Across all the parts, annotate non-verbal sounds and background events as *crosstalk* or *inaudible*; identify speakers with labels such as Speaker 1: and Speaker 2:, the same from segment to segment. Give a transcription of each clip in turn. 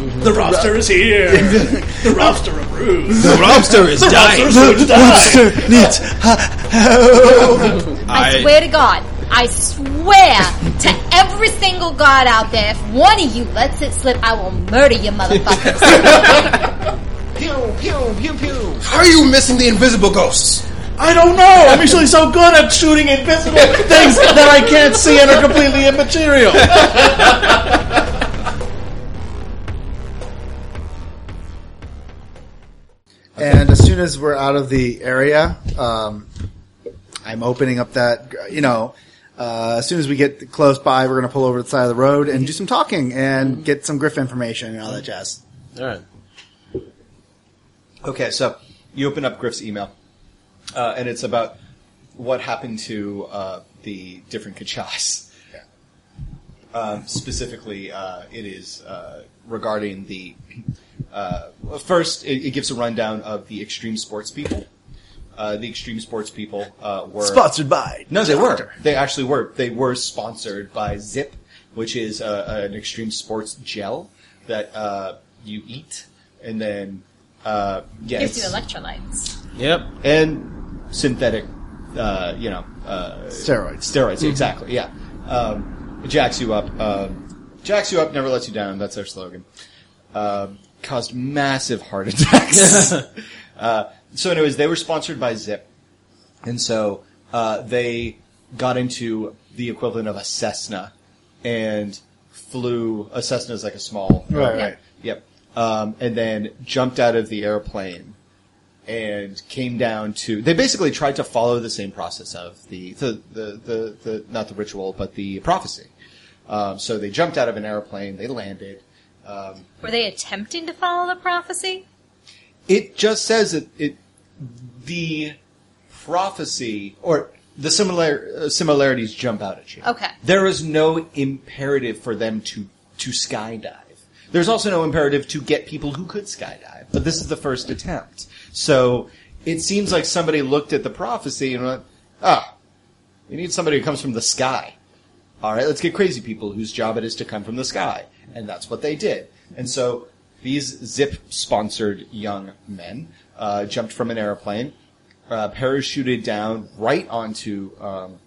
Speaker 1: The roster is *laughs* here. the roster of Ruse.
Speaker 2: The lobster
Speaker 1: *laughs*
Speaker 2: is dying.
Speaker 1: Roster's going to die.
Speaker 2: needs *laughs*
Speaker 3: I,
Speaker 2: I-
Speaker 3: swear to God. I swear to every single god out there, if one of you lets it slip, I will murder
Speaker 4: *laughs*
Speaker 3: you motherfuckers.
Speaker 4: Pew, pew, pew, pew.
Speaker 2: How are you missing the invisible ghosts?
Speaker 1: I don't know. I'm usually so good at shooting invisible things that I can't see and are completely immaterial.
Speaker 5: And as soon as we're out of the area, um, I'm opening up that, you know, uh, as soon as we get close by, we're going to pull over to the side of the road and do some talking and get some Griff information and all that jazz.
Speaker 4: All right. Okay, so you open up Griff's email, uh, and it's about what happened to uh, the different Kachas. Um, specifically, uh, it is uh, regarding the. Uh, well, first, it, it gives a rundown of the extreme sports people. Uh, the extreme sports people uh, were
Speaker 5: by.
Speaker 4: no, they were. They actually were. They were sponsored by Zip, which is uh, an extreme sports gel that uh, you eat and then uh, yeah,
Speaker 3: Gives you
Speaker 4: it's-
Speaker 3: electrolytes.
Speaker 2: Yep.
Speaker 4: and synthetic, uh, you know, uh,
Speaker 5: Steroids.
Speaker 4: steroids. Exactly. Yeah, um, it jacks you up. Um, jacks you up, never lets you down. That's their slogan. Um caused massive heart *laughs* attacks. uh, so, anyways, they were sponsored by Zip, and so uh, they got into the equivalent of a Cessna and flew. A Cessna is like a small,
Speaker 5: Right, right.
Speaker 4: Yep. Um, and then jumped out of the airplane and came down to. They basically tried to follow the same process of the the the, the, the not the ritual but the prophecy. Um, so they jumped out of an airplane. They landed. Um,
Speaker 3: Were they attempting to follow the prophecy?
Speaker 4: it just says that it the prophecy or the similar uh, similarities jump out at you.
Speaker 3: Okay.
Speaker 4: There is no imperative for them to to skydive. There's also no imperative to get people who could skydive, but this is the first attempt. So it seems like somebody looked at the prophecy and went, "Ah, we need somebody who comes from the sky." all right, let's get crazy people whose job it is to come from the sky. And that's what they did. And so these zip sponsored young men uh, jumped from an airplane, uh, parachuted down right onto um,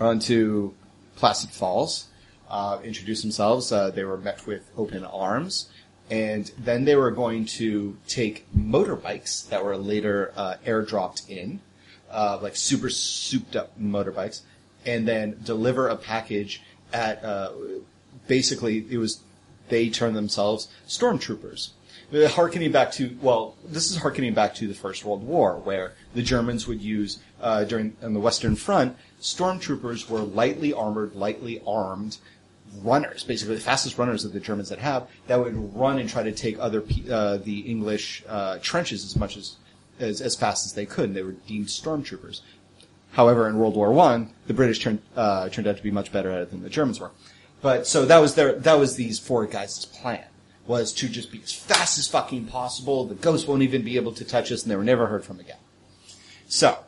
Speaker 4: onto Placid Falls, uh, introduced themselves. Uh, they were met with open arms, and then they were going to take motorbikes that were later uh, airdropped in, uh, like super souped up motorbikes, and then deliver a package at uh, basically it was they turned themselves stormtroopers. Uh, Harkening back to well, this is harkening back to the First World War, where the Germans would use uh, during on the Western Front, stormtroopers were lightly armored, lightly armed runners, basically the fastest runners that the Germans that have that would run and try to take other pe- uh, the English uh, trenches as much as, as as fast as they could. And they were deemed stormtroopers. However, in World War One, the British turned uh, turned out to be much better at it than the Germans were. But so that was their that was these four guys' plan was to just be as fast as fucking possible. The ghosts won't even be able to touch us, and they were never heard from again. So,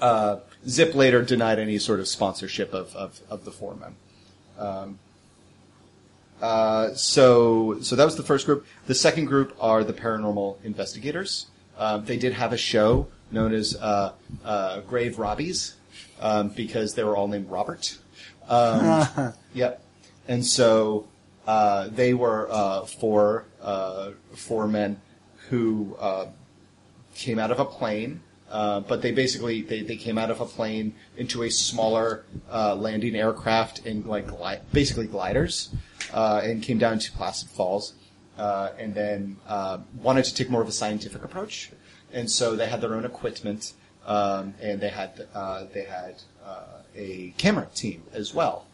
Speaker 4: uh, Zip later denied any sort of sponsorship of of, of the four men. Uh, so so that was the first group. The second group are the paranormal investigators. Um, they did have a show known as uh, uh, Grave Robbies um, because they were all named Robert. Um, yep. And so uh, they were uh, four uh, four men who uh, came out of a plane. Uh, but they basically they, they came out of a plane into a smaller uh, landing aircraft and like gli- basically gliders uh, and came down to Placid Falls uh, and then uh, wanted to take more of a scientific approach and so they had their own equipment um, and they had uh, they had uh, a camera team as well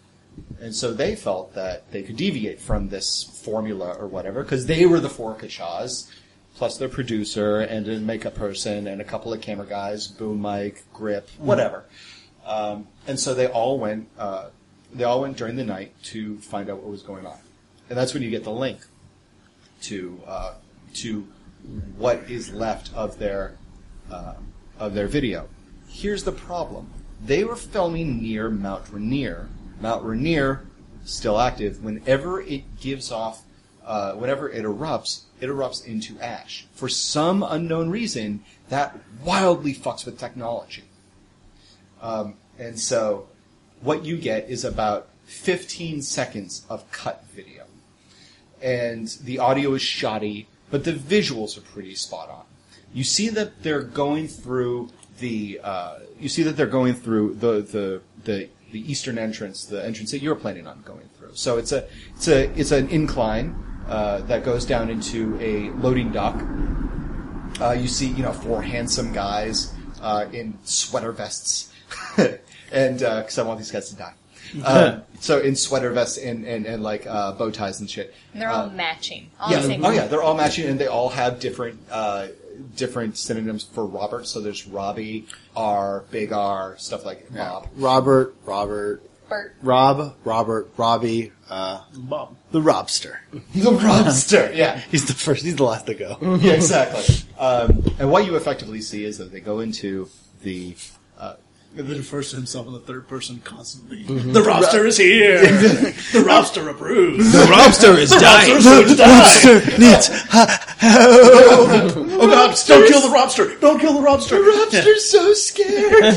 Speaker 4: and so they felt that they could deviate from this formula or whatever, because they were the four Kachas, plus their producer and a makeup person and a couple of camera guys, boom mic, grip, whatever. Um, and so they all went. Uh, they all went during the night to find out what was going on, and that's when you get the link to uh, to what is left of their uh, of their video. Here's the problem: they were filming near Mount Rainier. Mount Rainier still active. Whenever it gives off uh, whenever it erupts, it erupts into ash. For some unknown reason, that wildly fucks with technology. Um, and so, what you get is about 15 seconds of cut video. And the audio is shoddy, but the visuals are pretty spot on. You see that they're going through the, uh, you see that they're going through the, the, the, the eastern entrance, the entrance that you're planning on going through. So it's a, it's a, it's an incline, uh, that goes down into a loading dock. Uh, you see, you know, four handsome guys uh, in sweater vests, *laughs* and because I want these guys to die. Uh, so in sweater vests and and, and like uh, bow ties and shit.
Speaker 3: And they're all matching. All
Speaker 4: Yeah.
Speaker 3: the same
Speaker 4: Oh yeah, they're all matching, and they all have different uh, different synonyms for Robert. So there's Robbie, R, Big R, stuff like Bob.
Speaker 5: Robert, Robert,
Speaker 3: Bert.
Speaker 5: Rob, Robert, Robbie, uh,
Speaker 1: Bob.
Speaker 5: the Robster.
Speaker 4: The Robster. *laughs* yeah.
Speaker 5: He's the first. He's the last
Speaker 4: *laughs*
Speaker 5: to go.
Speaker 4: yeah, exactly. Um, and what you effectively see is that they go into the uh,
Speaker 1: It refers to himself in the third person constantly. The robster is here. *laughs* the robster approves.
Speaker 2: The lobster is dying.
Speaker 5: Robster needs
Speaker 1: Oh God! Don't kill the robster! Don't kill the robster!
Speaker 4: *laughs* Robster's so scared.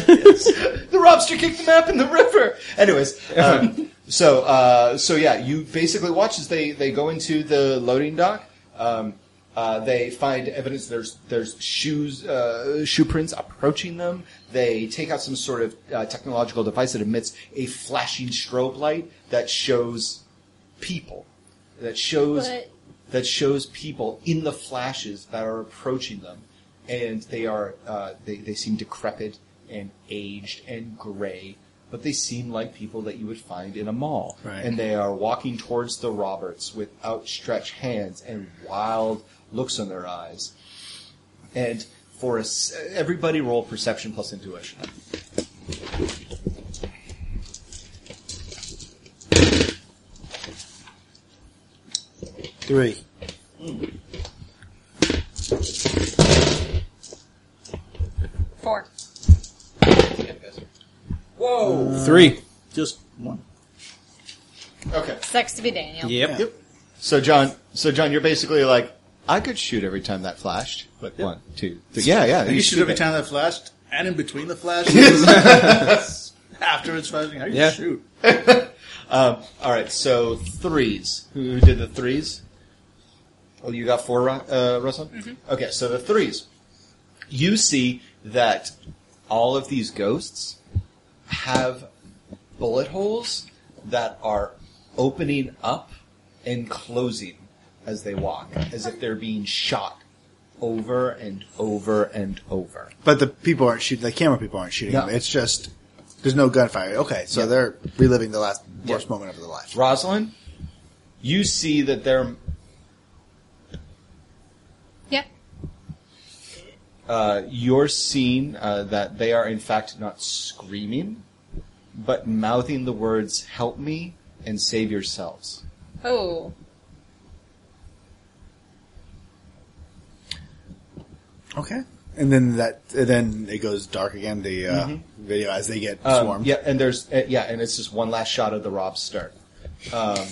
Speaker 4: The Robster kicked him up in the river. Anyways, um, so uh, so yeah, you basically watch as they they go into the loading dock. Um, uh, they find evidence. There's there's shoes uh, shoe prints approaching them. They take out some sort of uh, technological device that emits a flashing strobe light that shows people. That shows
Speaker 3: But-
Speaker 4: that shows people in the flashes that are approaching them, and they are uh, they they seem decrepit and aged and gray, but they seem like people that you would find in a mall.
Speaker 5: Right.
Speaker 4: And they are walking towards the Roberts with outstretched hands and wild looks in their eyes. And for us, everybody roll perception plus intuition.
Speaker 5: three.
Speaker 3: Four.
Speaker 4: Whoa.
Speaker 2: Three.
Speaker 1: Just one.
Speaker 4: Okay.
Speaker 3: Sucks to be Daniel.
Speaker 2: Yep.
Speaker 4: Yep. So John, so John, you're basically like, I could shoot every time that flashed. Like one, two, three. Yeah, yeah.
Speaker 1: You, you shoot every
Speaker 4: it.
Speaker 1: time that flashed, and in between the flashes. *laughs* After it's flashing, how you
Speaker 2: Yeah.
Speaker 1: shoot?
Speaker 4: Um, all right. So threes. Who did the threes? Oh, you got four, Ru- uh, Russell.
Speaker 1: Mm-hmm.
Speaker 4: Okay. So the threes. You see that all of these ghosts have bullet holes that are opening up and closing as they walk, as if they're being shot over and over and over.
Speaker 5: But the people aren't shooting. The camera people aren't shooting.
Speaker 4: No.
Speaker 5: them. It's just there's no gunfire. Okay, so
Speaker 4: Yeah.
Speaker 5: they're reliving the last worst
Speaker 4: Yeah.
Speaker 5: moment of their life.
Speaker 4: Rosalind, you see that they're
Speaker 3: Yep.
Speaker 4: uh, you're seeing uh, that they are in fact not screaming, but mouthing the words "Help me" and "Save yourselves."
Speaker 3: Oh.
Speaker 5: Okay, and then that and then it goes dark again. The uh, video as they get
Speaker 4: Mm-hmm. Um,
Speaker 5: swarmed.
Speaker 4: yeah, and there's uh, yeah, and it's just one last shot of the Robster. Um,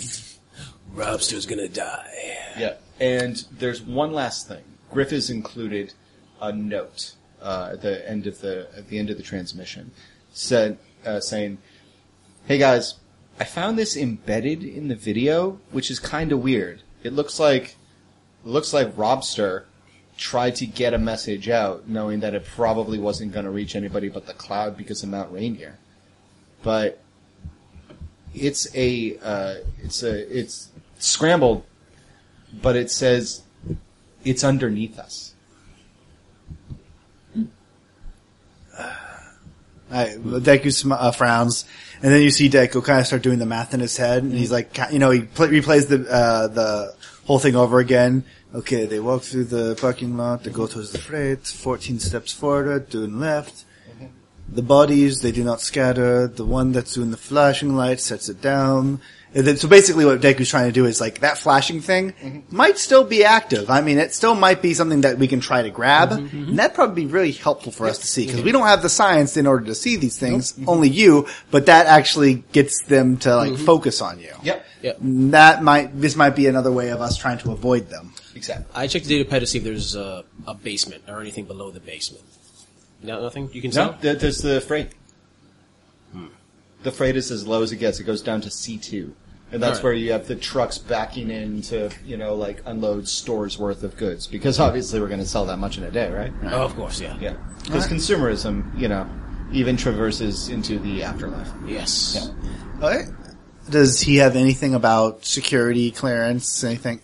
Speaker 2: Lobster's gonna die.
Speaker 4: yeah, and there's one last thing. Griff has included a note uh, at the end of the at the end of the transmission, said uh, saying, Hey guys, I found this embedded in the video, which is kind of weird. It looks like it looks like Robster tried to get a message out, knowing that it probably wasn't going to reach anybody but the cloud because of Mount Rainier. But it's a uh, it's a it's scrambled, but it says it's underneath us.
Speaker 5: I, Deku sm- uh, frowns, and then you see Deku kind of start doing the math in his head, and
Speaker 4: Mm-hmm.
Speaker 5: he's like, ki- you know, he pl- replays the uh, the whole thing over again. Okay, they walk through the parking lot, they go towards the freight, 14 steps forward, doing left. The bodies, they do not scatter. The one that's doing the flashing light sets it down. And then, so basically what Deku's trying to do is like that flashing thing might still be active. I mean, it still might be something that we can try to grab. And that'd probably be really helpful for us to see because we don't have the science in order to see these things, only you, but that actually gets them to like focus on you.
Speaker 4: Yep.
Speaker 6: Yep.
Speaker 5: And That might, this might be another way of us trying to avoid them.
Speaker 4: Exactly.
Speaker 6: I checked the datapad to see if there's a, a basement or anything below the basement. No, nothing you can
Speaker 4: No,
Speaker 6: tell.
Speaker 4: th- there's the freight. The freight is as low as it gets. It goes down to C two, and that's
Speaker 6: Alright.
Speaker 4: where you have the trucks backing in to you know like unload stores worth of goods because obviously we're going to sell that much in a day, right?
Speaker 6: Oh, of course, yeah.
Speaker 4: Yeah, because consumerism, you know, even traverses into the afterlife.
Speaker 6: Yes.
Speaker 4: Yeah.
Speaker 5: Okay. Does he have anything about security clearance? Anything?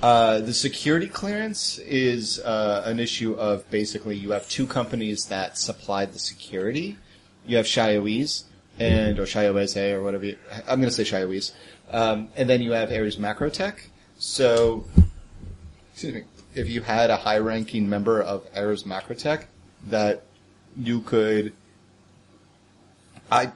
Speaker 4: Uh, the security clearance is uh, an issue of basically you have two companies that supply the security. You have Shaiwese and or Shaiwese or whatever. You, I'm going to say Shaiwese, um, and then you have Ares Macrotech. So, excuse me, if you had a high-ranking member of Ares Macrotech that you could I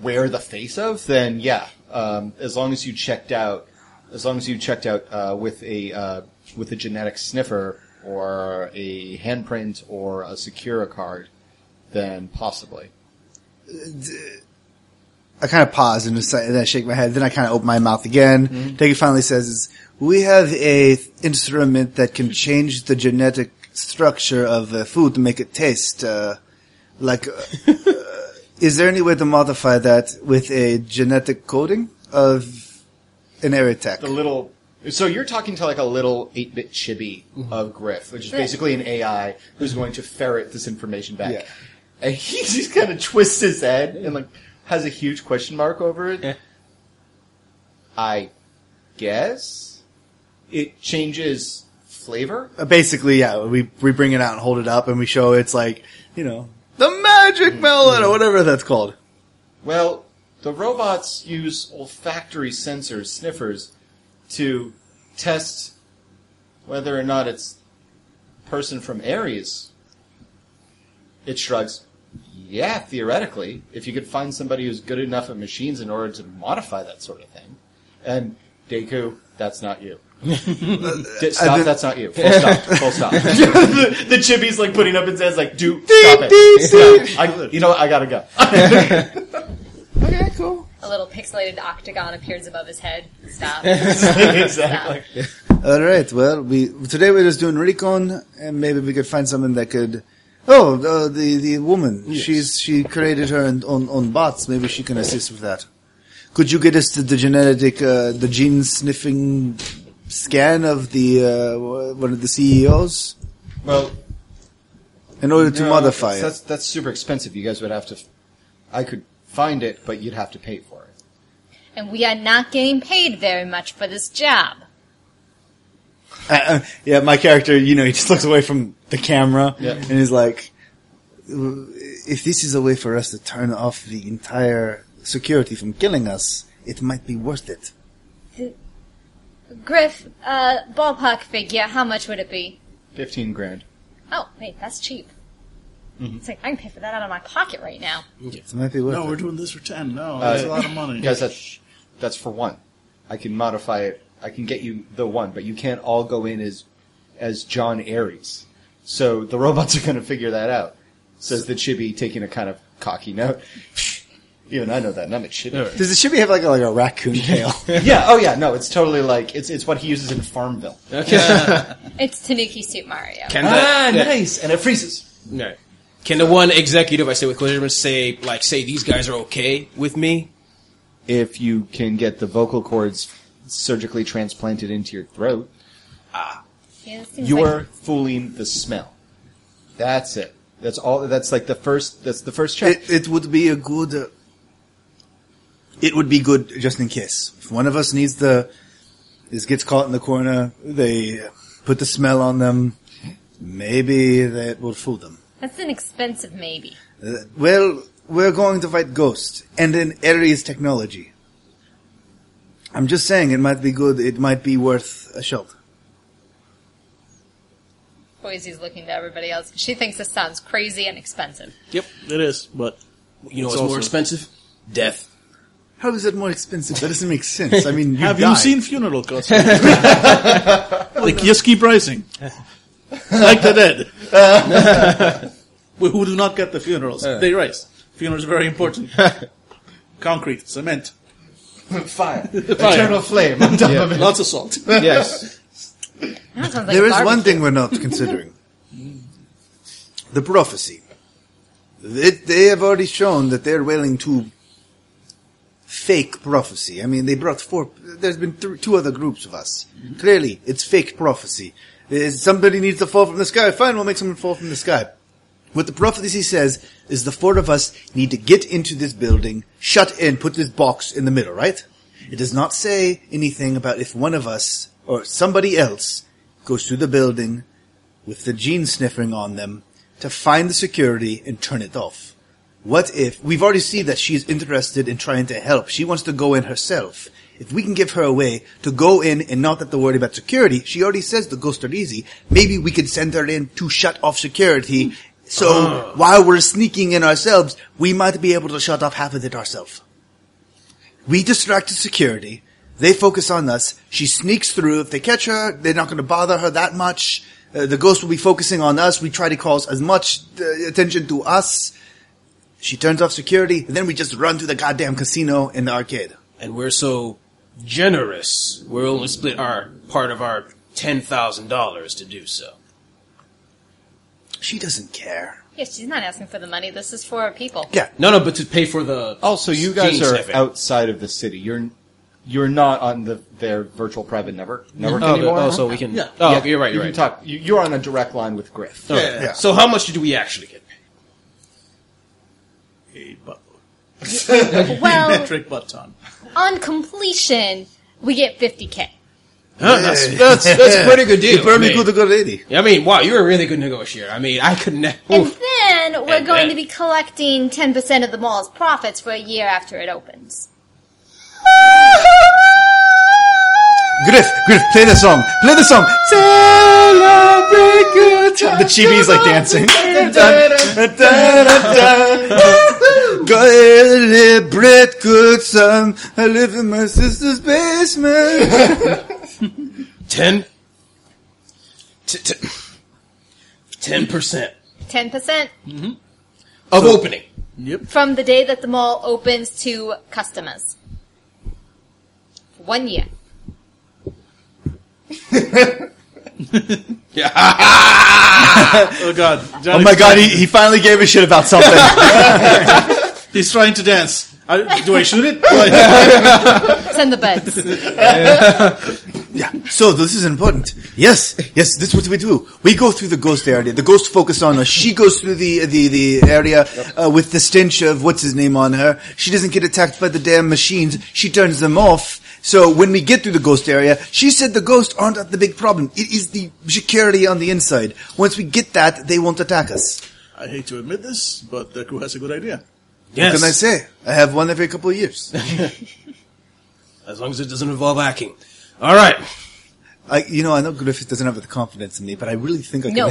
Speaker 4: wear the face of, then yeah. Um, as long as you checked out, as long as you checked out uh, with a uh, with a genetic sniffer or a handprint or a Secura card, then possibly.
Speaker 5: I kind of pause and, decide, and then I shake my head. Then I kind of open my mouth again. mm finally says, is, "We have a th- instrument that can change the genetic structure of uh, food to make it taste uh, like." Uh, uh, is there any way to modify that with a genetic coding of an Aerotech?
Speaker 4: The little. So you're talking to like a little eight bit chibi of Griff, which is basically an AI who's going to ferret this information back.
Speaker 5: Yeah.
Speaker 4: And he *laughs* just kind of twists his head and like has a huge question mark over it. I guess it changes flavor.
Speaker 5: Uh, basically, yeah, we we bring it out and hold it up, and we show it's like you know the magic melon or whatever that's called.
Speaker 4: Well, the robots use olfactory sensors, sniffers, to test whether or not it's person from Aries. It shrugs. Yeah, theoretically, if you could find somebody who's good enough at machines in order to modify that sort of thing. And Deku, that's not you. D- stop,
Speaker 5: been-
Speaker 4: that's not you. Full stop. Full stop. *laughs* the, the chibi's like putting up its hands like, dude, stop
Speaker 5: ding,
Speaker 4: it. Stop. I, you know what? I gotta go. *laughs*
Speaker 5: Okay, cool.
Speaker 7: A little pixelated octagon appears above his head.
Speaker 4: *laughs*
Speaker 7: Stop.
Speaker 4: exactly.
Speaker 5: All right. Well, we today we're just doing recon, and maybe we could find someone that could. Oh, uh, the the woman. She's she created her in, on on bots. Maybe she can assist with that. Could you get us the, the genetic, uh, the gene sniffing scan of the uh, one of the CEOs
Speaker 4: Well,
Speaker 5: in order to
Speaker 4: no,
Speaker 5: modify it?
Speaker 4: that's, that's super expensive. You guys would have to. f- I could find it, but you'd have to pay for it.
Speaker 3: And we are not getting paid very much for this job.
Speaker 5: Uh, uh, yeah, my character, you know, he just looks away from the camera
Speaker 4: Yeah.
Speaker 5: and he's like, if this is a way for us to turn off the entire security from killing us, it might be worth it.
Speaker 3: Griff, uh, ballpark figure, how much would it be?
Speaker 4: Fifteen grand.
Speaker 7: oh, wait, that's cheap.
Speaker 5: Mm-hmm.
Speaker 7: It's like I can pay for that out of my pocket right now.
Speaker 5: It might be worth
Speaker 1: No, we're
Speaker 5: it.
Speaker 1: doing this for ten. No, that's a lot of money.
Speaker 4: Guys, that's that's for one. I can modify it. I can get you the one, but you can't all go in as as John Aries. So the *laughs* robots are going to figure that out. Says the chibi, taking a kind of cocky note. *laughs* Even I know that, and I'm a chibi.
Speaker 5: Does the chibi have like a, like a *laughs* raccoon tail?
Speaker 4: Yeah. Oh, yeah. No, it's totally like it's it's what he uses in Farmville.
Speaker 7: It's Tanuki Suit Mario.
Speaker 6: Can
Speaker 4: Ah,
Speaker 6: the,
Speaker 4: nice. And it freezes.
Speaker 6: yeah. Alright. Can the one executive I say with clearance say like say these guys are okay with me?
Speaker 4: if you can get the vocal cords surgically transplanted into your throat,
Speaker 7: Yeah, this seems
Speaker 4: you're
Speaker 7: like-
Speaker 4: fooling the smell. That's it. That's all. That's like the first. That's the first check.
Speaker 5: it, it would be a good, uh, it would be good just in case. If one of us needs the, this gets caught in the corner, they put the smell on them, maybe that will fool them.
Speaker 7: that's an expensive maybe.
Speaker 5: Uh, well, we're going to fight ghosts and in Aries technology. I'm just saying it might be good. It might be worth a shot.
Speaker 7: Boise's looking to everybody else. She thinks this sounds crazy and expensive.
Speaker 6: Yep.
Speaker 1: It is, but
Speaker 6: You know
Speaker 1: It's
Speaker 6: what's more
Speaker 1: also-
Speaker 6: expensive? Death.
Speaker 5: How is it more expensive? That doesn't make sense. I mean, you
Speaker 1: have
Speaker 5: die.
Speaker 1: you seen funeral costs? *laughs* like just keep rising, like the dead, We- who do not get the funerals. They rise. Funerals are very important. Concrete, cement,
Speaker 4: Fire.
Speaker 1: fire,
Speaker 4: *laughs* Eternal flame on top of it.
Speaker 1: lots of salt.
Speaker 4: Yes.
Speaker 7: That sounds like
Speaker 5: There is
Speaker 7: garbage.
Speaker 5: one thing we're not considering. The prophecy. They, they have already shown that they're willing to fake prophecy. I mean, they brought four, there's been th- two other groups of us.
Speaker 7: Mm-hmm.
Speaker 5: Clearly, it's fake prophecy. Is somebody needs to fall from the sky. Fine, we'll make someone fall from the sky. What the prophecy says is the four of us need to get into this building, shut in, put this box in the middle, right? It does not say anything about if one of us or somebody else goes through the building with the gene sniffing on them to find the security and turn it off. What if we've already seen that she's interested in trying to help? She wants to go in herself. If we can give her a way to go in and not have to worry about security, she already says the ghosts are easy. Maybe we could send her in to shut off security. So while we're sneaking in ourselves, we might be able to shut off half of it ourselves. We distract the security. They focus on us. She sneaks through. If they catch her, they're not going to bother her that much. Uh, the ghost will be focusing on us. We try to cause as much uh, attention to us. She turns off security, and then we just run to the goddamn casino in the arcade.
Speaker 6: And we're so generous. We're only split our part of our ten thousand dollars to do so.
Speaker 5: She doesn't care.
Speaker 7: Yeah, she's not asking for the money. This is for people.
Speaker 5: Yeah.
Speaker 6: No, no, but to pay for the
Speaker 4: *laughs* Also, Oh, you guys
Speaker 6: Gene
Speaker 4: are
Speaker 6: sniffing.
Speaker 4: outside of the city. You're you're not on the their virtual private network network
Speaker 6: Oh,
Speaker 4: anymore.
Speaker 6: oh, so we can.
Speaker 1: Yeah.
Speaker 6: Oh,
Speaker 4: Yeah,
Speaker 6: you're right.
Speaker 4: You
Speaker 6: You're
Speaker 4: can
Speaker 6: right. Oh.
Speaker 4: talk. you- You're on a direct line with Griff.
Speaker 6: All right.
Speaker 5: Yeah.
Speaker 6: So how much did we actually get paid?
Speaker 1: A button.
Speaker 5: *laughs*
Speaker 7: Well,
Speaker 1: Metric button.
Speaker 7: on completion, we get 50k.
Speaker 6: Huh, that's, that's that's a pretty good *laughs* deal.
Speaker 5: You
Speaker 6: I
Speaker 5: barely could
Speaker 6: mean,
Speaker 5: have got lady.
Speaker 6: I mean, wow, you're a really good negotiator. I mean, I could never.
Speaker 7: And then we're
Speaker 6: And
Speaker 7: going
Speaker 6: then-
Speaker 7: to be collecting 10% of the mall's profits for a year after it opens.
Speaker 5: Griff, Griff, play the song. Play the song. Celebrate good time. The chibi's like dancing. Celebrate good time. I live in my sister's basement.
Speaker 6: Ten. Ten percent
Speaker 7: 10%
Speaker 6: of opening.
Speaker 7: from the day that the mall opens to customers. One year.
Speaker 1: Oh God!
Speaker 5: Oh my god, he, he finally gave a shit about something.
Speaker 1: He's trying to dance. I, do I shoot it?
Speaker 7: Send the beds.
Speaker 5: Yeah. So this is important. Yes, yes. This is what we do. We go through the ghost area. The ghost focus on us. She goes through the the the area uh, with the stench of what's his name on her. She doesn't get attacked by the damn machines. She turns them off. So when we get through the ghost area, she said the ghosts aren't the big problem. It is the security on the inside. Once we get that, they won't attack us.
Speaker 1: I hate to admit this, but Deku has a good idea.
Speaker 6: Yes.
Speaker 5: What can I say? I have one every couple of years.
Speaker 6: As long as it doesn't involve hacking. All right.
Speaker 5: I, you know, I know Griffith doesn't have the confidence in me, but I really think I can.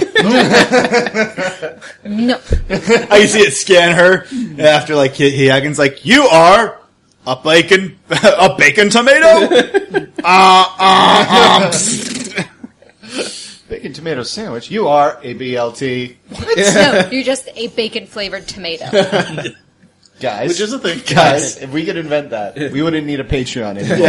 Speaker 5: *laughs*
Speaker 7: No. no.
Speaker 5: I can see it scan her and after like he, he Hagen's like, "You are a bacon, *laughs* a bacon tomato."
Speaker 4: Bacon tomato sandwich. You are a BLT
Speaker 7: No, you're just a bacon flavored tomato.
Speaker 4: guys.
Speaker 1: Which is a thing.
Speaker 4: guys. If we could invent that, we wouldn't need a Patreon anymore.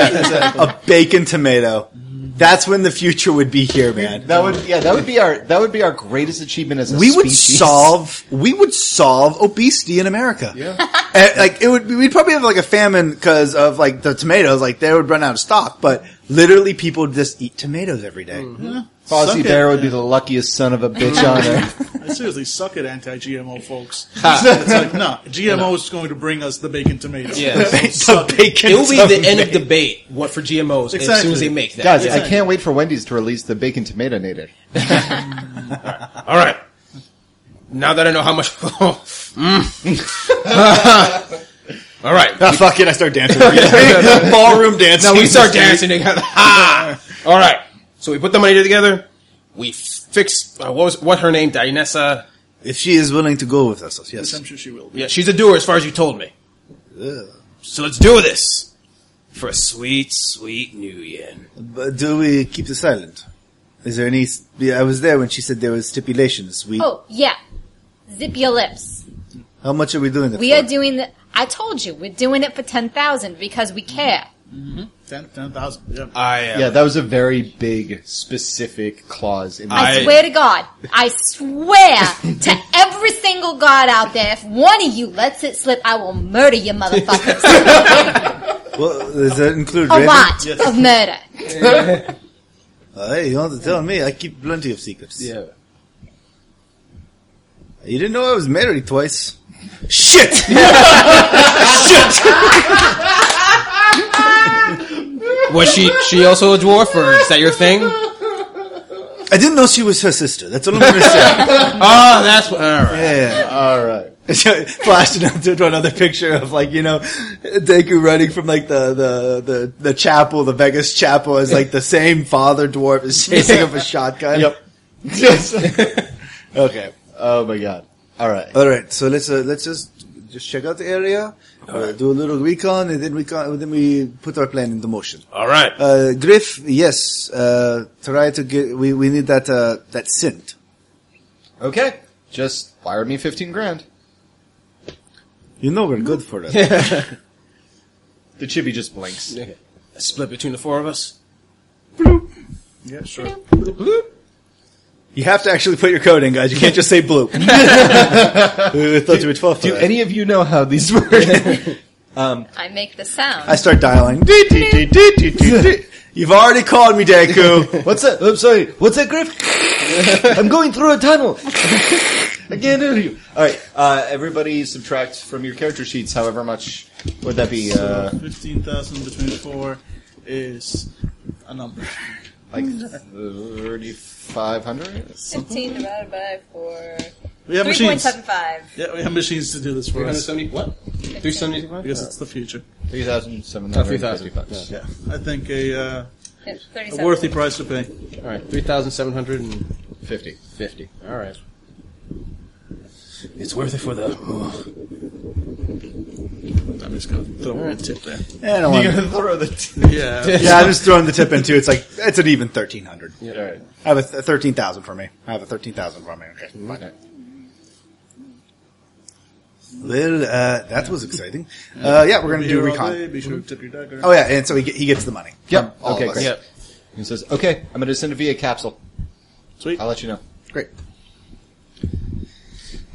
Speaker 5: a bacon tomato. That's when the future would be here, man.
Speaker 4: That would yeah. That would be our that would be our greatest achievement as a
Speaker 5: We would
Speaker 4: species.
Speaker 5: solve. We would solve obesity in America. Yeah. *laughs* And, like it would. We'd probably have like a famine because of like the tomatoes. Like they would run out of stock. But literally, people just eat tomatoes every day. *laughs*
Speaker 1: Suck
Speaker 4: Fozzie
Speaker 1: it.
Speaker 4: Bear would be the luckiest son of a bitch on earth.
Speaker 1: Seriously, suck it, anti-GMO folks.
Speaker 6: *laughs*
Speaker 1: it's like, nah, GMO is going to bring us the bacon tomato.
Speaker 6: Yeah.
Speaker 1: So suck it.
Speaker 6: It will be the end of debate. What for GMOs? As soon
Speaker 1: Exactly.
Speaker 6: as they make that.
Speaker 4: Guys, I can't wait for Wendy's to release the bacon tomato native.
Speaker 6: All right. Now that I know how much. *laughs* Mm. *laughs* All right.
Speaker 5: *laughs* Ah, fuck it! I start dancing. Ballroom dancing.
Speaker 6: Now we start dancing together. Ha! All right. So we put the money together. We fixed uh, what was what her name, Dianessa.
Speaker 5: If she is willing to go with us, yes.
Speaker 1: I'm sure she will. be.
Speaker 6: Yeah, she's a doer, as far as you told me. So let's do this for a sweet, sweet New Yen.
Speaker 5: But do we keep the silent? Is there any? yeah, I was there when she said there was stipulations. We
Speaker 3: Oh, yeah. Zip your lips.
Speaker 5: how much are we doing? That
Speaker 3: We
Speaker 5: for?
Speaker 3: are doing the, I told you, we're doing it for 10,000 because we care.
Speaker 1: Ten, ten thousand. Yeah.
Speaker 6: I uh,
Speaker 4: Yeah, that was a very big, specific clause in
Speaker 3: I,
Speaker 6: I-
Speaker 3: swear to God, I swear to every single God out there, if one of you lets it slip, I will murder you motherfuckers.
Speaker 5: Well, does that include
Speaker 3: A
Speaker 5: Raven?
Speaker 3: lot of murder.
Speaker 5: Uh, hey, you want to tell me? I keep plenty of secrets.
Speaker 4: Yeah.
Speaker 5: You didn't know I was married twice.
Speaker 6: was she she also a dwarf, or is that your thing? Oh,
Speaker 5: I didn't know she was her sister. That's all I'm going to
Speaker 3: *laughs*
Speaker 5: say.
Speaker 6: Ah, that's what. All right.
Speaker 5: Yeah. *laughs*
Speaker 4: All *laughs* right.
Speaker 5: Flashed into to another picture of like you know Deku running from like the the the, the chapel, the Vegas chapel, as like the same father dwarf is chasing up a shotgun.
Speaker 4: Yep. okay. Oh my god. All right.
Speaker 5: All right, so let's uh, let's just just check out the area, uh, do a little recon, and then we con- then we put our plan into motion.
Speaker 6: All right.
Speaker 5: Uh, Griff, yes, uh, try to get. We, we need that uh, that synth.
Speaker 4: Okay. Just wired me fifteen grand.
Speaker 5: You know we're good for it.
Speaker 4: The chibi just blinks.
Speaker 6: A split between the four of us.
Speaker 1: yeah, sure.
Speaker 5: *laughs* you have to actually put your code in, guys. You can't just say blue. *laughs* we thought you were twelve. for
Speaker 4: Do
Speaker 5: that.
Speaker 4: any of you know how these work?
Speaker 5: *laughs*
Speaker 3: I make the sound.
Speaker 5: I start dialing. Dee, dee, dee, dee, dee, dee, dee. You've already called me, Deku.
Speaker 4: What's that? I'm sorry. What's that, Griff? I'm going through a tunnel. I can't hear you. All right. Uh, everybody subtract from your character sheets however much would that be? Uh,
Speaker 1: Fifteen thousand between four is a number.
Speaker 4: like thirty-five hundred.
Speaker 7: 15 divided by 4.
Speaker 1: We have machines.
Speaker 7: 3.75.
Speaker 1: Yeah, we have machines to do this for us
Speaker 6: what? Three seventy five.
Speaker 1: because it's the future.
Speaker 4: Three thousand seven hundred fifty bucks.
Speaker 1: Yeah, I think a, uh,
Speaker 7: Yeah,
Speaker 1: a
Speaker 7: 37.
Speaker 1: worthy price to pay.
Speaker 6: All right. Three thousand seven hundred and
Speaker 4: Fifty.
Speaker 6: fifty. All right.
Speaker 2: It's worth it for the.
Speaker 1: I'm just gonna throw a tip there.
Speaker 5: *laughs* I don't want-
Speaker 4: gonna throw the.
Speaker 5: *laughs*
Speaker 1: Yeah,
Speaker 5: yeah, I'm just throwing the tip in too. It's like it's an even thirteen hundred.
Speaker 4: All right.
Speaker 5: I have a th- thirteen thousand for me. I have a thirteen thousand for me. Okay. Well, uh, that was exciting. Uh, yeah, we're gonna
Speaker 1: Be here
Speaker 5: do
Speaker 1: all
Speaker 5: recon.
Speaker 1: day, Be sure to tip your dagger.
Speaker 5: Oh yeah, and so he, ge- he gets the money.
Speaker 4: Yep.
Speaker 5: All
Speaker 4: okay.
Speaker 5: of us.
Speaker 4: Great. He says, "Okay, I'm going to send it via capsule.
Speaker 1: Sweet.
Speaker 4: I'll let you know."
Speaker 5: Great.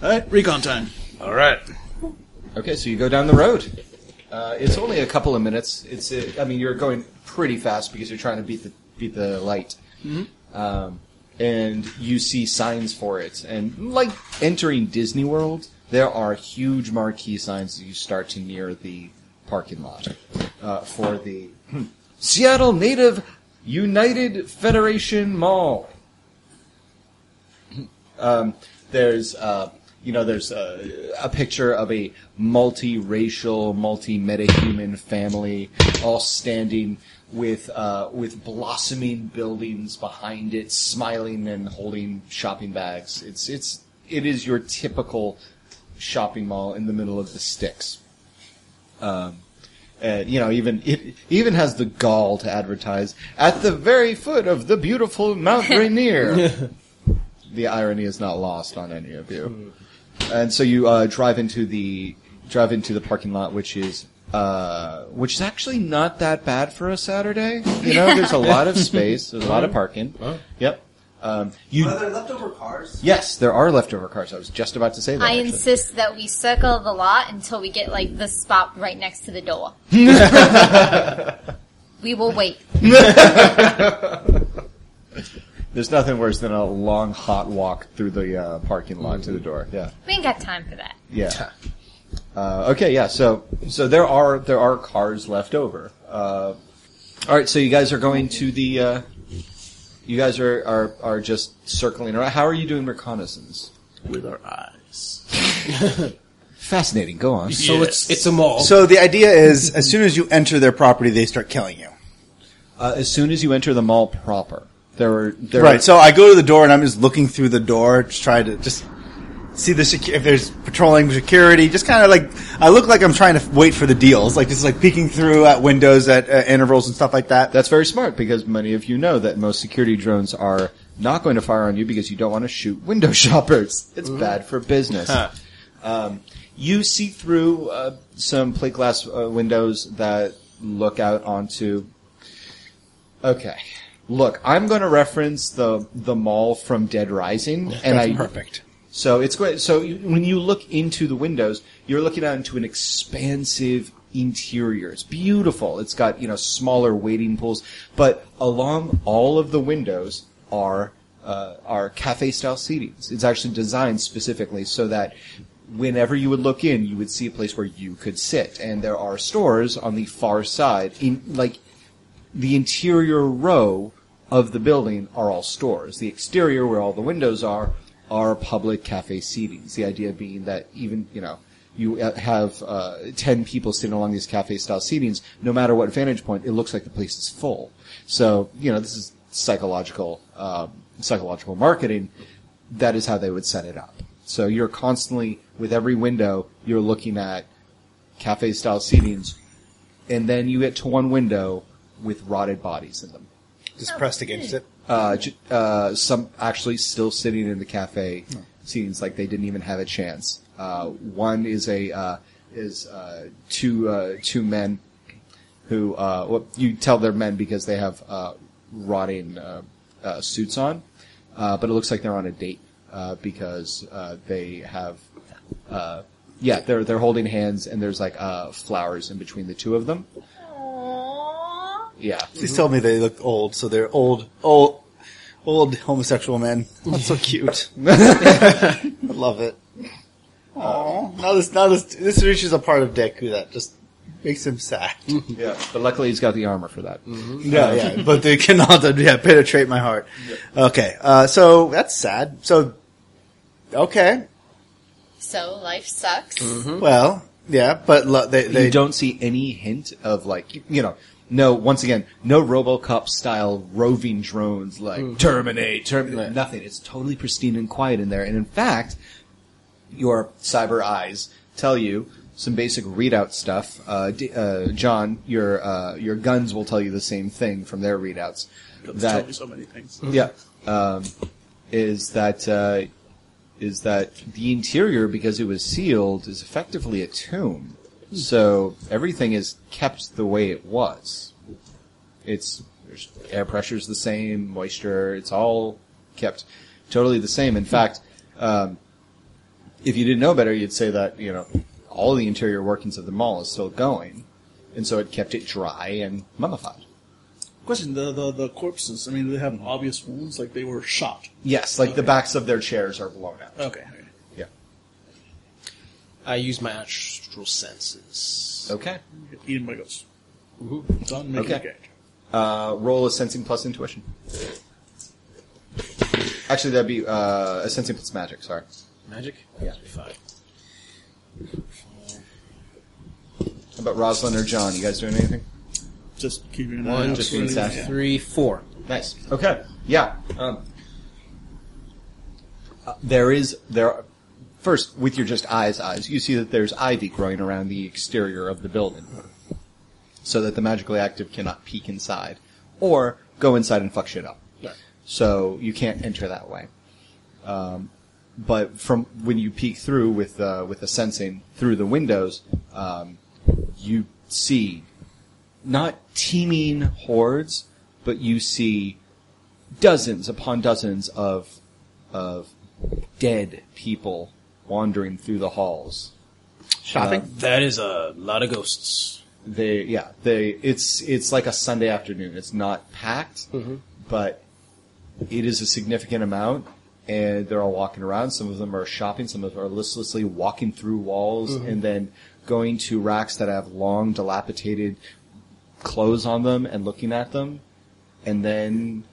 Speaker 1: All right, recon time.
Speaker 6: All right.
Speaker 4: Okay, so you go down the road. Uh, it's only a couple of minutes. It's uh, I mean you're going pretty fast because you're trying to beat the beat the light. Um, and you see signs for it, and like entering Disney World, there are huge marquee signs as you start to near the parking lot uh, for the Seattle Native United Federation Mall. Um, there's, uh, you know, there's uh, a picture of a multiracial, multi-metahuman family all standing with uh, with blossoming buildings behind it, smiling and holding shopping bags. It's it's it is your typical shopping mall in the middle of the sticks. Um, uh, you know, even it even has the gall to advertise at the very foot of the beautiful Mount Rainier the irony is not lost on any of you. And so you uh, drive into the drive into the parking lot, which is uh, which is actually not that bad for a Saturday. You know, there's a lot of space, there's a lot of parking. Yep. Um, you
Speaker 5: there leftover cars?
Speaker 4: yes, there are leftover cars. I was just about to say that.
Speaker 3: I
Speaker 4: actually.
Speaker 3: insist that we circle the lot until we get like the spot right next to the door. we will wait.
Speaker 4: There's nothing worse than a long hot walk through the uh, parking lot to the door. Yeah.
Speaker 3: We ain't got time for that.
Speaker 4: Yeah. Uh, okay, yeah. So so there are there are cars left over. Uh, all right, so you guys are going to the. Uh, you guys are, are are just circling around. How are you doing reconnaissance?
Speaker 1: With our eyes.
Speaker 4: *laughs* Fascinating. Go
Speaker 6: *laughs*
Speaker 4: on.
Speaker 6: So it's it's a mall.
Speaker 5: So the idea is, as soon as you enter their property, they start killing you.
Speaker 4: Uh, as soon as you enter the mall proper, There were there
Speaker 5: right. So I go to the door and I'm just looking through the door, just trying to just see the secu- if there's patrolling security. Just kind of like I look like I'm trying to wait for the deals, like just like peeking through at windows at uh, intervals and stuff like that.
Speaker 4: That's very smart because many of you know that most security drones are not going to fire on you because you don't want to shoot window *laughs* shoppers. It's bad for business. um, you see through uh, some plate glass uh, windows that look out onto. Okay. Look, I'm going to reference the the mall from Dead Rising, and I
Speaker 2: perfect.
Speaker 4: so it's going. So you, when you look into the windows, you're looking out into an expansive interior. It's beautiful. It's got you know smaller wading pools, but along all of the windows are uh, are cafe style seatings. It's actually designed specifically so that whenever you would look in, you would see a place where you could sit. And there are stores on the far side, in like the interior row of the building are all stores. The exterior, where all the windows are, are public cafe seatings. The idea being that even, you know, you uh, have uh, 10 people sitting along these cafe style seatings, no matter what vantage point, it looks like the place is full. So, you know, this is psychological, um, psychological marketing. That is how they would set it up. So you're constantly, with every window, you're looking at cafe style seatings, and then you get to one window with rotted bodies in them.
Speaker 8: Just pressed against it.
Speaker 4: Uh, j- uh, some actually still sitting in the cafe scenes like they didn't even have a chance. Uh, one is a uh, is uh, two uh, two men who uh, well, you tell they're men because they have uh, rotting uh, uh, suits on, uh, but it looks like they're on a date uh, because uh, they have uh, yeah they're they're holding hands and there's like uh, flowers in between the two of them.
Speaker 7: Aww.
Speaker 4: Yeah.
Speaker 5: Please tell me they look old, so they're old, old, old homosexual men. That's *laughs* so cute. *laughs* I love it. Oh, now this, now this, this reaches a part of Deku that just makes him *laughs* sad.
Speaker 4: Yeah, but luckily he's got the armor for that.
Speaker 5: Yeah, yeah, but they cannot, *laughs* uh, yeah, penetrate my heart. Okay, uh, so that's sad. So, okay,
Speaker 3: So life sucks.
Speaker 7: Mm.
Speaker 5: well, yeah, but lo- they, they
Speaker 4: you don't see any hint of like you know no once again no RoboCop style roving drones like
Speaker 5: Mm-hmm.
Speaker 4: terminate terminate nothing it's totally pristine and quiet in there and in fact your cyber eyes tell you some basic readout stuff uh, D- uh, John your uh, your guns will tell you the same thing from their readouts
Speaker 1: Tell
Speaker 4: that
Speaker 1: me so many things.
Speaker 4: yeah. Um, is that uh, is that the interior because it was sealed is effectively a tomb, so everything is kept the way it was. It's there's, air pressure's the same, moisture, it's all kept totally the same. In fact, um, if you didn't know better, you'd say that you know all the interior workings of the mall is still going, and so it kept it dry and mummified.
Speaker 1: Question: the, the the corpses. I mean, do they have obvious wounds? Like they were shot.
Speaker 4: Yes, like the backs of their chairs are blown out.
Speaker 1: Okay.
Speaker 4: Yeah.
Speaker 6: I use my astral senses.
Speaker 4: Okay.
Speaker 1: Ian Wiggles. It's on me.
Speaker 4: Okay.
Speaker 1: Okay.
Speaker 4: Uh, roll a sensing plus intuition. Actually, that'd be uh, a sensing plus magic. Sorry.
Speaker 6: Magic?
Speaker 4: Yeah.
Speaker 6: Five.
Speaker 4: How about Roslyn or John? You guys doing anything?
Speaker 1: Just keeping an eye
Speaker 6: One,
Speaker 1: out.
Speaker 6: two,
Speaker 1: for
Speaker 4: being
Speaker 1: anything.
Speaker 4: sad.
Speaker 1: Yeah.
Speaker 6: three, four.
Speaker 4: Nice. Okay. Yeah. Um, uh, there is there. Are, first, with your just eyes, eyes, you see that there's ivy growing around the exterior of the building, so that the magically active cannot peek inside or go inside and fuck shit up. So you can't enter that way. Um, but from when you peek through with uh, with the sensing through the windows, um, you see not teeming hordes, but you see dozens upon dozens of of dead people wandering through the halls.
Speaker 5: uh,
Speaker 4: Shopping.
Speaker 6: That is a lot of ghosts.
Speaker 4: they yeah they it's it's like a Sunday afternoon. It's not packed, but it is a significant amount, and they're all walking around. Some of them are shopping. Some of them are listlessly walking through walls and then going to racks that have long, dilapidated clothes on them and looking at them, and then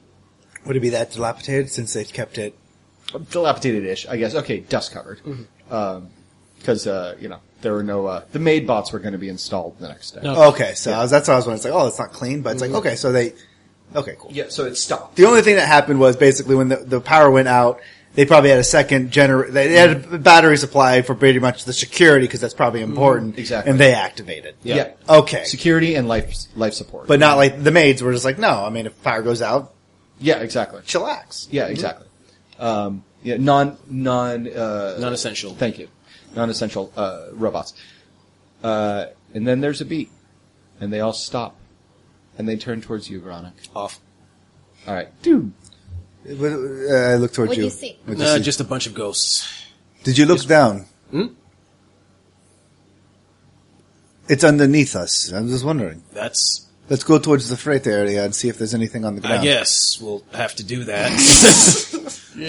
Speaker 8: Would it be that dilapidated since they've kept it?
Speaker 4: dilapidated-ish, I guess. Okay, dust covered, because uh, you know there were no uh, the maid bots were going to be installed the next day.
Speaker 5: Okay, so I was, that's what I was wondering. It's like, oh, it's not clean, but it's like, okay, so they Okay, cool.
Speaker 4: Mm-hmm. Yeah, so it stopped.
Speaker 5: The only thing that happened was basically when the, the power went out, they probably had a second gener. They had
Speaker 4: Mm-hmm.
Speaker 5: a battery supply for pretty much the security because that's probably important.
Speaker 4: exactly.
Speaker 5: And they activated.
Speaker 4: Yeah. Oh,
Speaker 5: Okay.
Speaker 4: Security and life life support.
Speaker 5: But not like the maids were just like, no. I mean, if power goes out,
Speaker 4: yeah, exactly.
Speaker 5: chillax.
Speaker 4: Yeah, exactly. Um, yeah, non non uh,
Speaker 6: Non-essential.
Speaker 4: Thank you, non-essential uh, robots. Uh, and then there's a beat, and they all stop, and they turn towards you, Veronica.
Speaker 6: Off.
Speaker 4: All right, dude.
Speaker 8: What- uh, I look towards
Speaker 3: What do
Speaker 8: you.
Speaker 3: you see?
Speaker 8: What'd you
Speaker 6: Uh,
Speaker 8: see?
Speaker 6: just a bunch of ghosts.
Speaker 8: Did you look down?
Speaker 6: Hmm?
Speaker 8: It's underneath us. I'm just wondering.
Speaker 6: That's.
Speaker 8: Let's go towards the freight area and see if there's anything on the ground.
Speaker 6: I guess we'll have to do *laughs* that.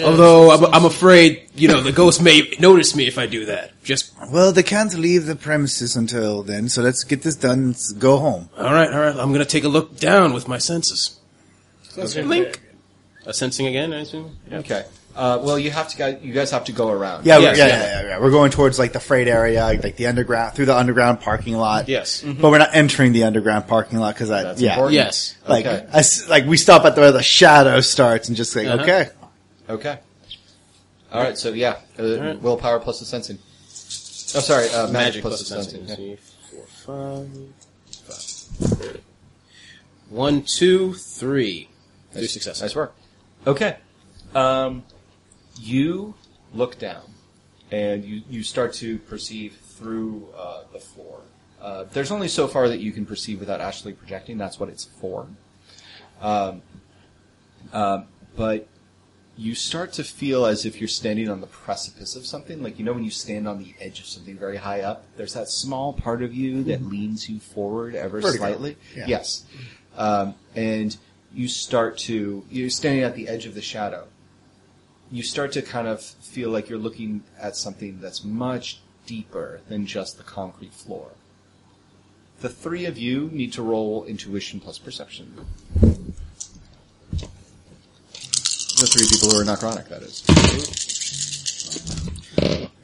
Speaker 6: Although I'm, I'm afraid, you know, the ghost may notice me if I do that. Just
Speaker 8: Well, they can't leave the premises until then, so let's get this done and s- go home.
Speaker 6: all right, all right. I'm gonna take a look down with my senses. Link. A sensing again, I assume. Yeah.
Speaker 4: Okay. Uh, well, you have to guys. You guys have to go around.
Speaker 5: Yeah,
Speaker 6: Yes,
Speaker 5: we're, yeah,
Speaker 6: yeah.
Speaker 5: yeah. Yeah, yeah, We're going towards like the freight area, like, like the underground through the underground parking lot.
Speaker 6: Yes.
Speaker 5: but we're not entering the underground parking lot because I
Speaker 4: That's
Speaker 5: yeah.
Speaker 4: important.
Speaker 6: Yes.
Speaker 5: Like,
Speaker 4: Okay.
Speaker 5: I s like we stop at the, where the shadow starts and just like,
Speaker 6: Uh-huh.
Speaker 5: okay,
Speaker 4: Okay. All right. So yeah, uh, willpower plus the sensing. Oh, sorry. Uh, magic, plus, the sensing. yeah.
Speaker 6: Three, four, five, five. One, two, three. Three successes.
Speaker 4: Nice work. Okay. Um, you look down, and you, you start to perceive through uh, the floor. Uh, there's only so far that you can perceive without actually projecting. That's what it's for. Um, um, but you start to feel as if you're standing on the precipice of something. Like, you know, when you stand on the edge of something very high up, there's that small part of you that leans you forward ever
Speaker 5: Mm-hmm. Vertigo.
Speaker 4: slightly.
Speaker 5: Yeah.
Speaker 4: Yes. Um, and you start to, you're standing at the edge of the shadow. You start to kind of feel like you're looking at something that's much deeper than just the concrete floor. The three of you need to roll intuition plus perception. The three people who are necronic, that is.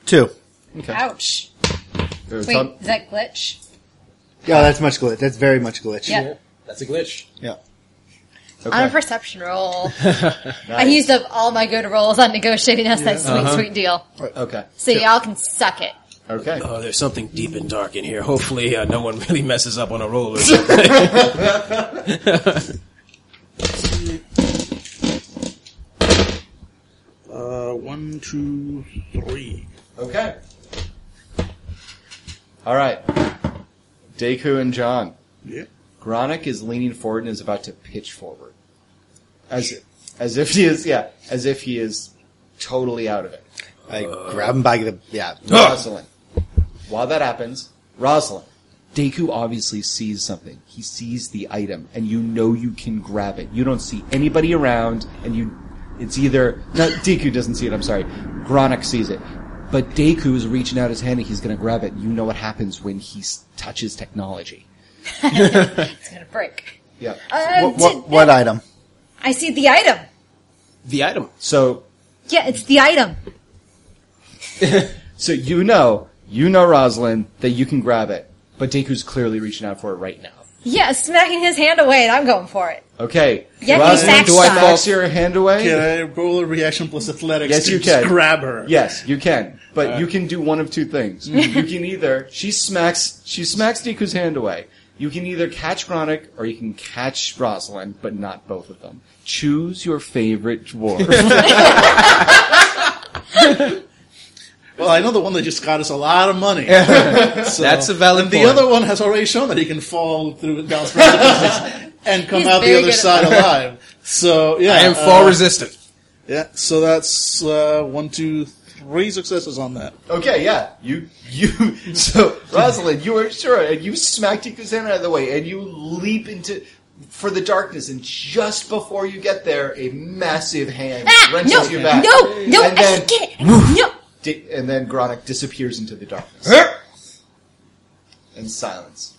Speaker 5: two.
Speaker 4: Okay.
Speaker 7: Ouch.
Speaker 4: Or
Speaker 7: Wait,
Speaker 4: Tom-
Speaker 7: is that glitch?
Speaker 5: Yeah, that's much glitch. That's very much glitch.
Speaker 7: Yeah.
Speaker 6: That's a glitch.
Speaker 5: Yeah.
Speaker 7: On a
Speaker 4: okay.
Speaker 7: perception roll. I used up all my good rolls on negotiating. That's that sweet, sweet deal.
Speaker 4: Okay.
Speaker 7: So y'all can suck it.
Speaker 4: Okay.
Speaker 6: Oh, there's something deep and dark in here. Hopefully, uh, no one *laughs* really messes up on a roll or something.
Speaker 1: Uh, one, two, three.
Speaker 4: Okay. All right. Deku and John.
Speaker 1: Yeah.
Speaker 4: Gronick is leaning forward and is about to pitch forward, as as if he is yeah, as if he is totally out of it.
Speaker 5: I grab him by the yeah.
Speaker 4: Rosalind. While that happens, Rosalind. Deku obviously sees something. He sees the item, and you know you can grab it. You don't see anybody around, and you. It's either. No, Deku doesn't see it, I'm sorry. Gronick sees it. But Deku is reaching out his hand and he's gonna grab it. You know what happens when he s- touches technology.
Speaker 7: It's gonna break.
Speaker 4: Yeah.
Speaker 7: Um,
Speaker 5: What, what, what item?
Speaker 7: I see the item.
Speaker 6: the item.
Speaker 4: So,
Speaker 7: Yeah, it's the item.
Speaker 4: so you know, you know, Rosalind, that you can grab it. But Deku's clearly reaching out for it right now.
Speaker 7: Yeah, smacking his hand away, and I'm going for it.
Speaker 4: Okay.
Speaker 7: Yeah, he
Speaker 4: Rosalind, do I
Speaker 7: backstabbed.
Speaker 4: fax your hand away?
Speaker 1: Can I roll a reaction plus athletics
Speaker 4: Yes,
Speaker 1: to
Speaker 4: you
Speaker 1: just
Speaker 4: can.
Speaker 1: grab her?
Speaker 4: Yes, you can. But you can do one of two things. you can either she smacks she smacks Deku's hand away. You can either catch Gronick or you can catch Rosalind, but not both of them. Choose your favorite dwarf.
Speaker 1: Well, I know the one that just got us a lot of money. *laughs* So-
Speaker 6: That's a valid
Speaker 1: And the
Speaker 6: point.
Speaker 1: other one has already shown that he can fall through down precipices *laughs* and come
Speaker 7: He's
Speaker 1: out the
Speaker 7: very
Speaker 1: other
Speaker 7: good at
Speaker 1: side alive. So yeah,
Speaker 6: I am
Speaker 1: uh,
Speaker 6: fall resistant.
Speaker 1: Yeah, so that's uh, one, two, three successes on that.
Speaker 4: okay, yeah. You *laughs* you so Rosalind, you are sure, and you smack Deku's hand out of the way, and you leap into for the darkness, and just before you get there, a massive hand
Speaker 7: Ah, no,
Speaker 4: wrenches
Speaker 7: no,
Speaker 4: you back.
Speaker 7: no,
Speaker 4: and
Speaker 7: I
Speaker 4: then,
Speaker 7: should get it. No.
Speaker 4: Di- and then Gronick disappears into the darkness. and silence.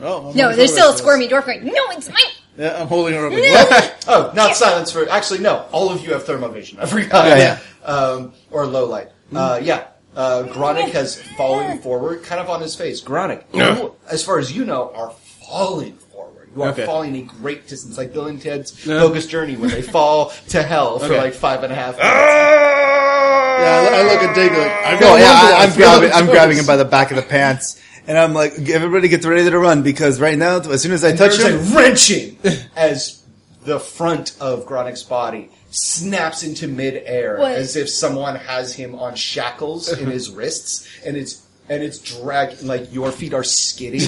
Speaker 1: Oh, I'm
Speaker 7: No,
Speaker 1: gonna
Speaker 7: there's
Speaker 1: go
Speaker 7: still a
Speaker 1: with
Speaker 7: squirmy dwarf going, no, it's mine.
Speaker 1: this. Yeah, I'm holding her up.
Speaker 4: *laughs* Oh, not silence for actually no. All of you have thermal vision. *laughs* I forgot.
Speaker 5: Yeah,
Speaker 4: Um, or low light. Uh,
Speaker 6: Mm-hmm.
Speaker 4: yeah. Uh, Gronick has fallen forward, kind of on his face. Gronick, you, as far as you know, are falling forward. You are
Speaker 6: Okay.
Speaker 4: falling a great distance, like Bill and Ted's
Speaker 6: Yeah.
Speaker 4: Bogus Journey, where they fall to hell for
Speaker 6: Okay. Ah!
Speaker 4: like five and a half.
Speaker 5: Yeah, I look at Dave like, i
Speaker 4: got
Speaker 5: no, yeah,
Speaker 4: one bullet.
Speaker 5: I, I'm
Speaker 4: I've got
Speaker 5: grabbing,
Speaker 4: one
Speaker 5: I'm
Speaker 4: choice.
Speaker 5: grabbing him by the back of the pants, and I'm like, everybody gets ready to run because right now, as soon as I touch
Speaker 4: There's a *laughs*
Speaker 5: him,
Speaker 4: wrenching as the front of Gronik's body snaps into midair
Speaker 7: What?
Speaker 4: as if someone has him on shackles in *laughs* his wrists, and it's and it's dragged like your feet are *laughs* skidding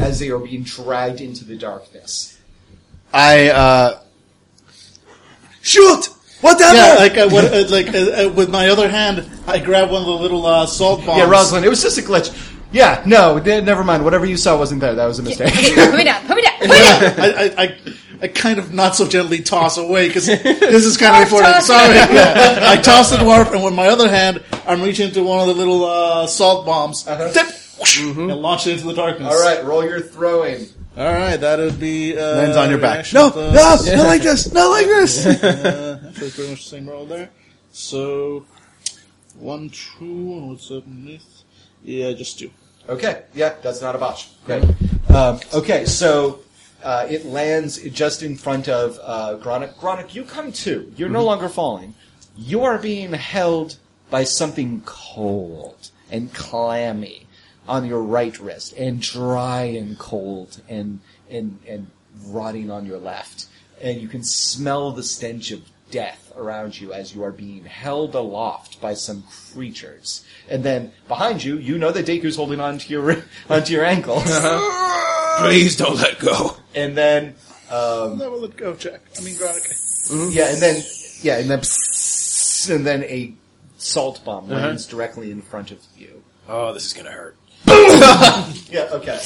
Speaker 4: as they are being dragged into the darkness.
Speaker 5: I uh,
Speaker 8: Shoot! Whatever!
Speaker 1: Yeah, like I would, uh, like uh, uh, with my other hand, I grab one of the little uh, salt bombs.
Speaker 4: Yeah, Rosalind, it was just a glitch. Yeah, no, n- never mind. Whatever you saw wasn't there. That was a mistake. *laughs*
Speaker 7: Okay, put me down. Put me down. Put me
Speaker 1: *laughs*
Speaker 7: down.
Speaker 1: Yeah, I, I, I, I kind of not so gently toss away because this is kind of
Speaker 7: Dwarf
Speaker 1: important.
Speaker 7: toss.
Speaker 1: Sorry, Yeah. I toss the dwarf, and with my other hand, I'm reaching into one of the little uh, salt bombs Tip!
Speaker 4: *laughs*
Speaker 1: and launch it into the darkness.
Speaker 4: Uh-huh. All right, roll your throwing.
Speaker 1: all right, that would be uh,
Speaker 5: Lands on your back.
Speaker 1: reaction
Speaker 8: No,
Speaker 1: with,
Speaker 8: no,
Speaker 1: uh,
Speaker 6: *laughs*
Speaker 8: not like this, not like this.
Speaker 1: Uh, actually, pretty much the same roll there. So one, two, and what's up next? Yeah, just two.
Speaker 4: Okay, yeah, that's not a botch. Great. Um, okay, so uh, it lands just in front of uh, Gronik. Gronik, you come to. You're no longer falling. You are being held by something cold and clammy on your right wrist, and dry and cold and and and rotting on your left. And you can smell the stench of death around you as you are being held aloft by some creatures. And then behind you, you know that Deku's holding on to your *laughs* onto your ankles.
Speaker 6: Please don't let go.
Speaker 4: And then
Speaker 1: That will let go, Jack. I mean, Gronik.
Speaker 4: yeah, and then yeah, and then psst, and then a salt bomb lands directly in front of you.
Speaker 6: Oh, this is gonna hurt.
Speaker 4: Yeah. Okay.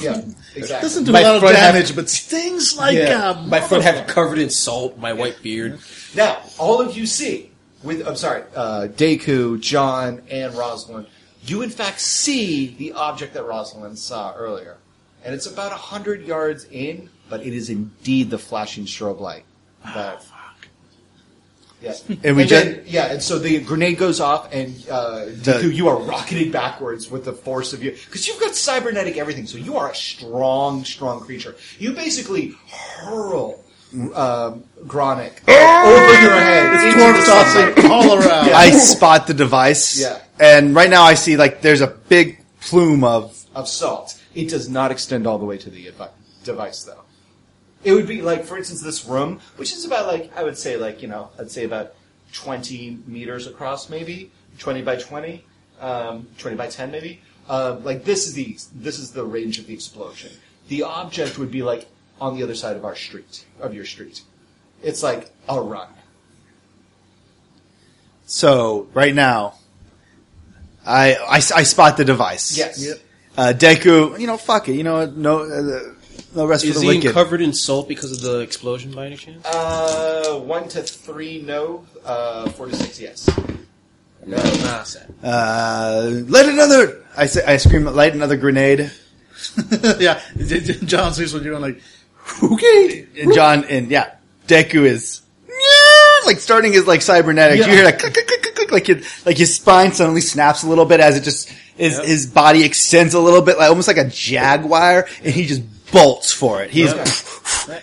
Speaker 4: Yeah. Exactly.
Speaker 1: Doesn't do
Speaker 6: My
Speaker 1: a lot of
Speaker 6: front
Speaker 1: damage, but stings like a
Speaker 6: my front half covered in salt, my white beard.
Speaker 4: Now, all of you see, with I'm sorry, uh, Deku, John, and Rosalind, you in fact see the object that Rosalind saw earlier, and it's about a hundred yards in, but it is indeed the flashing strobe light. That, Yes. And
Speaker 5: we
Speaker 4: then- yeah, and so the grenade goes off, and uh,
Speaker 5: The-
Speaker 4: Deku, you are rocketed backwards with the force of you because you've got cybernetic everything, so you are a strong, strong creature. You basically hurl um, Gronik over your head. into
Speaker 1: dwarf
Speaker 4: the
Speaker 1: tossing all around.
Speaker 5: *laughs* I spot the device,
Speaker 4: Yeah.
Speaker 5: and right now I see like there's a big plume of
Speaker 4: of salt. It does not extend all the way to the advi- device, though. It would be like, for instance, this room, which is about like I would say like you know I'd say about twenty meters across, maybe twenty by twenty, um, twenty by ten, maybe. Uh, like this is the this is the range of the explosion. The object would be like on the other side of our street, of your street. It's like a run.
Speaker 5: so right now. I, I, s- I spot the device.
Speaker 4: Yes.
Speaker 5: Uh, Deku, you know, fuck it. You know, no, uh, no rest for
Speaker 6: Is
Speaker 5: the
Speaker 6: he
Speaker 5: wicked.
Speaker 6: covered in salt because of the explosion by any chance?
Speaker 4: Uh, one to three, no. Uh, four to six, yes.
Speaker 6: Nah, sad.
Speaker 5: Uh, light another! I say, I scream, light another grenade.
Speaker 1: *laughs* yeah, John sees what you're doing, like, okay.
Speaker 5: And John, and yeah, Deku is, "Yeah," like starting his like cybernetics. You hear like, click, click, click, click, click, like your, like his spine suddenly snaps a little bit as it just, his, his body extends a little bit, like almost like a jaguar, and he just bolts for it. He's,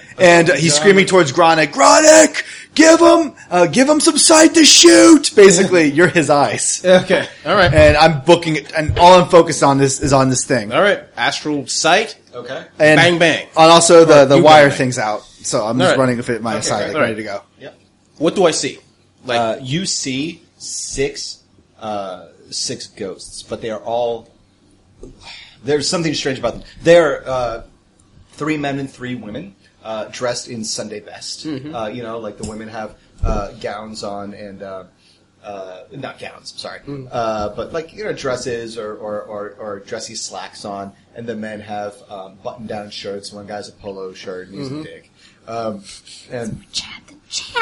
Speaker 5: *laughs* and he's screaming towards Gronik, Gronik! Give him, uh, give him some sight to shoot! Basically, you're his eyes.
Speaker 6: Okay, all right,
Speaker 5: And I'm booking it, and all I'm focused on this is on this thing.
Speaker 6: all right. Astral sight.
Speaker 4: Okay.
Speaker 5: And
Speaker 6: Bang, bang.
Speaker 5: And also the, the
Speaker 6: you
Speaker 5: wire
Speaker 6: bang, bang.
Speaker 5: things out. So I'm
Speaker 6: All
Speaker 5: just
Speaker 6: right.
Speaker 5: running with it my side, like
Speaker 6: all right.
Speaker 5: ready to go.
Speaker 6: What do I see? Like
Speaker 4: Uh, you see six uh, six ghosts, but they are all. There's something strange about them. They're uh, three men and three women uh, dressed in Sunday best. Uh, you know, like the women have uh, gowns on and. Uh, uh, not gowns, sorry, uh, but like you know dresses or, or, or, or dressy slacks on, and the men have um, button-down shirts. One guy's a polo shirt, and he's a dick. Um, and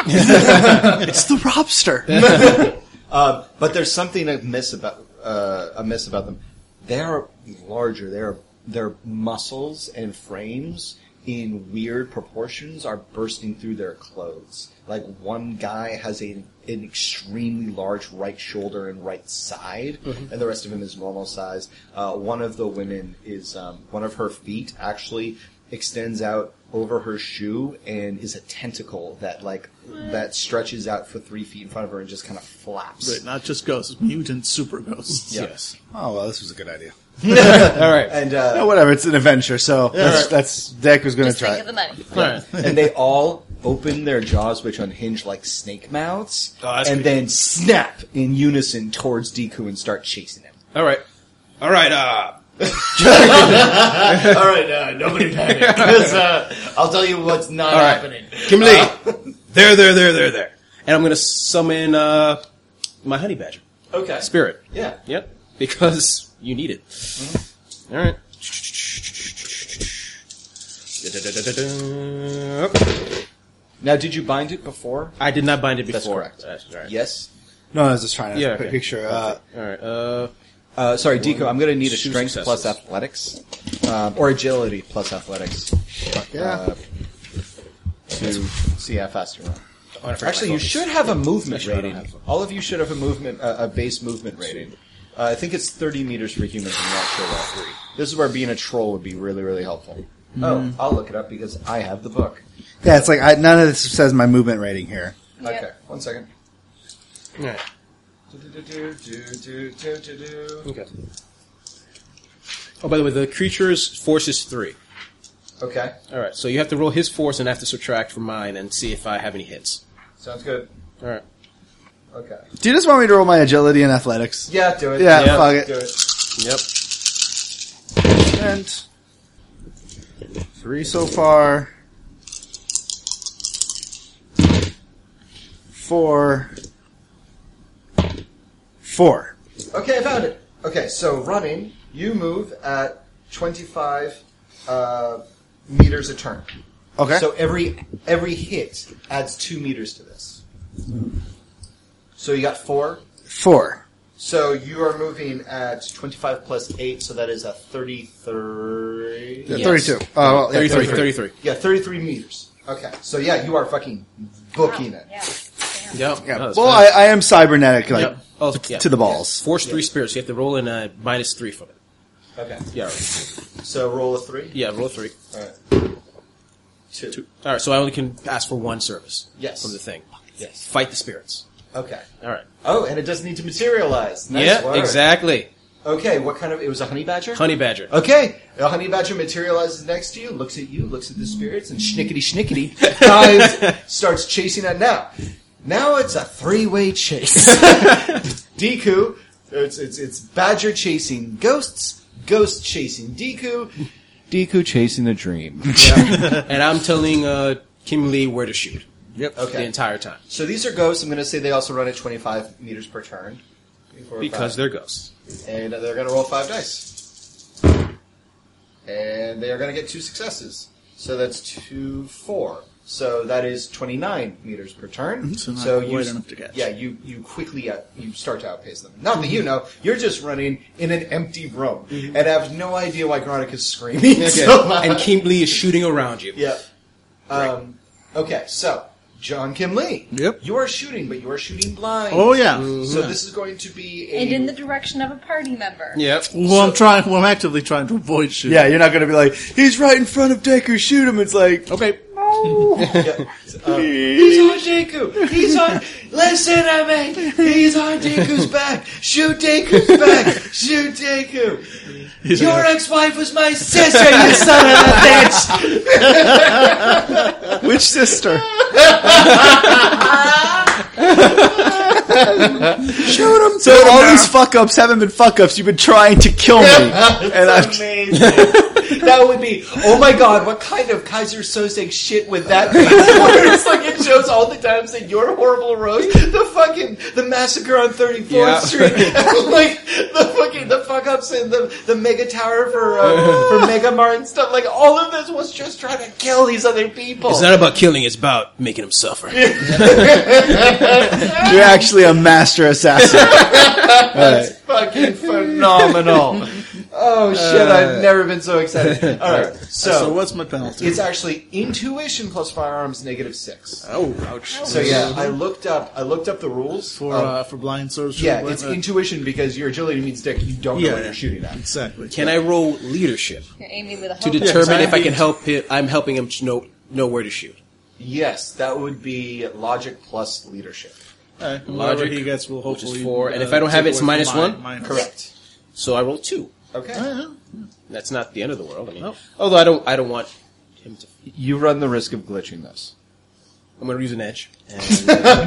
Speaker 5: It's the Robster.
Speaker 4: Um, but there's something amiss about uh, amiss about them. They're larger. Their their muscles and frames in weird proportions are bursting through their clothes. Like one guy has a an extremely large right shoulder and right side, and the rest of him is normal size. Uh, one of the women is um, one of her feet actually extends out over her shoe and is a tentacle that like that stretches out for three feet in front of her and just kind of flaps.
Speaker 1: Right, not just ghosts, mutant super ghosts.
Speaker 4: Yeah.
Speaker 8: Oh well, this was a good idea.
Speaker 6: All right.
Speaker 4: And uh,
Speaker 8: Oh, whatever, it's an adventure, so that's, that's Deck was going to
Speaker 7: Just
Speaker 8: try.
Speaker 7: think of
Speaker 8: it.
Speaker 7: the money.
Speaker 6: All right.
Speaker 4: and they all open their jaws, which unhinge like snake mouths,
Speaker 6: Oh, that's
Speaker 4: and
Speaker 6: creepy.
Speaker 4: then snap in unison towards Deku and start chasing him.
Speaker 6: All right. All right. Uh,
Speaker 2: All right, uh,
Speaker 4: *laughs*
Speaker 2: nobody panic. 'cause, uh, I'll tell you what's not
Speaker 6: All right.
Speaker 2: happening.
Speaker 6: Kimberly, there, there, there, there, there. And I'm going to summon uh, my honey badger
Speaker 2: Okay.
Speaker 6: spirit.
Speaker 2: Yeah.
Speaker 6: Yep, *laughs* Mm-hmm. because you need it. All right.
Speaker 4: Now, did you bind it before?
Speaker 6: I did not bind it
Speaker 4: That's
Speaker 6: before.
Speaker 4: correct.
Speaker 6: all right.
Speaker 4: Yes.
Speaker 8: No, I was just trying to
Speaker 6: Yeah,
Speaker 8: pic-
Speaker 6: okay.
Speaker 8: picture. Uh,
Speaker 6: All right. Uh,
Speaker 4: Uh, sorry, Deku. I'm going to need a
Speaker 6: two
Speaker 4: strength plus
Speaker 6: successes.
Speaker 4: athletics, um, or agility plus athletics.
Speaker 8: yeah.
Speaker 4: Uh, to see how fast you run.
Speaker 6: oh, I forgot my
Speaker 4: Actually, you
Speaker 6: focus.
Speaker 4: should have a movement
Speaker 6: Actually, I don't
Speaker 4: rating.
Speaker 6: have
Speaker 4: All of you should have a movement, uh, a base movement rating. Uh, I think it's 30 meters for humans. I'm not sure why. Three. This is where being a troll would be really, really helpful. Oh, I'll look it up because I have the book.
Speaker 8: yeah, it's like I, none of this says my movement rating here.
Speaker 4: Okay, one second.
Speaker 6: Alright.
Speaker 4: Okay.
Speaker 6: Okay. Oh, by the way, the creature's force is three.
Speaker 4: Okay,
Speaker 6: All right. So you have to roll his force, and I have to subtract from mine and see if I have any hits.
Speaker 4: sounds good.
Speaker 6: All right.
Speaker 4: Okay.
Speaker 8: Do you just want me to roll my agility and athletics?
Speaker 4: Yeah, do it.
Speaker 8: Yeah,
Speaker 6: Yeah.
Speaker 8: fuck it.
Speaker 4: Do it.
Speaker 6: Yep.
Speaker 8: And three so far. Four. Four.
Speaker 4: Okay, I found it. Okay, so running, you move at 25 uh, meters a turn.
Speaker 8: Okay.
Speaker 4: So every every hit adds two meters to this. So you got four.
Speaker 8: Four.
Speaker 4: So you are moving at 25 plus 8, so that is a 33.
Speaker 8: Yeah, 32. Oh, well, yeah,
Speaker 6: 33,
Speaker 8: 33.
Speaker 6: 33.
Speaker 4: Yeah, 33 meters. Okay, so yeah, you are fucking booking it.
Speaker 7: Yeah.
Speaker 6: Yep.
Speaker 8: Yeah.
Speaker 6: Oh, that's
Speaker 8: well,
Speaker 6: fine.
Speaker 8: I, I am cybernetic, like,
Speaker 6: Yep. Oh, yeah.
Speaker 8: to the balls.
Speaker 6: Force three spirits. You have to roll in a minus three from it.
Speaker 4: Okay,
Speaker 6: Yeah, all right.
Speaker 4: so roll a 3.
Speaker 6: yeah. Roll three.
Speaker 4: All right. Two.
Speaker 6: All right. So I only can ask for one service.
Speaker 4: Yes.
Speaker 6: From the thing.
Speaker 4: Yes.
Speaker 6: Fight the spirits.
Speaker 4: Okay.
Speaker 6: All right.
Speaker 4: Oh, and it doesn't need to materialize. Nice
Speaker 6: yeah.
Speaker 4: work.
Speaker 6: Exactly.
Speaker 4: Okay, what kind of? It was a honey badger. *laughs*
Speaker 6: Honey badger.
Speaker 4: Okay, a honey badger materializes next to you, looks at you, looks at the spirits, and schnickety
Speaker 6: *laughs*
Speaker 4: schnickety dives, starts chasing at now. Now it's a three-way
Speaker 6: *laughs*
Speaker 4: chase. Deku, it's, it's it's badger chasing ghosts, ghost chasing Deku, Deku chasing a dream.
Speaker 6: and I'm telling uh, Kim Lee where to shoot. Yep.
Speaker 4: Okay.
Speaker 6: The entire time
Speaker 4: So these are ghosts. I'm going to say they also run at 25 meters per turn. Three, four,
Speaker 6: because
Speaker 4: five. *laughs*
Speaker 6: they're ghosts.
Speaker 4: and they're going to roll five dice, and they are going to get two successes. So that's two four. So that is 29 meters per turn.
Speaker 1: Mm-hmm. So not
Speaker 4: you,
Speaker 1: quite enough to catch. Mm-hmm.
Speaker 4: yeah, you you quickly out, you start to outpace them. Not that you know, you're just running in an empty room and have no idea why
Speaker 1: *laughs*
Speaker 4: Veronica's screaming. so loud.
Speaker 6: and Kim Lee is shooting around you.
Speaker 4: *laughs* Yeah. Um, okay, so John Kim Lee.
Speaker 1: Yep.
Speaker 4: You are shooting, but you are shooting blind.
Speaker 1: Oh yeah.
Speaker 4: So this is going to be a
Speaker 7: And in the direction of a party member.
Speaker 6: Yep.
Speaker 1: Well, I'm trying. Well, I'm actively trying to avoid shooting.
Speaker 8: Yeah, you're not going to be like, he's right in front of Deku, shoot him. It's like,
Speaker 6: Okay.
Speaker 4: He's on Deku. He's on. Listen to me. He's on Deku's back. Shoot Deku's back. Shoot Deku.
Speaker 1: He's
Speaker 4: Your
Speaker 1: like,
Speaker 4: ex-wife was my sister. You son of a bitch.
Speaker 8: which sister? shoot him. So all these fuck ups haven't been fuck ups. You've been trying to kill me.
Speaker 5: *laughs*
Speaker 8: and I'm
Speaker 4: Amazing. That would be. Oh my god. What kind of Kaiser Soze shit would that be? *laughs* Where it's like it shows all the times that your horrible rose, the fucking the massacre on Thirty Fourth
Speaker 6: Yeah.
Speaker 4: Street, *laughs* like the fucking the fuck ups and the the mega tower for uh, for Mega Mart and stuff. Like all of this was just trying to kill these other people.
Speaker 6: It's not about killing. It's about making them
Speaker 4: *laughs*
Speaker 6: suffer.
Speaker 8: You're actually a master assassin.
Speaker 4: That's fucking phenomenal. *laughs* Oh shit! I've never been so excited. All right, so,
Speaker 1: So what's my penalty?
Speaker 4: it's actually intuition plus firearms negative six.
Speaker 1: oh, ouch.
Speaker 4: So yeah, I looked up. I looked up the rules
Speaker 1: For
Speaker 4: of-
Speaker 1: uh, for blind soldiers.
Speaker 4: yeah,
Speaker 1: blind-
Speaker 4: it's e-
Speaker 1: uh,
Speaker 4: intuition because your agility means dick. You don't know
Speaker 1: Yeah.
Speaker 4: what you're shooting at.
Speaker 1: exactly.
Speaker 6: Can I roll leadership
Speaker 7: You're aiming with a
Speaker 6: to
Speaker 7: hook.
Speaker 6: determine
Speaker 1: I'm
Speaker 6: if I can
Speaker 1: being-
Speaker 6: help him? I'm helping him to know know where to shoot.
Speaker 4: Yes, that would be logic plus leadership.
Speaker 1: Uh, whatever
Speaker 6: Logic,
Speaker 1: he gets will
Speaker 6: which is
Speaker 1: hopefully
Speaker 6: four, and
Speaker 1: uh,
Speaker 6: if I don't have
Speaker 1: take
Speaker 6: it, it's
Speaker 1: away
Speaker 6: minus
Speaker 1: from mine-
Speaker 6: one?
Speaker 1: minus.
Speaker 4: Correct.
Speaker 6: So I roll two.
Speaker 4: Okay.
Speaker 6: That's not the end of the world. I mean, although I don't, I don't want him to.
Speaker 4: You run the risk of glitching *laughs* this.
Speaker 6: I'm going to use an edge. And,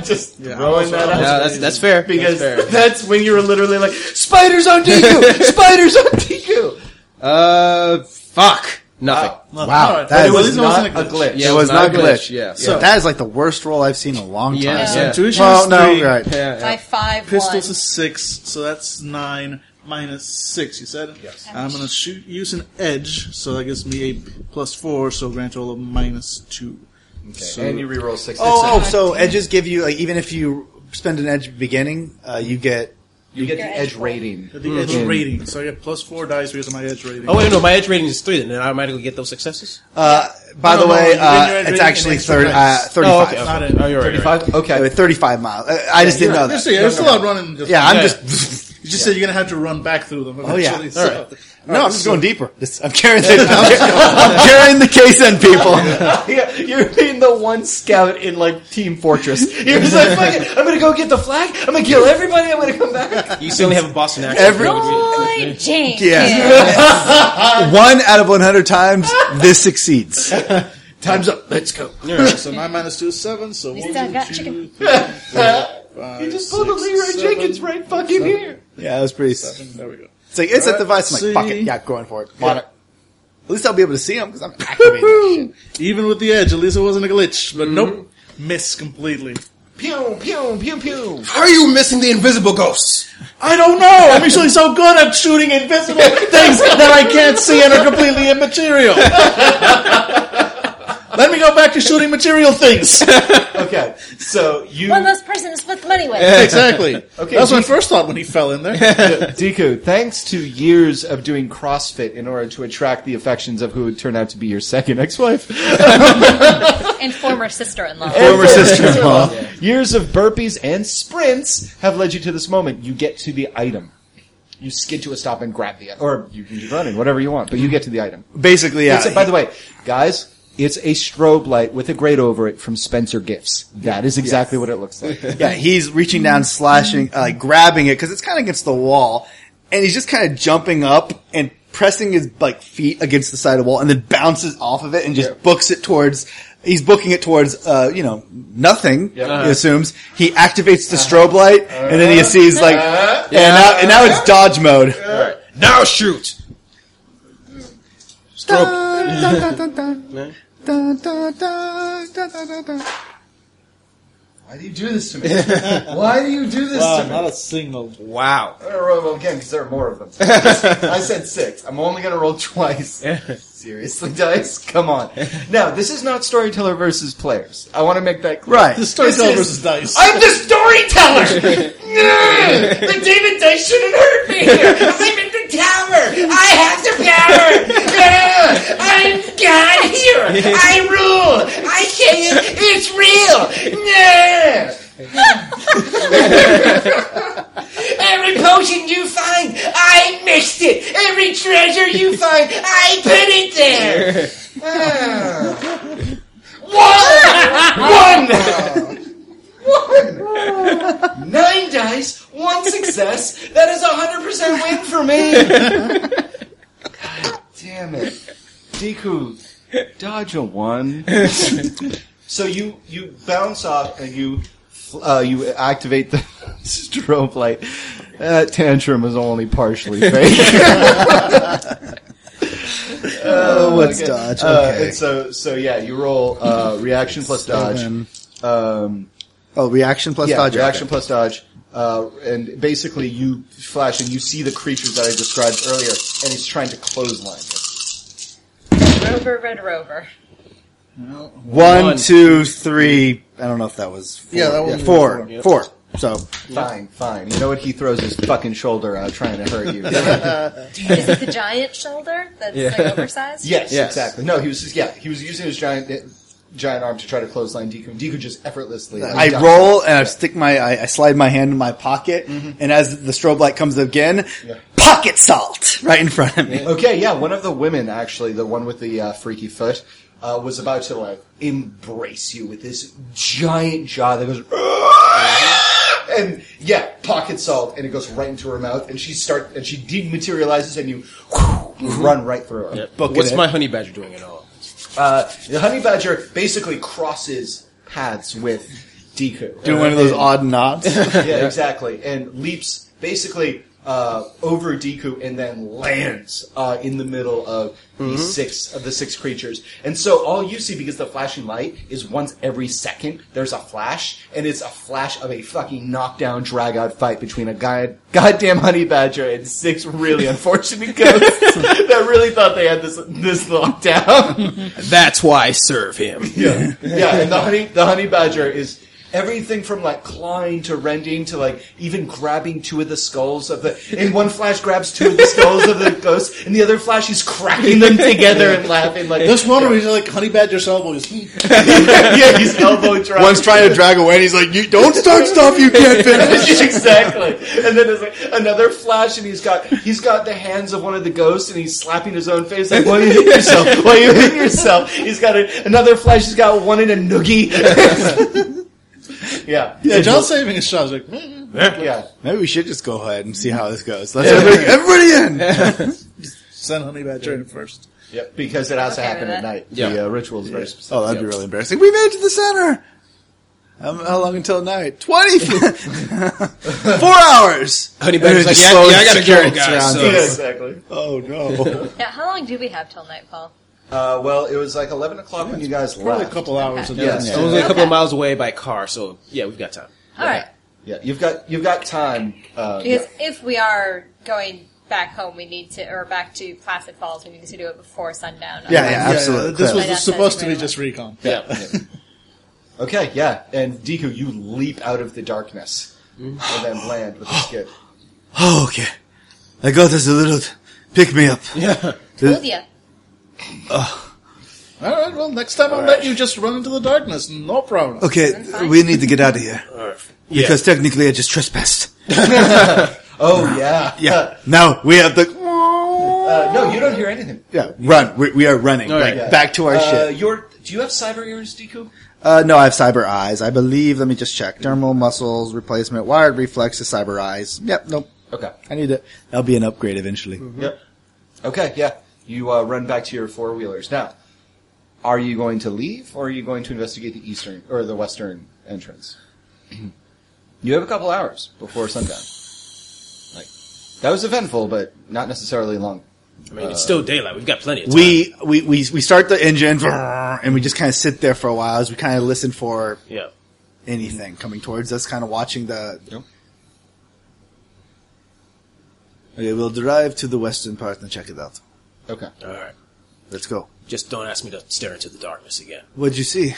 Speaker 4: Just
Speaker 1: Yeah,
Speaker 4: throwing
Speaker 1: I'm
Speaker 4: that
Speaker 1: also-
Speaker 4: out.
Speaker 6: no, that's that's fair.
Speaker 4: because
Speaker 6: that's
Speaker 4: that's,
Speaker 6: fair.
Speaker 4: when you were literally like, "Spiders on *laughs* Deku! Spiders on Deku!"
Speaker 6: Uh, fuck. Nothing.
Speaker 4: Wow.
Speaker 1: Nothing.
Speaker 5: Wow,
Speaker 1: All right.
Speaker 5: that
Speaker 1: But
Speaker 5: is
Speaker 1: it
Speaker 4: Not
Speaker 1: wasn't
Speaker 4: a glitch.
Speaker 6: Yeah,
Speaker 5: it was not a glitch.
Speaker 6: Yeah.
Speaker 5: So that is like the worst roll I've seen in a long time.
Speaker 6: Yeah.
Speaker 1: So intuition
Speaker 5: Well,
Speaker 1: is
Speaker 5: no,
Speaker 1: three.
Speaker 5: right.
Speaker 6: Yeah, yeah.
Speaker 7: By five
Speaker 1: Pistols
Speaker 7: one.
Speaker 1: is six, so that's nine minus six. You said. Yes. I'm gonna shoot use an edge, so that gives me a plus four, so grand total of minus two. So-
Speaker 4: and you reroll six.
Speaker 5: Oh, oh, so edges give you like even if you spend an edge at the beginning, uh, you get
Speaker 4: you get the
Speaker 7: Your
Speaker 4: edge
Speaker 7: edge
Speaker 4: rating.
Speaker 1: The edge rating. So I get plus four dice because of my edge rating.
Speaker 6: Mm-hmm. Oh wait, no, my edge rating is three. Then I automatically get those successes.
Speaker 5: Uh, by
Speaker 1: No,
Speaker 5: the
Speaker 1: no,
Speaker 5: way,
Speaker 1: you get
Speaker 5: uh,
Speaker 1: your edge Oh,
Speaker 5: it's
Speaker 1: rating
Speaker 5: actually
Speaker 1: and extra
Speaker 5: 30, uh,
Speaker 1: dice.
Speaker 5: 35.
Speaker 1: Not in.
Speaker 6: Oh, you're right.
Speaker 4: Five. Okay.
Speaker 5: Uh, 35 miles. Uh, I just didn't know
Speaker 1: There's,
Speaker 5: that.
Speaker 1: there's still out running. Just
Speaker 5: Yeah, I'm
Speaker 6: Yeah.
Speaker 5: just.
Speaker 1: You just said you're gonna have to run back through them.
Speaker 5: Oh,
Speaker 1: Eventually,
Speaker 5: yeah.
Speaker 1: So.
Speaker 5: All right. No, I'm just going deeper. This- I'm carrying the, I'm,
Speaker 1: *laughs*
Speaker 5: I'm carrying the case
Speaker 4: *laughs*
Speaker 5: in, people.
Speaker 4: Yeah, you're being the one scout in like Team Fortress. You're just like, Fuck it, I'm gonna go get the flag. I'm gonna kill everybody. I'm gonna come back.
Speaker 6: You certainly have a Boston accent.
Speaker 5: Every
Speaker 7: Lloyd Jenkins.
Speaker 5: Yeah. *laughs*
Speaker 8: One out of 100 times, this succeeds.
Speaker 4: Time's up. Let's go.
Speaker 1: Alright, so nine minus two is seven. So
Speaker 7: We
Speaker 1: one,
Speaker 7: still got
Speaker 1: two,
Speaker 7: chicken.
Speaker 1: three,
Speaker 4: You just pulled a
Speaker 1: six,
Speaker 4: Leroy
Speaker 1: seven,
Speaker 4: Jenkins right fucking here.
Speaker 5: Yeah, that was pretty.
Speaker 1: seven. There we go.
Speaker 5: It's like, it's at the vice. I'm like, fuck it. Yeah, going for it. Want it. At least I'll be able to see them because I'm activating that shit.
Speaker 1: Even with the edge, at least it wasn't a glitch. But nope, miss completely.
Speaker 4: Pew pew pew pew.
Speaker 6: Are you missing the invisible ghosts?
Speaker 1: *laughs* I don't know. I'm usually so good at shooting
Speaker 5: *laughs*
Speaker 1: invisible things that I can't see and are completely immaterial. Let me go back to shooting material things.
Speaker 4: Okay, so you
Speaker 7: One less person to split the money with.
Speaker 1: exactly. *laughs* Okay, that was my first thought when he fell *laughs* in there.
Speaker 4: uh, Deku, thanks to years of doing CrossFit in order to attract the affections of who would turn out to be your second ex-wife,
Speaker 7: And former sister-in-law.
Speaker 8: Former sister-in-law.
Speaker 4: years of burpees and sprints have led you to this moment. You get to the item. You skid to a stop and grab the item. Or you can keep running, whatever you want, but you get to the item.
Speaker 8: Basically, yeah.
Speaker 4: It's a- by the way, guys, it's a strobe light with a grate over it from Spencer Gifts. That is exactly what it looks like.
Speaker 8: Yeah, he's reaching down, slashing, uh, like grabbing it because it's kind of against the wall, and he's just kind of jumping up and pressing his like feet against the side of the wall, and then bounces off of it and just books it towards. He's booking it towards, uh, you know, nothing. He assumes he activates the strobe light, and then he
Speaker 1: Uh-huh.
Speaker 8: sees like, and now and now it's dodge mode.
Speaker 6: Now shoot.
Speaker 4: Why do you do this to me? *laughs* Why do you do this to me?
Speaker 1: a single.
Speaker 6: Wow.
Speaker 4: I'm gonna roll again because there are more of them. I said six. I'm only gonna roll twice. Seriously, dice, come on. Now, this is not storyteller versus players. I want to make that clear.
Speaker 8: Right.
Speaker 1: The storyteller
Speaker 4: This is-
Speaker 1: versus dice.
Speaker 4: I'm the storyteller. Nah, the David Dice shouldn't hurt me. here. I'm in the tower. I have the power. Nah, I'm God here. I rule. I can. It's real. Nah. *laughs* Every potion you find, I mixed it. Every treasure you find, I put it there. Ah. One. One. Nine dice, one success.
Speaker 5: *laughs*
Speaker 4: That is a hundred percent win for me. God damn it, Deku, dodge a
Speaker 5: *laughs*
Speaker 4: one. so you you bounce off and you uh, you activate the *laughs* strobe light. That tantrum is only
Speaker 5: *laughs*
Speaker 4: partially fake.
Speaker 5: Oh, what's Uh, dodge?
Speaker 4: Uh,
Speaker 5: Okay.
Speaker 4: and so so yeah, you roll uh, reaction plus dodge.
Speaker 5: Seven.
Speaker 4: Um,
Speaker 5: oh, reaction plus
Speaker 4: yeah,
Speaker 5: dodge.
Speaker 4: reaction
Speaker 5: Okay.
Speaker 4: plus dodge. Uh, and basically, you flash and you see the creatures that I described earlier, and he's trying to clothesline it.
Speaker 7: Rover, Red Rover.
Speaker 5: One, two, three. I don't know if that was. Four.
Speaker 1: Yeah, that one was
Speaker 5: four. Four.
Speaker 1: four, yeah.
Speaker 5: So
Speaker 4: Fine, fine. You know what? He throws his fucking shoulder out trying to
Speaker 5: *laughs*
Speaker 4: hurt you.
Speaker 7: Is it the giant shoulder that's like oversized?
Speaker 4: Yes, exactly. No, he was just yeah. He was using his giant eh, giant arm to try to clothesline Deku. Deku just effortlessly. uh, like,
Speaker 5: I roll and I stick my I, I slide my hand in my pocket, and as the strobe light comes again, pocket salt right in front of me.
Speaker 4: Okay, yeah. One of the women, actually, the one with the uh, freaky foot, uh, was about to like embrace you with this giant jaw that goes. "Ah!" And yeah, pocket salt, and it goes right into her mouth, and she start and she dematerializes, and you
Speaker 5: Mm-hmm.
Speaker 4: run right through her.
Speaker 6: What's my honey badger doing at all?
Speaker 4: Uh, the honey badger basically crosses paths with Deku.
Speaker 5: Doing one of those odd *laughs* nods.
Speaker 4: yeah, exactly. And leaps basically uh, over Deku and then lands uh, in the middle of the six of the six creatures. And so all you see because the flashing light is once every second there's a flash, and it's a flash of a fucking knockdown drag out fight between a guy goddamn honey badger and six really unfortunate ghosts *laughs* that really thought they had this this lockdown.
Speaker 6: That's why I serve him.
Speaker 4: Yeah, *laughs* yeah. And the honey, the honey badger is everything from like clawing to rending to like even grabbing two of the skulls of the. In one flash, grabs two of the skulls of the ghosts. In the other flash, he's cracking them together and laughing like
Speaker 1: *laughs* This one where he's like, honey badger *laughs* elbows.
Speaker 4: *laughs* yeah, he's elbow dropping.
Speaker 8: One's trying to drag away, and he's like, "You don't start stuff you
Speaker 5: *laughs*
Speaker 8: can't
Speaker 4: *laughs*
Speaker 8: finish."
Speaker 4: exactly. And then there's like another flash, and he's got he's got the hands of one of the ghosts, and he's slapping his own face like, "Why you hit yourself? Why you hit yourself?" He's got a, another flash. He's got one in a noogie. *laughs* yeah,
Speaker 1: Yeah, John's saving his shot. He's like, "Mm, mm."
Speaker 4: yeah.
Speaker 5: Maybe we should just go ahead and see how this *laughs* goes. Let's everybody, *laughs* everybody in.
Speaker 1: send honey badger in first.
Speaker 4: Yep, because it has to
Speaker 7: Okay
Speaker 4: happen
Speaker 7: with
Speaker 4: at
Speaker 7: that.
Speaker 4: night.
Speaker 6: Yeah.
Speaker 4: The uh, ritual is very specific.
Speaker 5: Oh, that'd be really embarrassing. We made it to the center. Um, how long until night? Twenty. *laughs* Four hours.
Speaker 6: Honey badger's like, yeah, yeah, I gotta go, guys.
Speaker 5: Surrounds
Speaker 6: so-
Speaker 4: Yeah, exactly.
Speaker 5: Oh *laughs* no.
Speaker 7: Yeah, how long do we have till nightfall?
Speaker 4: Uh, well, it was like 11 o'clock when you guys
Speaker 1: Probably a
Speaker 4: left.
Speaker 1: couple hours.
Speaker 7: Okay.
Speaker 1: of
Speaker 4: Yes.
Speaker 1: this.
Speaker 6: It was only a couple
Speaker 7: Okay.
Speaker 6: of miles away by car, so yeah, we've got time.
Speaker 7: All right.
Speaker 4: Yeah, you've got you've got time. Uh,
Speaker 7: Because if we are going back home, we need to, or back to Placid Falls, we need to do it before sundown.
Speaker 5: Yeah, yeah,
Speaker 1: Yeah,
Speaker 5: absolutely.
Speaker 1: yeah, This
Speaker 5: Clear.
Speaker 1: was
Speaker 7: That's
Speaker 1: supposed to be
Speaker 7: really
Speaker 1: just recon.
Speaker 4: yeah. yeah. *laughs* okay, yeah. And Deku, you leap out of the darkness and then land with a skid.
Speaker 5: oh, okay. I got us a little pick me up.
Speaker 7: Told ya.
Speaker 1: All right. Well, next time I'll let you just run into the darkness. No problem.
Speaker 5: Okay, we need to get out of here because technically I just trespassed.
Speaker 4: Oh, yeah.
Speaker 5: Yeah. now we have the
Speaker 4: *laughs* Uh, no, you don't hear anything.
Speaker 5: yeah run. We, we are running like
Speaker 4: yeah.
Speaker 5: back to our
Speaker 4: Uh,
Speaker 5: ship.
Speaker 4: you're, do you have cyber ears, Deku?
Speaker 5: Uh, no, I have cyber eyes. I believe. Let me just check. Dermal muscles replacement, wired reflexes, cyber eyes. Yep. Nope.
Speaker 4: Okay.
Speaker 5: I need to. That'll be an upgrade eventually.
Speaker 4: Yep. Okay, yeah. You uh, run back to your four wheelers. Now, are you going to leave or are you going to investigate the eastern or the western entrance? *clears throat* you have a couple hours before sundown. Like that was eventful, but not necessarily long.
Speaker 6: I mean, it's still daylight. We've got plenty of time.
Speaker 5: We, we we we start the engine and we just kind of sit there for a while as we kind of listen for
Speaker 6: yeah.
Speaker 5: anything coming towards us, kind of watching the.
Speaker 4: Yep.
Speaker 5: Okay, we'll drive to the western part and check it out.
Speaker 4: Okay.
Speaker 6: All right.
Speaker 5: Let's go.
Speaker 6: Just don't ask me to stare into the darkness again.
Speaker 5: What'd you see?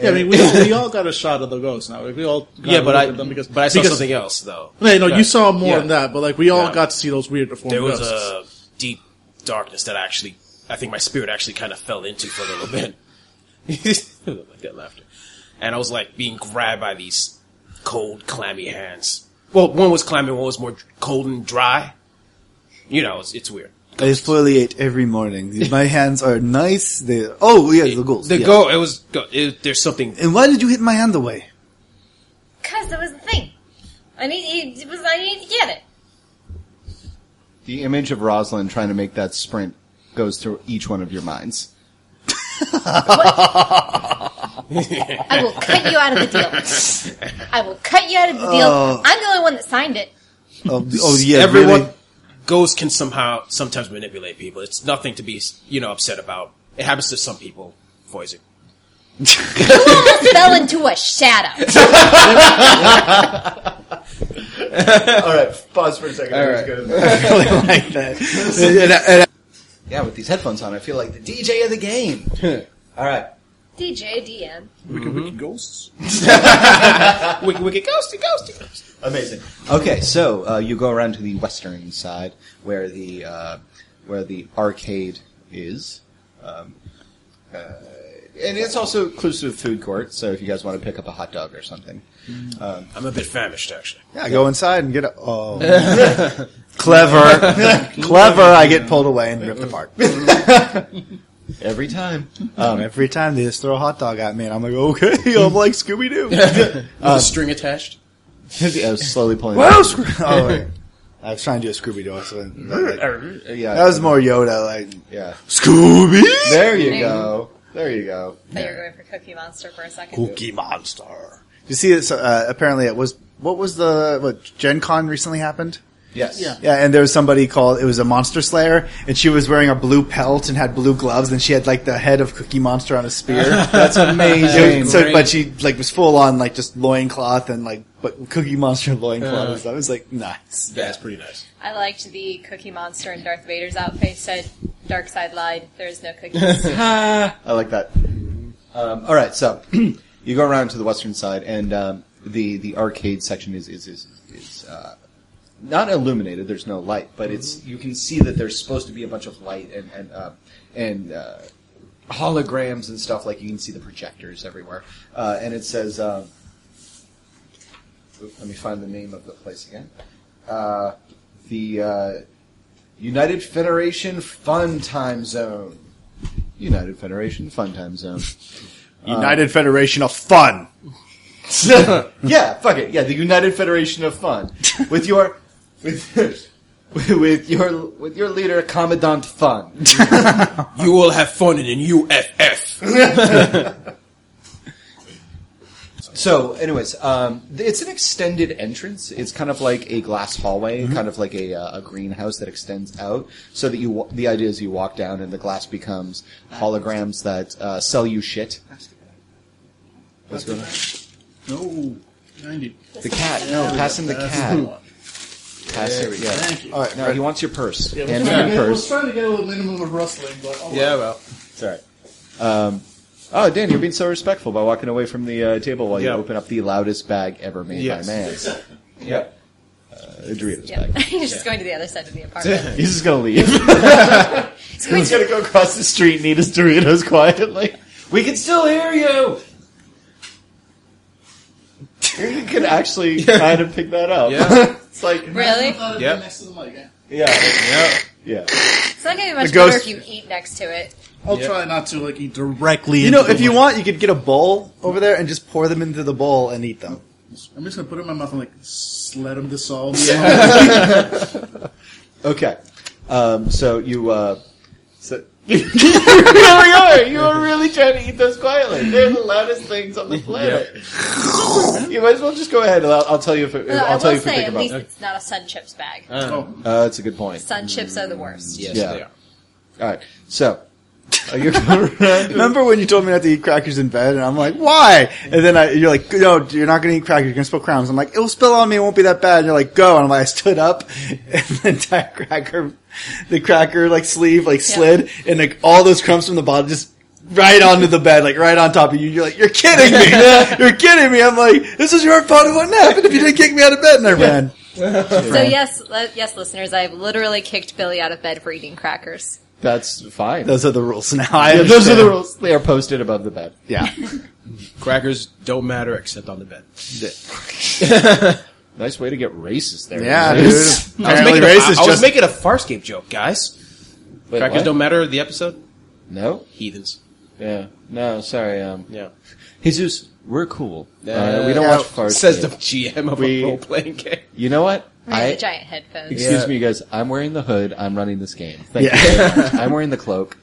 Speaker 1: Yeah, I mean, we all, we all got a shot of the ghost now. Like, we all got
Speaker 6: yeah,
Speaker 1: a look
Speaker 6: but I
Speaker 1: at them because
Speaker 6: but I saw
Speaker 1: because,
Speaker 6: something else though.
Speaker 1: No, no, you saw more
Speaker 6: Yeah.
Speaker 1: than that, but like we all
Speaker 6: Yeah.
Speaker 1: got to see those weird deformed
Speaker 6: There was
Speaker 1: ghosts.
Speaker 6: a deep darkness that actually, I think my spirit actually kind of fell into for a little *laughs* bit. like that laughter, and I was like being grabbed by these cold, clammy hands. Well, one was clammy, one was more cold and dry. You know, it's, it's weird.
Speaker 5: I exfoliate every morning. My hands are nice. They oh yeah, the ghouls.
Speaker 6: The
Speaker 5: yeah.
Speaker 6: go, it was. Go, it, there's something
Speaker 5: And why did you hit my hand away?
Speaker 7: Because it was the thing. I need, it was, I need to get it.
Speaker 4: The image of Rosalind trying to make that sprint goes through each one of your
Speaker 7: *laughs*
Speaker 4: minds.
Speaker 3: I will cut you out of the deal.
Speaker 4: *laughs*
Speaker 3: I will cut you out of the deal.
Speaker 5: Oh.
Speaker 3: I'm the only one that signed it.
Speaker 5: Oh, oh yeah,
Speaker 6: everyone
Speaker 5: really?
Speaker 6: ghosts can somehow sometimes manipulate people. It's nothing to be you know upset about. It happens to some people. Poison.
Speaker 3: Just fell into a shadow.
Speaker 4: *laughs*
Speaker 7: *laughs*
Speaker 4: All right, pause for a second.
Speaker 5: *laughs* like that. And I- and I-
Speaker 4: *laughs* Yeah, with these headphones on, I feel like the DJ of the game. All right.
Speaker 7: DJ DM.
Speaker 1: Wicked,
Speaker 6: mm-hmm.
Speaker 1: wicked ghosts.
Speaker 6: Wicked, wicked, ghosty, ghosty, ghosty.
Speaker 4: Amazing. Okay, so uh, you go around to the western side where the uh, where the arcade is, um, uh, and it's also close to a food court. So if you guys want to pick up a hot dog or something,
Speaker 6: I'm a bit famished, actually.
Speaker 5: Yeah, I go inside and get a. Oh. Clever. Clever. I get pulled away and ripped apart.
Speaker 4: every time. *laughs*
Speaker 5: Um, *laughs* every time they just throw a hot dog at me, and I'm like, okay, *laughs* I'm like Scooby *laughs* Doo.
Speaker 6: With
Speaker 4: Uh,
Speaker 6: a string attached.
Speaker 4: I was slowly pulling.
Speaker 5: Well, Scroo- oh, wait. I was trying to do a Scooby Doo. So like,
Speaker 4: Uh, yeah,
Speaker 5: that was more Yoda, like
Speaker 4: yeah.
Speaker 5: Scooby.
Speaker 4: There you go. There you go.
Speaker 7: Thought you were going for Cookie Monster for a second.
Speaker 5: Cookie Monster. You see, it's, uh, apparently it was what was the what Gen Con recently happened.
Speaker 4: Yes.
Speaker 5: Yeah, and there was somebody called it was a Monster Slayer, and she was wearing a blue pelt and had blue gloves, and she had like the head of Cookie Monster on a *laughs* spear.
Speaker 4: That's
Speaker 5: It
Speaker 4: amazing.
Speaker 5: was- so, but she like was full on like just loincloth and like but Cookie Monster loincloth. and stuff. I was like, nice.
Speaker 6: That's pretty nice.
Speaker 7: I liked the Cookie Monster and Darth Vader's outfit said, Dark Side lied, there is no cookies. *laughs*
Speaker 4: I like that. Um, all right, so you go around to the western side, and um, the the arcade section is is is, is uh, not illuminated. There's no light, but it's you can see that there's supposed to be a bunch of light and and uh, and uh, holograms and stuff. Like you can see the projectors everywhere, uh, and it says. Um, oop, let me find the name of the place again. Uh, the uh, United Federation Fun Time Zone. United Federation Fun Time Zone.
Speaker 5: United Federation of Fun.
Speaker 4: *laughs* yeah, fuck it. Yeah, the United Federation of Fun with your with *laughs* with your with your leader Commandant Fun.
Speaker 6: You will have fun in an UFF.
Speaker 4: So, anyways, um, th- it's an extended entrance. It's kind of like a glass hallway, kind of like a, uh, a greenhouse that extends out. So that you, wa- the idea is you walk down and the glass becomes holograms that uh, sell you shit. What's going on?
Speaker 1: No, ninety.
Speaker 4: The cat. No, pass him the cat. Pass it. Yeah.
Speaker 1: Thank you.
Speaker 4: All right. No, he wants your purse.
Speaker 1: Yeah,
Speaker 4: Hand
Speaker 1: we're
Speaker 4: him
Speaker 1: trying,
Speaker 4: your
Speaker 1: to get,
Speaker 4: purse.
Speaker 1: we're trying to get a little minimum of rustling, but all right.
Speaker 4: well. Sorry. Um, oh, Dan, you're being so respectful by walking away from the uh, table while
Speaker 6: Yeah.
Speaker 4: you open up the loudest bag ever made
Speaker 6: Yes.
Speaker 4: by *laughs* man. Yep. Uh, a Doritos
Speaker 7: yeah. *laughs*
Speaker 4: bag.
Speaker 7: He's just going to the other side of the apartment.
Speaker 4: He's just gonna leave. He's gonna go across the street and eat his Doritos
Speaker 5: *laughs*
Speaker 4: quietly. We can still hear you. *laughs* you can *laughs* actually kind of pick that up.
Speaker 6: Yeah.
Speaker 4: it's like
Speaker 7: Really?
Speaker 1: Not
Speaker 6: Yep.
Speaker 1: next to the mic. eh?
Speaker 4: *laughs* yeah,
Speaker 6: Yeah.
Speaker 4: yeah.
Speaker 7: It's not going to be much
Speaker 5: The ghost-
Speaker 7: better if you eat next to it.
Speaker 1: I'll try not to like eat directly.
Speaker 5: You
Speaker 1: into
Speaker 5: know,
Speaker 1: the
Speaker 5: if you
Speaker 1: mic.
Speaker 5: want, you could get a bowl over there and just pour them into the bowl and eat them.
Speaker 1: I'm just gonna put it in my mouth and like s- let them dissolve.
Speaker 4: Okay. Um, so you, uh,
Speaker 2: *laughs*
Speaker 4: *laughs* so you really are. You are really trying to eat those quietly. They're the loudest things on the
Speaker 7: *laughs*
Speaker 4: planet. you might as well just go ahead. and I'll, I'll tell you if, it,
Speaker 7: Although I
Speaker 4: I'll tell
Speaker 7: will
Speaker 4: you if you
Speaker 7: say,
Speaker 4: think
Speaker 7: at
Speaker 4: about
Speaker 7: least
Speaker 4: it.
Speaker 7: it's not a Sun Chips bag.
Speaker 1: Oh,
Speaker 4: Uh, that's a good point.
Speaker 7: Sun Chips are the worst.
Speaker 6: Yes,
Speaker 4: Yeah.
Speaker 6: they are.
Speaker 4: All right. So are you going around?
Speaker 5: Remember when you told me not to eat crackers in bed, and I'm like, why? And then I, you're like, no, you're not going to eat crackers. You're going to spill crumbs. I'm like, it'll spill on me. It won't be that bad. And you're like, go. And I'm like, I stood up, and *laughs* the entire cracker, the cracker like sleeve like slid, and like all those crumbs from the bottom just right onto the bed, like right on top of you. You're like, you're kidding me. you're kidding me. I'm like, this is your fault. It wouldn't happen if you didn't kick me out of bed. And I ran.
Speaker 7: So yes, li- yes, listeners, I've literally kicked Billy out of bed for eating crackers.
Speaker 4: That's fine.
Speaker 5: Those are the rules now. I
Speaker 4: Yeah, those are
Speaker 5: understand.
Speaker 4: the rules. They are posted above the bed.
Speaker 5: Yeah.
Speaker 6: Crackers don't matter except on the bed.
Speaker 4: Nice way to get racist there.
Speaker 5: Yeah,
Speaker 4: Wait,
Speaker 5: dude.
Speaker 6: I was,
Speaker 5: Apparently
Speaker 6: making a, I,
Speaker 5: racist
Speaker 6: I was
Speaker 5: just
Speaker 6: making a Farscape joke, guys.
Speaker 4: what?
Speaker 6: Crackers don't matter. The episode,
Speaker 4: No.
Speaker 6: heathens.
Speaker 4: Yeah. No. Sorry. Um.
Speaker 6: Yeah.
Speaker 4: Jesus, we're cool.
Speaker 6: Yeah.
Speaker 4: Uh, we don't
Speaker 6: Yeah.
Speaker 4: watch Farscape.
Speaker 6: *laughs* Says the GM of
Speaker 4: We-
Speaker 6: a role playing game.
Speaker 4: You know what?
Speaker 7: I have
Speaker 4: I
Speaker 7: the giant headphones.
Speaker 4: excuse
Speaker 6: Yeah.
Speaker 4: me, you guys. I'm wearing the hood. I'm running this game. Thank you. Very much. I'm wearing the cloak.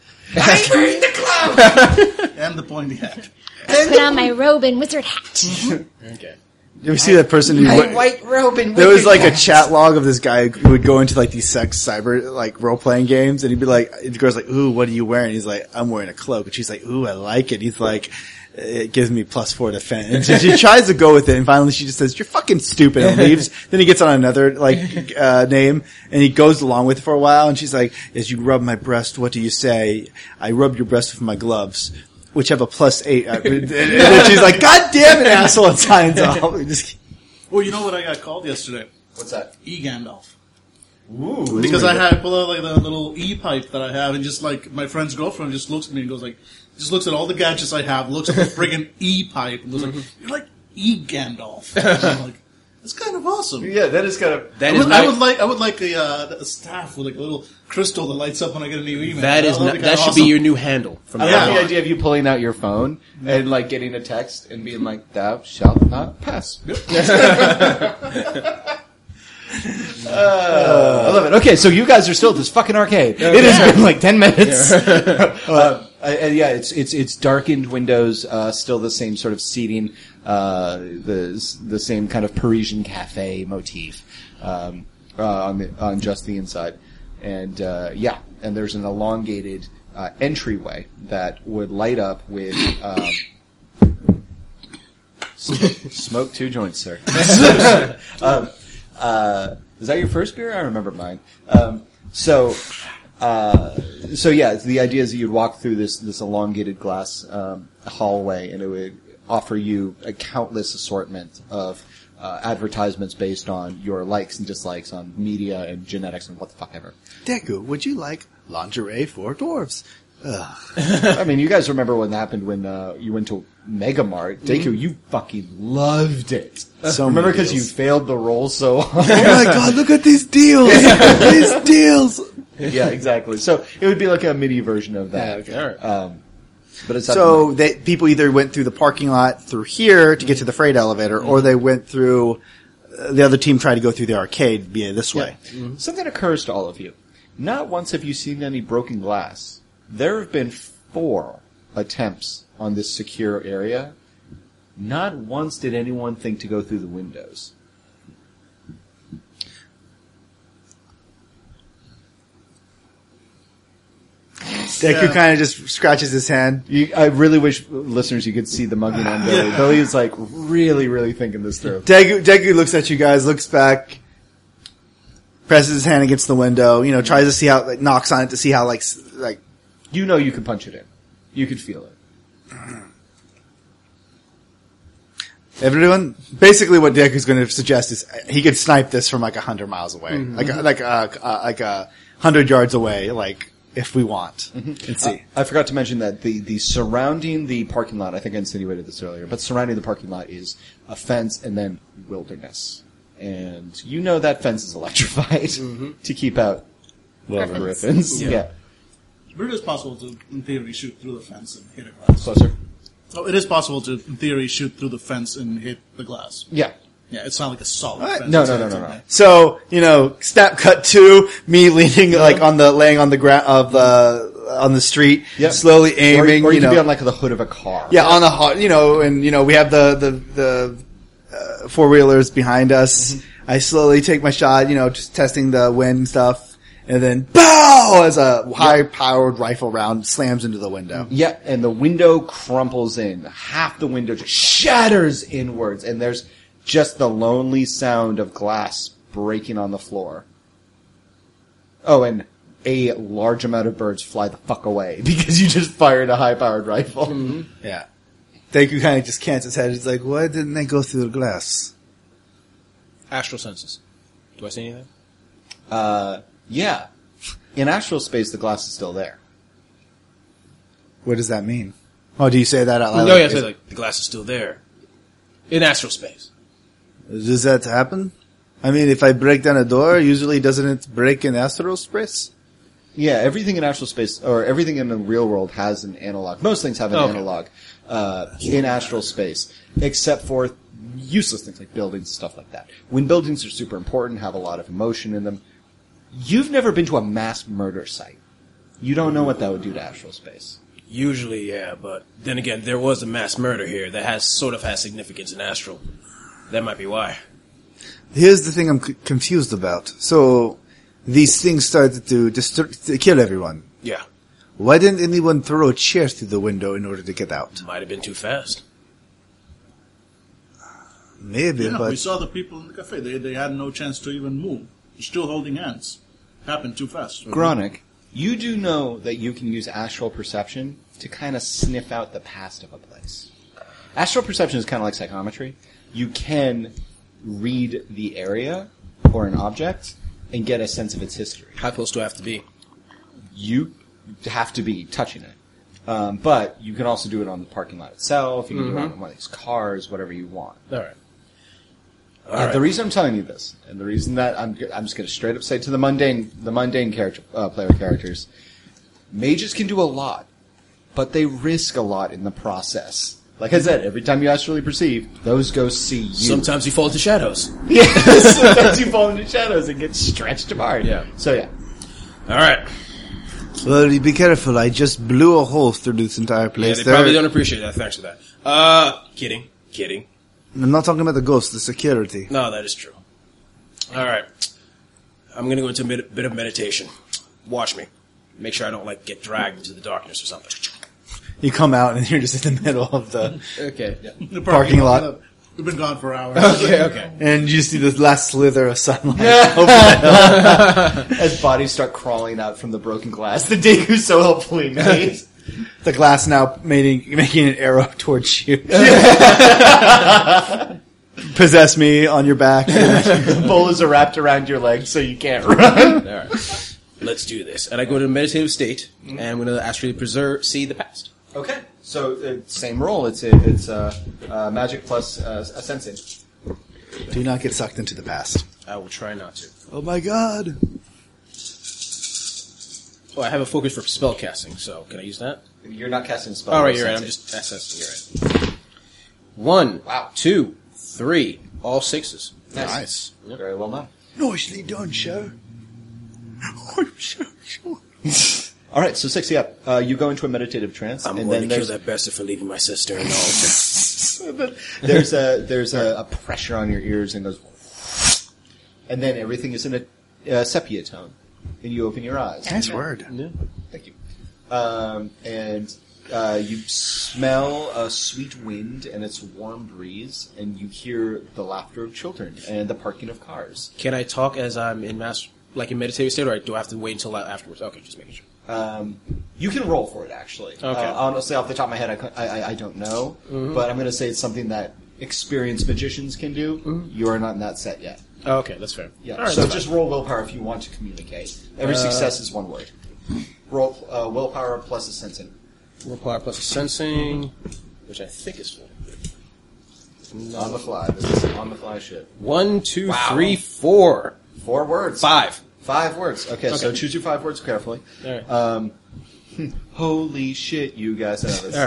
Speaker 1: and the pointy hat.
Speaker 3: Put on my robe and wizard hat.
Speaker 6: Okay.
Speaker 5: You ever see that person who
Speaker 4: white robe and
Speaker 5: there was like a chat log of this guy who would go into like these sex cyber like role playing games and he'd be like the girl's like, Ooh, what are you wearing? He's like, I'm wearing a cloak and she's like, Ooh, I like it. He's like it gives me plus four defense. And so she tries to go with it and finally she just says, You're fucking stupid
Speaker 4: *laughs*
Speaker 5: and leaves. then he gets on another like uh name and he goes along with it for a while and she's like, As you rub my breast, what do you say? I rub your breast with my gloves. which have a plus eight. *laughs* Uh, and then she's like, "God damn it, asshole!" and signs off. We just-
Speaker 1: Well, you know what I got called yesterday?
Speaker 2: What's that?
Speaker 1: E Gandalf. Ooh. Because I had I pull out like the little E pipe that I have, and just like my friend's girlfriend just looks at me and goes like, just looks at all the gadgets I have, looks
Speaker 6: *laughs*
Speaker 1: at the friggin' E pipe, and goes like,
Speaker 6: Mm-hmm.
Speaker 1: "You're like E
Speaker 6: *laughs*
Speaker 1: Gandalf." And I'm like, that's kind of awesome.
Speaker 2: Yeah, that is kind of.
Speaker 1: I
Speaker 6: That is
Speaker 1: would, I
Speaker 6: not.
Speaker 1: would like I would like a, uh, a staff with like a little crystal that lights up when I get a new email.
Speaker 6: That is
Speaker 1: would
Speaker 6: not,
Speaker 1: be
Speaker 6: that
Speaker 1: kinda
Speaker 6: should be
Speaker 1: awesome.
Speaker 6: your new handle. From
Speaker 4: I
Speaker 6: now
Speaker 1: Yeah.
Speaker 4: love the idea of you pulling out your phone and like getting a text and being like, "Thou shalt not pass." *laughs* Uh, I love it. Okay, so you guys are still at this fucking arcade. It has been like ten minutes. *laughs* uh, and yeah, it's it's it's darkened windows. Uh, still the same sort of seating. Uh, the the same kind of Parisian cafe motif um, uh, on the, on just the inside, and uh, yeah, and there's an elongated uh, entryway that would light up with. Um, s- Smoke two joints, sir. *laughs* Um, Uh, is that your first beer? I remember mine. Um, so, uh, so yeah, the idea is that you'd walk through this this elongated glass um, hallway, and it would offer you a countless assortment of uh, advertisements based on your likes and dislikes on media and genetics and what the fuck ever.
Speaker 8: Deku, would you like lingerie
Speaker 5: *laughs*
Speaker 8: for dwarves?
Speaker 4: I mean, you guys remember what happened when uh, you went to Mega Mart? Deku, you fucking loved it.
Speaker 8: So
Speaker 4: Mm-hmm. Uh, remember
Speaker 8: many
Speaker 4: because you
Speaker 8: deals.
Speaker 4: failed the roll so hard.
Speaker 8: Oh my god, look at these deals!
Speaker 5: *laughs*
Speaker 8: these deals!
Speaker 4: *laughs* yeah, exactly. So it would be like a MIDI version of that.
Speaker 6: okay, all right.
Speaker 4: Um, but it's
Speaker 5: So they, people either went through the parking lot through here to get to the freight elevator, or they went through. uh, The other team tried to go through the arcade via this way.
Speaker 4: Something Mm-hmm. occurs to all of you. Not once have you seen any broken glass. There have been four attempts on this secure area. Not once did anyone think to go through the windows.
Speaker 5: Deku kind of just scratches his hand.
Speaker 4: You, I really wish listeners you could see the mugging on Billy. Billy is like really, really thinking this through.
Speaker 5: Degu, Degu looks at you guys, looks back, presses his hand against the window. You know, tries to see how like knocks on it to see how like s- like
Speaker 4: You know you could punch it in. You could feel it.
Speaker 5: everyone. Basically, what Deku's going to suggest is uh, he could snipe this from like a hundred miles away,
Speaker 4: Mm-hmm.
Speaker 5: like a- like uh, uh, like a hundred yards away, like if we want.
Speaker 4: Mm-hmm.
Speaker 5: Uh, And see.
Speaker 4: I forgot to mention that the, the surrounding the parking lot, I think I insinuated this earlier, but surrounding the parking lot is a fence and then wilderness. And you know that fence is electrified *laughs* to keep out well,
Speaker 7: Griffins.
Speaker 4: griffins. Yeah.
Speaker 1: But it is possible to, in theory, shoot through the fence and hit a glass.
Speaker 4: Closer.
Speaker 1: Oh, it is possible to, in theory, shoot through the fence and hit the glass.
Speaker 4: Yeah.
Speaker 1: Yeah, it's not like a solid
Speaker 5: Alright.
Speaker 1: fence.
Speaker 4: No,
Speaker 1: It's
Speaker 4: no,
Speaker 1: like-
Speaker 4: no, no,
Speaker 1: it's
Speaker 4: no.
Speaker 1: like-
Speaker 5: So you know, snap cut to me leaning like on the laying on the ground of the on the street,
Speaker 4: Yep.
Speaker 5: slowly aiming.
Speaker 4: or, or you,
Speaker 5: you
Speaker 4: could
Speaker 5: know,
Speaker 4: be on like the hood of a car.
Speaker 5: Yeah, on the hot, you know, and you know, we have the the the uh, four wheelers behind us. I slowly take my shot, you know, just testing the wind and stuff, and then bow as a high powered rifle round slams into the window.
Speaker 4: Yeah, and the window crumples in. Half the window just shatters inwards, and there's just the lonely sound of glass breaking on the floor. Oh, and a large amount of birds fly the fuck away *laughs* because you just fired a high powered rifle.
Speaker 5: Yeah, Deku kind of just cants his head. He's like, "Why didn't they go through the glass?"
Speaker 6: Astral senses. Do I see anything?
Speaker 4: Yeah. In astral space, the glass is still there.
Speaker 5: What does that mean? Oh, do you say that out loud?
Speaker 6: no, yeah, so like the glass is still there in astral space.
Speaker 5: Does that happen? I mean, if I break down a door, usually doesn't it break in astral space?
Speaker 4: Yeah, everything in astral space, or everything in the real world has an analog. Most things have an
Speaker 6: Okay.
Speaker 4: analog uh, in astral space, except for useless things like buildings, stuff like that. When buildings are super important, have a lot of emotion in them, you've never been to a mass murder site. You don't know what that would do to astral space.
Speaker 6: Usually, yeah, but then again, there was a mass murder here that has sort of has significance in astral. That might be why.
Speaker 5: Here's the thing I'm c- confused about. So, these things started to, distr- to kill everyone.
Speaker 6: Yeah,
Speaker 5: Why didn't anyone throw a chair through the window in order to get out?
Speaker 6: might have been too fast.
Speaker 5: Maybe,
Speaker 1: Yeah, we
Speaker 5: but
Speaker 1: saw the people in the cafe. They, they had no chance to even move. They're still holding hands. Happened too fast.
Speaker 4: Gronick, you do know that you can use astral perception to kind of sniff out the past of a place. Astral perception is kind of like psychometry. You can read the area or an object and get a sense of its history.
Speaker 6: How close do I have to be?
Speaker 4: You have to be touching it. Um, but you can also do it on the parking lot itself. You can do it on one of these cars, whatever you want.
Speaker 6: All right.
Speaker 4: Uh, The reason I'm telling you this, and the reason that I'm, I'm just going to straight up say to the mundane, the mundane character uh, player characters, mages can do a lot, but they risk a lot in the process. Like I said, every time you astrally perceive, those ghosts see you.
Speaker 6: Sometimes you fall into shadows.
Speaker 4: yes, *laughs* sometimes you fall into shadows and get stretched apart.
Speaker 6: Yeah.
Speaker 4: So yeah,
Speaker 6: All right.
Speaker 8: Well, you be careful. I just blew a hole through this entire
Speaker 6: Yeah,
Speaker 8: place.
Speaker 6: they
Speaker 8: There-
Speaker 6: probably don't appreciate that. Thanks for that. Uh, kidding, kidding.
Speaker 8: I'm not talking about the ghost, the security.
Speaker 6: No, that is true. All right, I'm gonna go into a bit, bit of meditation. Watch me. Make sure I don't like get dragged into the darkness or something.
Speaker 8: You come out and *laughs* you're just in the middle
Speaker 6: *laughs*
Speaker 8: of the
Speaker 4: okay,
Speaker 1: The
Speaker 8: Parking lot.
Speaker 1: We've been gone for
Speaker 5: *laughs*
Speaker 1: hours.
Speaker 6: Okay, okay.
Speaker 8: and you see this last slither of sunlight. *laughs*
Speaker 4: as bodies start crawling out from the broken glass, the Deku so helpfully *laughs* made.
Speaker 8: The glass now making making an arrow *laughs* towards you. *laughs* Possess me on your back.
Speaker 6: *laughs*
Speaker 4: the bolas are wrapped around your legs so you can't run.
Speaker 6: Let's do this. And I go to a meditative state, and I'm gonna actually preserve, see the past.
Speaker 4: Okay, so uh, same roll. It's a, it's uh, uh, magic plus uh, a sensing.
Speaker 8: Do not get sucked into the past.
Speaker 6: I will try not to.
Speaker 8: Oh my god.
Speaker 6: Oh, I have a focus for spell casting, so can I use that?
Speaker 4: You're not casting a spell.
Speaker 6: All right,
Speaker 4: it's
Speaker 6: you're right. I'm
Speaker 4: sensing.
Speaker 6: just assessing. You're right. One,
Speaker 4: Wow.
Speaker 6: two, three, all sixes.
Speaker 4: Nice. Very well done.
Speaker 8: Nicely done, show.
Speaker 4: All right, so sixty up. Uh, you go into a meditative trance,
Speaker 6: I'm
Speaker 4: and then
Speaker 6: going to kill
Speaker 4: there's
Speaker 6: that bastard for leaving my sister and all.
Speaker 4: *laughs* there's a there's a, a pressure on your ears and goes, and then everything is in a uh, sepia tone, and you open your eyes.
Speaker 8: Nice word.
Speaker 4: Thank you. Um, and uh, you smell a sweet wind and its warm breeze, and you hear the laughter of children and the parking of cars.
Speaker 6: *laughs* Can I talk as I'm in mass, like in meditative state, or do I have to wait until afterwards? Okay, just making sure.
Speaker 4: You can roll for it, actually.
Speaker 6: Okay. Mm-hmm.
Speaker 4: Uh, honestly, off the top of my head, I, cou- I, I- I don't know, but I'm going to say it's something that experienced magicians can do. You are not in that set yet.
Speaker 6: Oh, okay, that's fair.
Speaker 4: Yeah.
Speaker 6: Mm-hmm. All right, Uh,
Speaker 4: so
Speaker 6: that's
Speaker 4: just roll willpower if you want to communicate. Every success is one word. Roll uh, willpower plus a sentence.
Speaker 6: fine. willpower plus sensing, which I think is four.
Speaker 4: On the fly. This is on the fly shit.
Speaker 6: One, two,
Speaker 4: Wow.
Speaker 6: three, four,
Speaker 4: Four words.
Speaker 6: five.
Speaker 4: Five words. Okay, so
Speaker 6: Okay.
Speaker 4: choose your five words carefully.
Speaker 6: All right.
Speaker 4: Um, *laughs* holy shit, you guys know this.
Speaker 6: All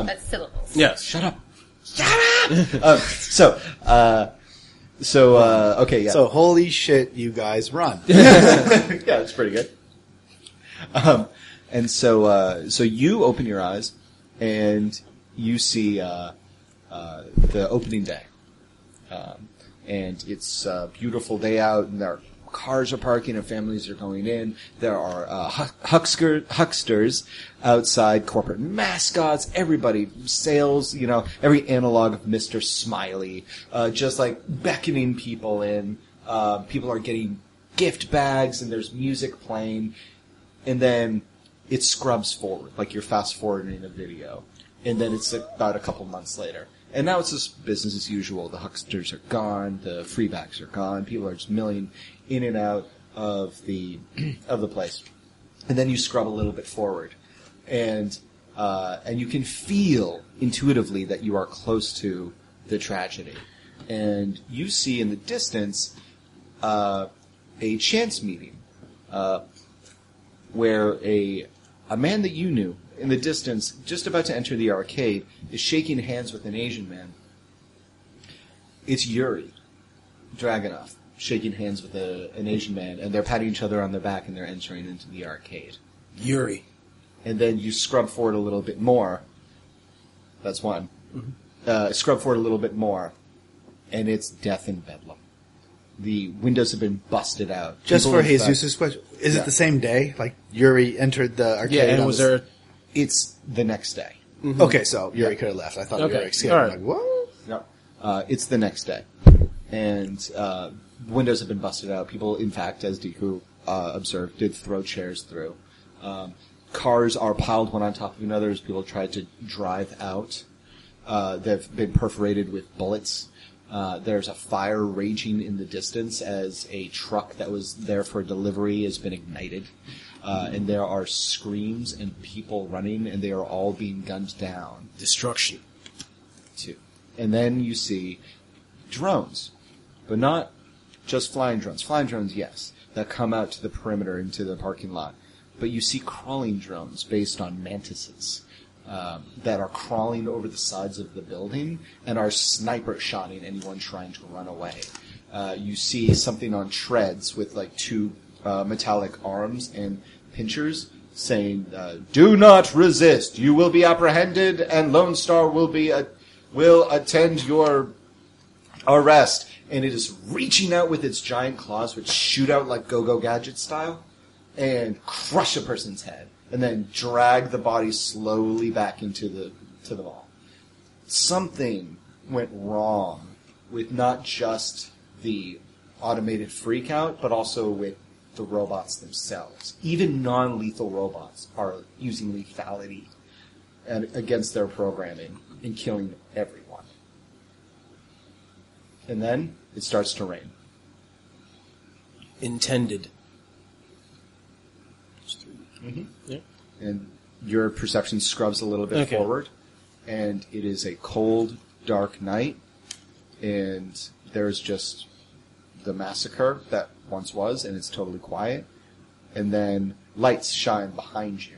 Speaker 6: right.
Speaker 7: That's syllables.
Speaker 6: Yeah. Shut up.
Speaker 4: Um, so, uh, so uh, okay, yeah,
Speaker 8: So holy shit, you guys run.
Speaker 4: *laughs* yeah, that's pretty good. Um, and so, uh, so you open your eyes and you see uh, uh, the opening day, um, and it's a beautiful day out, and there. are Cars are parking and families are going in. There are uh, hu- huckster, hucksters outside, corporate mascots, everybody, sales, you know, every analog of Mr. Smiley, uh, just like beckoning people in. Uh, people are getting gift bags and there's music playing and then it scrubs forward, like you're fast forwarding a video, and then it's about a couple months later. And now it's just business as usual. The hucksters are gone, the freebacks are gone, people are just milling in and out of the *clears throat* of the place. And then you scrub a little bit forward, and uh, and you can feel intuitively that you are close to the tragedy. And you see in the distance uh, a chance meeting where a a man that you knew in the distance, just about to enter the arcade, is shaking hands with an Asian man. It's Yuri Dragunov shaking hands with a, an Asian man, and they're patting each other on the back, and they're entering into the arcade.
Speaker 6: Yuri.
Speaker 4: And then you scrub forward a little bit more. That's one.
Speaker 8: Mm-hmm.
Speaker 4: Uh, scrub forward a little bit more, and it's death in bedlam. The windows have been busted out.
Speaker 8: Just
Speaker 4: People
Speaker 8: for
Speaker 4: in fact-
Speaker 8: Jesus' question, is
Speaker 4: Yeah.
Speaker 8: it the same day? Like Yuri entered the arcade.
Speaker 6: Yeah, and
Speaker 8: on
Speaker 6: was
Speaker 8: the-
Speaker 6: there? Mm-hmm.
Speaker 4: It's the next day.
Speaker 8: Okay, so Yuri could have left. I thought
Speaker 6: Okay.
Speaker 8: Yuri escaped.
Speaker 6: All
Speaker 8: I'm
Speaker 6: right.
Speaker 8: like, what?
Speaker 4: No. Uh, it's the next day. And uh, windows have been busted out. People, in fact, as Deku uh, observed, did throw chairs through. Um, cars are piled one on top of another as people try to drive out. Uh, they've been perforated with bullets. Uh, there's a fire raging in the distance as a truck that was there for delivery has been ignited. Uh, and there are screams and people running, and they are all being gunned down
Speaker 6: Destruction.
Speaker 4: too. And then you see drones, but not just flying drones. Flying drones, yes, that come out to the perimeter into the parking lot. But you see crawling drones based on mantises um, that are crawling over the sides of the building and are sniper shotting anyone trying to run away. Uh, you see something on treads with like two uh, metallic arms and pinchers saying, uh, "Do not resist. You will be apprehended, and Lone Star will be a- will attend your arrest. And it is reaching out with its giant claws, which shoot out like Go Go Gadget style, and crush a person's head, and then drag the body slowly back into the to the mall. Something went wrong with not just the automated freakout, but also with the robots themselves. Even non-lethal robots are using lethality and against their programming and killing everyone. And then it starts to rain.
Speaker 6: Intended.
Speaker 4: And your perception scrubs a little bit
Speaker 6: Okay.
Speaker 4: forward. And it is a cold, dark night. And there's just the massacre that once was, and it's totally quiet. And then lights shine behind you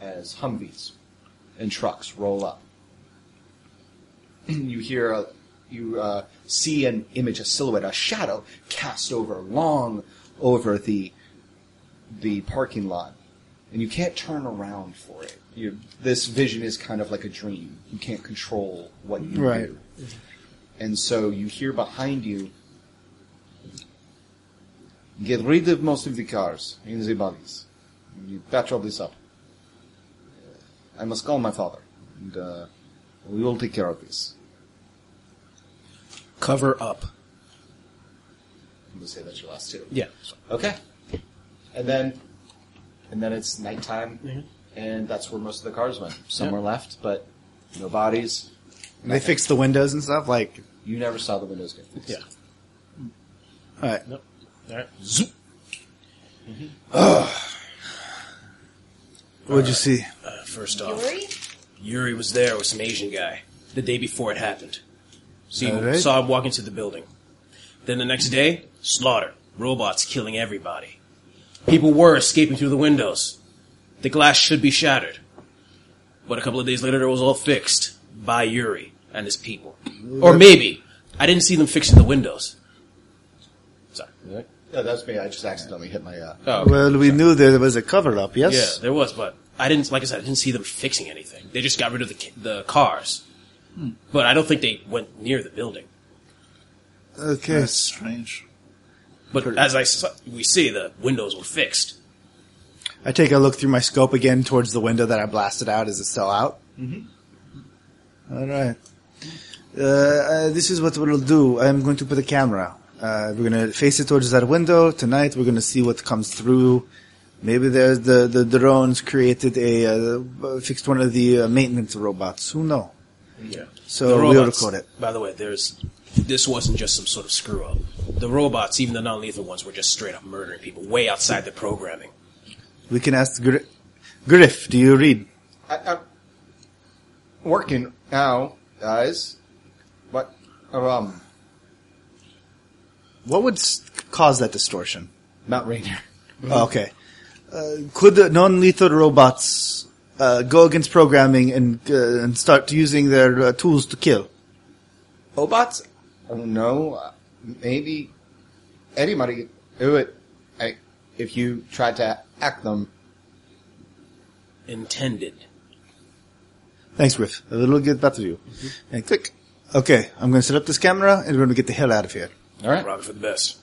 Speaker 4: as Humvees and trucks roll up. *clears throat* you hear a, you uh, see an image, a silhouette, a shadow cast over long over the the parking lot, and you can't turn around for it. You, this vision is kind of like a dream. You can't control what you
Speaker 5: Right.
Speaker 4: do, and so you hear behind you. Get rid of most of the cars and the bodies. You patch all this up. I must call my father, and uh, we will take care of this.
Speaker 6: Cover up.
Speaker 4: I'm gonna say that's your last two.
Speaker 6: Yeah.
Speaker 4: Okay. And then, and then it's nighttime, and that's where most of the cars went. Some were left, but no bodies.
Speaker 5: And they fixed the windows and stuff. Like,
Speaker 4: You never saw the windows get fixed.
Speaker 6: Yeah.
Speaker 5: all right.
Speaker 6: All right.
Speaker 5: What'd you see?
Speaker 6: Uh, First off, Yuri? was there with some Asian guy the day before it happened. So you
Speaker 5: All right.
Speaker 6: saw him walk into the building. Then the next day, slaughter. Robots killing everybody. People were escaping through the windows. The glass should be shattered. But a couple of days later, it was all fixed by Yuri and his people. Or maybe. I didn't see them fixing the windows. Sorry.
Speaker 4: No, that's me. I just accidentally hit my. Uh,
Speaker 5: Well, we knew there was a cover up.
Speaker 6: Yeah,
Speaker 5: Yes.
Speaker 6: there was, but I didn't. Like I said, I didn't see them fixing anything. They just got rid of the ca- the cars,
Speaker 5: Hmm.
Speaker 6: but I don't think they went near the building.
Speaker 5: Okay.
Speaker 1: That's strange.
Speaker 6: But as I saw, we see, the windows were fixed.
Speaker 5: I take a look through my scope again towards the window that I blasted out. Is it still out? Mm-hmm. right. Uh, uh, this is what we'll do. I'm going to put a camera. Uh, we're going to face it towards that window tonight. We're going to see what comes through. Maybe there's the, the drones created a uh, fixed one of the uh, maintenance robots. Who know?
Speaker 6: Yeah.
Speaker 5: So we'll
Speaker 6: robots-
Speaker 5: record it.
Speaker 6: By the way, there's this wasn't just some sort of screw up. The robots, even the non lethal ones, were just straight up murdering people way outside the programming.
Speaker 5: We can ask Gri- Griff. Do you read?
Speaker 4: I, I'm working now, guys. What? oh, Um,
Speaker 5: What would s- cause that distortion?
Speaker 4: Mount Rainier.
Speaker 5: Oh, Okay. Uh, could the non-lethal robots uh, go against programming and uh, and start using their uh, tools to kill?
Speaker 4: Obots? I don't know. Uh, Maybe anybody do it. I, if you try to act them,
Speaker 6: Intended.
Speaker 5: Thanks, Riff. A little get back to you.
Speaker 4: Mm-hmm.
Speaker 5: And click. Okay, I'm going to set up this camera and we're going to get the hell out of here.
Speaker 4: all right.
Speaker 6: Robin for the best.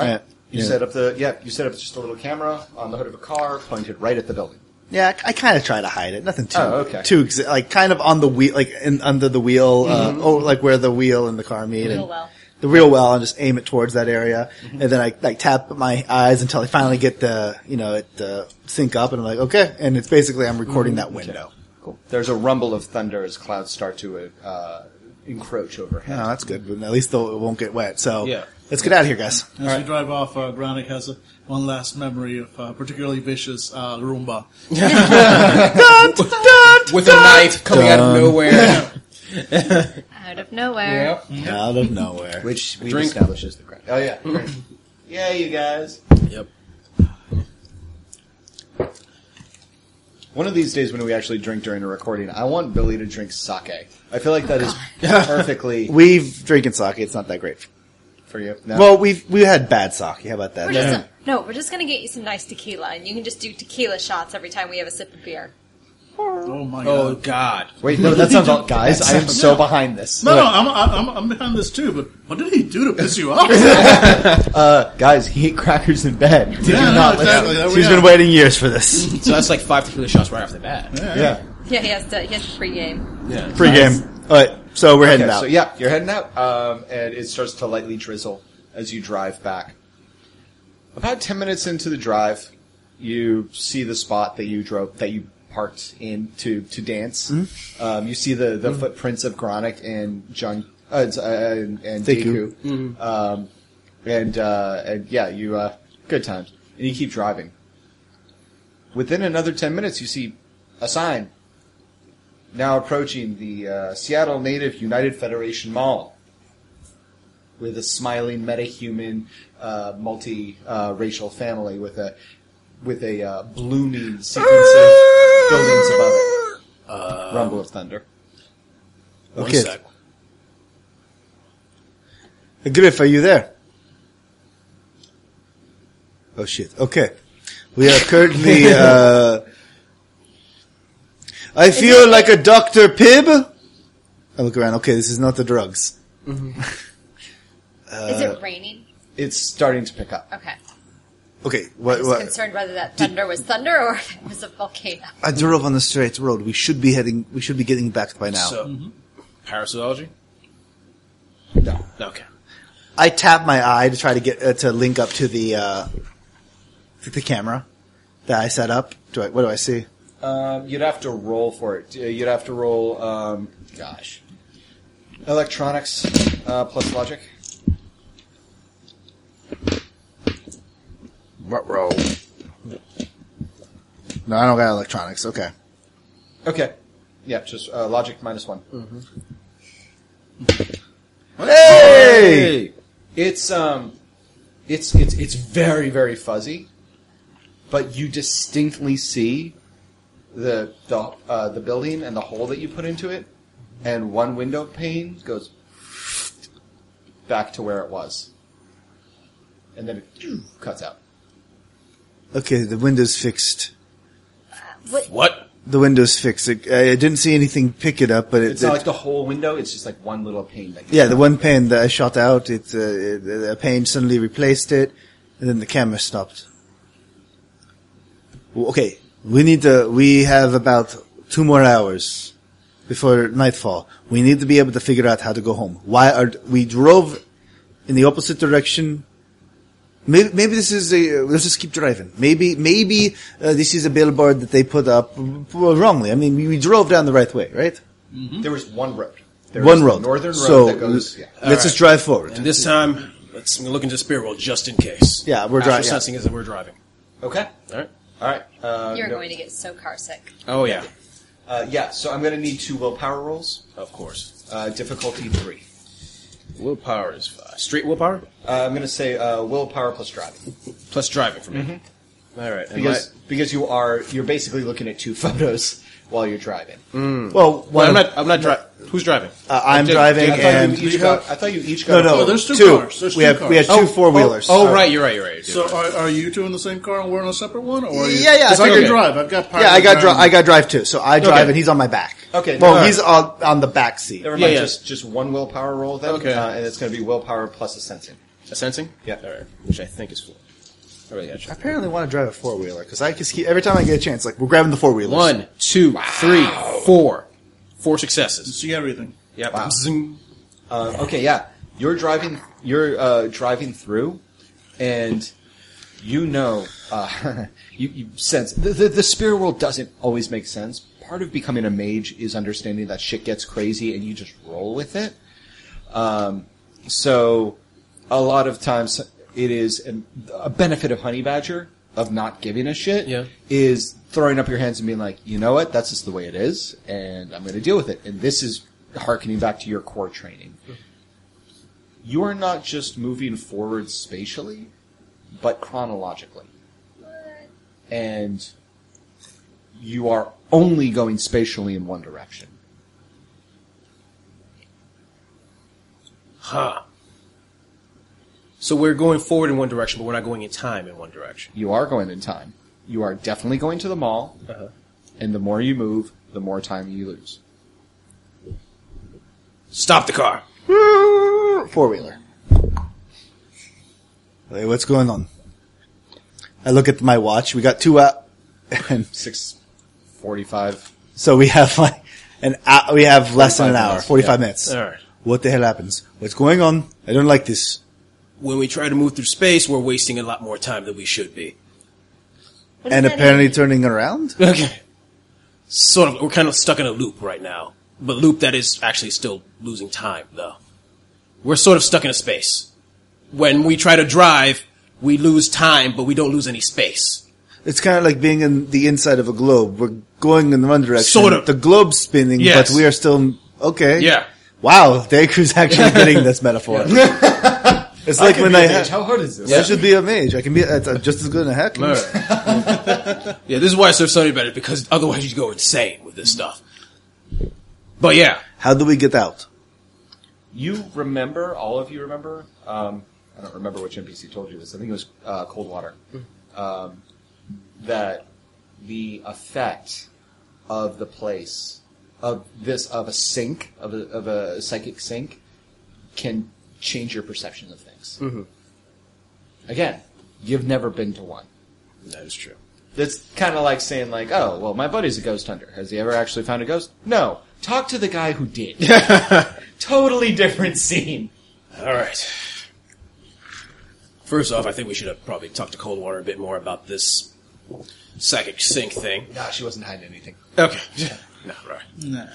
Speaker 5: All right.
Speaker 4: You
Speaker 5: yeah.
Speaker 4: set up the yeah. You set up just a little camera on the hood of a car, pointed right at the building.
Speaker 5: Yeah, I, kind of try to hide it. Nothing too,
Speaker 4: Oh, okay.
Speaker 5: too exi-
Speaker 4: Mm-hmm.
Speaker 5: like kind of on the wheel, like in, under the wheel, uh, oh, like where the wheel and the car meet. and
Speaker 7: well.
Speaker 5: the real well and just aim it towards that area. And then I like tap my eyes until I finally get the, you know, it uh, sync up and I'm like, okay. And it's basically I'm recording that window.
Speaker 4: Cool. There's a rumble of thunder as clouds start to uh, encroach overhead.
Speaker 5: Oh, that's good. But at least they'll, it won't get wet. So
Speaker 6: Yeah.
Speaker 5: let's get out of here, guys.
Speaker 1: As we drive off, uh, Granick has a, one last memory of uh, particularly vicious uh, Roomba.
Speaker 6: With a knife coming out of nowhere.
Speaker 7: Out of nowhere.
Speaker 6: yep.
Speaker 5: Out of nowhere.
Speaker 4: Which we
Speaker 6: Drink.
Speaker 4: establishes the ground. Oh yeah. yeah, you guys.
Speaker 6: Yep.
Speaker 4: One of these days when we actually drink during a recording, I want Billy to drink sake. I feel like that is perfectly
Speaker 5: We've drinking sake. It's not that great.
Speaker 4: for you. No?
Speaker 5: Well, we've we had bad sake. How about that?
Speaker 7: We're just no, we're just gonna get you some nice tequila, and you can just do tequila shots every time we have a sip of beer.
Speaker 1: Oh my
Speaker 6: Oh
Speaker 1: god.
Speaker 6: God.
Speaker 4: wait, no, that sounds all, guys. I am so behind this.
Speaker 1: No, no, I'm, I'm, I'm behind this too, but what did he do to piss you
Speaker 5: *laughs*
Speaker 1: off?
Speaker 4: Uh, guys, he ate crackers in bed. Did
Speaker 1: Yeah,
Speaker 4: you
Speaker 1: no,
Speaker 4: not
Speaker 1: exactly.
Speaker 4: listen?
Speaker 1: There we
Speaker 5: She's
Speaker 1: are.
Speaker 5: been waiting years for this
Speaker 6: So that's like five tequila shots right off the bat.
Speaker 4: Yeah.
Speaker 7: Yeah, he has to. He has to pregame.
Speaker 5: pregame. All right, so we're heading
Speaker 4: Okay,
Speaker 5: out.
Speaker 4: so yeah, you're heading out, um, and it starts to lightly drizzle as you drive back. About ten minutes into the drive, you see the spot that you drove that you parked in to to dance.
Speaker 5: Hmm?
Speaker 4: Um, you see the, the footprints of Gronick and John uh, it's, uh, and, and
Speaker 5: Thank you.
Speaker 4: Deku, um, and uh, and yeah, you uh, good times, and you keep driving. Within another ten minutes, you see a sign now approaching the uh, Seattle native United Federation Mall with a smiling metahuman, uh, multi-racial family with a with a uh, blooming sequence of buildings above it. Rumble of thunder.
Speaker 6: One
Speaker 5: Okay.
Speaker 6: sec.
Speaker 5: Griff, are you there? Oh shit. Okay. We are currently uh I feel like a Dr. Pibb. I look around. Okay, this is not the drugs.
Speaker 7: Is it raining?
Speaker 4: It's starting to pick up.
Speaker 7: Okay.
Speaker 5: Okay,
Speaker 7: I
Speaker 5: what,
Speaker 7: was
Speaker 5: what
Speaker 7: concerned whether that thunder was thunder or *laughs* if it was a volcano.
Speaker 5: I drove on the straight road. We should be heading we should be getting back by now. Mm-hmm.
Speaker 6: So, parasitology?
Speaker 4: No.
Speaker 6: Okay.
Speaker 5: I tap my eye to try to get uh, to link up to the uh to the camera that I set up. Do I what do I see?
Speaker 4: Um, you'd have to roll for it. Uh, You'd have to roll. Um, gosh, electronics uh, plus logic.
Speaker 5: What roll? No, I don't got electronics. Okay.
Speaker 4: Okay. Yeah, just uh, logic minus one.
Speaker 5: Hey!
Speaker 4: It's um, it's it's it's very very fuzzy, but you distinctly see the the uh, the building and the hole that you put into it, and one window pane goes back to where it was, and then it cuts out.
Speaker 5: Okay, the window's fixed.
Speaker 6: What?
Speaker 5: The window's fixed. It, I didn't see anything pick it up, but it,
Speaker 4: It's not
Speaker 5: it-
Speaker 4: like the whole window; it's just like one little pane. That
Speaker 5: yeah, the one pane that I shot out, it, uh, it a pane suddenly replaced it, and then the camera stopped. W- Okay, we need to. We have about two more hours before nightfall. We need to be able to figure out how to go home. Why are we drove in the opposite direction Maybe, maybe this is a, uh, let's just keep driving. Maybe, maybe uh, this is a billboard that they put up well, wrongly. I mean, we, we drove down the right way, right?
Speaker 4: there was one road. There
Speaker 5: One
Speaker 4: was
Speaker 5: road.
Speaker 4: the northern road
Speaker 5: so
Speaker 4: that goes.
Speaker 5: l-
Speaker 4: Yeah.
Speaker 5: let's just drive forward.
Speaker 6: And this time, let's look into the spirit world just in case.
Speaker 5: Yeah, we're
Speaker 6: Astral
Speaker 5: driving, yeah.
Speaker 6: sensing is that we're driving.
Speaker 4: Okay.
Speaker 6: All right.
Speaker 4: All right. Uh,
Speaker 7: You're
Speaker 4: no-
Speaker 7: going to get so car sick.
Speaker 6: Oh yeah,
Speaker 4: Uh, yeah. So I'm going to need two willpower rolls.
Speaker 6: of course.
Speaker 4: Uh, difficulty three.
Speaker 6: Willpower is five. Straight willpower
Speaker 4: Uh, I'm going to say uh, willpower plus driving
Speaker 6: plus driving for me. All right. and
Speaker 4: because because you are you're basically looking at two *laughs* photos while you're driving.
Speaker 5: Well,
Speaker 6: my-
Speaker 5: one,
Speaker 6: I'm not. I'm not driving. Who's driving?
Speaker 5: uh, I'm
Speaker 6: Jake-
Speaker 5: driving
Speaker 4: I,
Speaker 5: and
Speaker 4: thought you each got, I thought you each
Speaker 5: no,
Speaker 4: got.
Speaker 5: no,
Speaker 4: a
Speaker 1: Oh, there's two cars. There's
Speaker 5: we
Speaker 1: two
Speaker 5: have we
Speaker 1: cars.
Speaker 5: had two four wheelers.
Speaker 6: Oh, right. You're right. You're right. You're
Speaker 1: so
Speaker 6: right.
Speaker 1: are, are you two in the same car and we're on a separate one? Or are you,
Speaker 5: Yeah, yeah,
Speaker 1: Because
Speaker 5: I
Speaker 1: I can
Speaker 6: think-
Speaker 1: drive. I've got power.
Speaker 5: yeah, I got
Speaker 1: drive.
Speaker 5: dri- I got drive too. So I drive
Speaker 6: Okay.
Speaker 5: and he's on my back.
Speaker 4: Okay,
Speaker 5: Well,
Speaker 4: alright.
Speaker 5: he's on on the back seat.
Speaker 4: Never
Speaker 6: Yeah,
Speaker 4: mind.
Speaker 6: yeah.
Speaker 4: Just just one willpower roll then,
Speaker 6: Okay.
Speaker 4: uh, and it's going to be willpower plus a sensing.
Speaker 6: A sensing.
Speaker 4: Yeah.
Speaker 6: All right. Which I think is four. I really got you.
Speaker 5: I apparently want to drive a four wheeler because I just keep, every time I get a chance, like we're grabbing the four wheelers.
Speaker 6: One, two, three, four. Four successes.
Speaker 1: See everything.
Speaker 6: Yep.
Speaker 4: Wow.
Speaker 6: Zoom.
Speaker 4: Uh, okay, yeah. You're driving. You're uh, driving through, and you know, uh, *laughs* you, you sense the, the the spirit world doesn't always make sense. Part of becoming a mage is understanding that shit gets crazy and you just roll with it. Um, so, a lot of times it is an, a benefit of Honey Badger of not giving a shit.
Speaker 6: Yeah.
Speaker 4: is throwing up your hands and being like, you know what, that's just the way it is, and I'm going to deal with it. And this is harkening back to your core training. You are not just moving forward spatially, but chronologically. And you are only going spatially in one direction.
Speaker 6: Huh. So we're going forward in one direction, but we're not going in time in one direction.
Speaker 4: You are going in time. You are definitely going to the mall, and the more you move, the more time you lose.
Speaker 6: Stop the car.
Speaker 8: Four wheeler. Hey, what's going on? I look at my watch. We got two out, *laughs* and
Speaker 4: Six forty-five.
Speaker 8: so we have like an hour, we have less than an
Speaker 4: 45
Speaker 8: hour,
Speaker 4: minutes,
Speaker 8: forty five
Speaker 4: yeah.
Speaker 8: minutes.
Speaker 6: All right.
Speaker 8: What the hell happens? What's going on? I don't like this.
Speaker 6: When we try to move through space, we're wasting a lot more time than we should be.
Speaker 3: What does
Speaker 8: And
Speaker 3: that
Speaker 8: apparently
Speaker 3: mean?
Speaker 8: turning around.
Speaker 6: Okay. Sort of. We're kind of stuck in a loop right now, but loop that is actually still losing time, though. We're sort of stuck in a space. When we try to drive, we lose time, but we don't lose any space.
Speaker 8: It's kind of like being in the inside of a globe. We're going in one direction.
Speaker 6: Sort of.
Speaker 8: The globe's spinning,
Speaker 6: Yes.
Speaker 8: but we are still okay.
Speaker 6: Yeah.
Speaker 8: Wow, Dacre's actually getting this metaphor. *laughs* it's like when I ha-
Speaker 4: How hard is this?
Speaker 8: I should be a mage. I can be uh, just as good in a hack.
Speaker 6: yeah, this is why I serve Sony better because otherwise you go insane with this stuff. But yeah,
Speaker 8: *laughs* How do we get out?
Speaker 4: You remember, all of you remember, um, I don't remember which NPC told you this, I think it was uh, Cold Water, um, that the effect of the place, of this, of a sink, of a, of a psychic sink, can change your perception of things. Again, you've never been to one.
Speaker 6: that is true.
Speaker 4: That's kind of like saying, like, oh, well, my buddy's a ghost hunter. Has he ever actually found a ghost? No. Talk to the guy who did. totally different scene.
Speaker 6: All right. First off, I think we should have probably talked to Coldwater a bit more about this psychic sink thing.
Speaker 4: Nah, she wasn't hiding anything.
Speaker 6: Okay. no, right.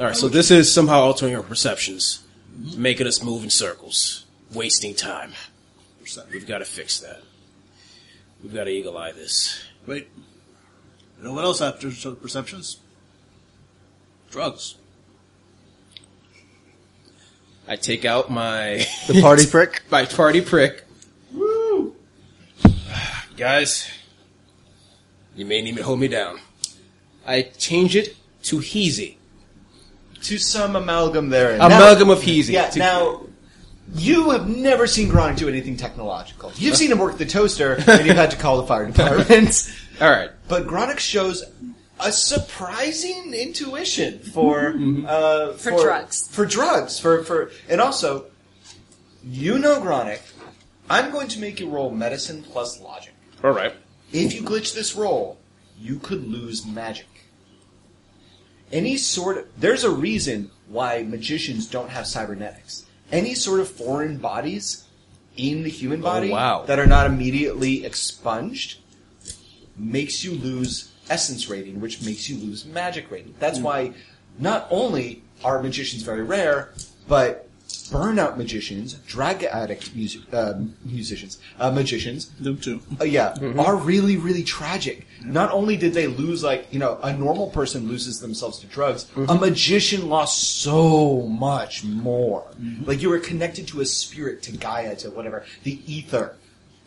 Speaker 6: All right, so this is somehow altering our perceptions, making us move in circles, wasting time. We've got to fix that. We've got to eagle eye this.
Speaker 1: Wait. You know what else after so- perceptions? Drugs.
Speaker 6: I take out my *laughs*
Speaker 8: The party prick?
Speaker 6: my party prick. Woo! Guys, you may need to hold me down. I change it to Heezy.
Speaker 4: To some amalgam there.
Speaker 6: Amalgam of Heezy.
Speaker 4: Yeah,
Speaker 6: To-
Speaker 4: now, you have never seen Gronk do anything technological. You've seen him work the toaster, and you've had to call the fire department.
Speaker 6: All right.
Speaker 4: But Gronk shows a surprising intuition for uh,
Speaker 3: For drugs.
Speaker 4: for drugs for for and also you know Gronick. I'm going to make you roll medicine plus logic.
Speaker 6: All right.
Speaker 4: If you glitch this roll, you could lose magic. Any sort of there's a reason why magicians don't have cybernetics. Any sort of foreign bodies in the human body
Speaker 6: wow.
Speaker 4: that are not immediately expunged makes you lose essence rating, which makes you lose magic rating. That's why not only are magicians very rare, but burnout magicians, drug addict music, uh, musicians, uh, magicians,
Speaker 1: Them too.
Speaker 4: uh, yeah, are really, really tragic. Not only did they lose, like, you know, a normal person loses themselves to drugs, a magician lost so much more. Like, you were connected to a spirit, to Gaia, to whatever, the ether,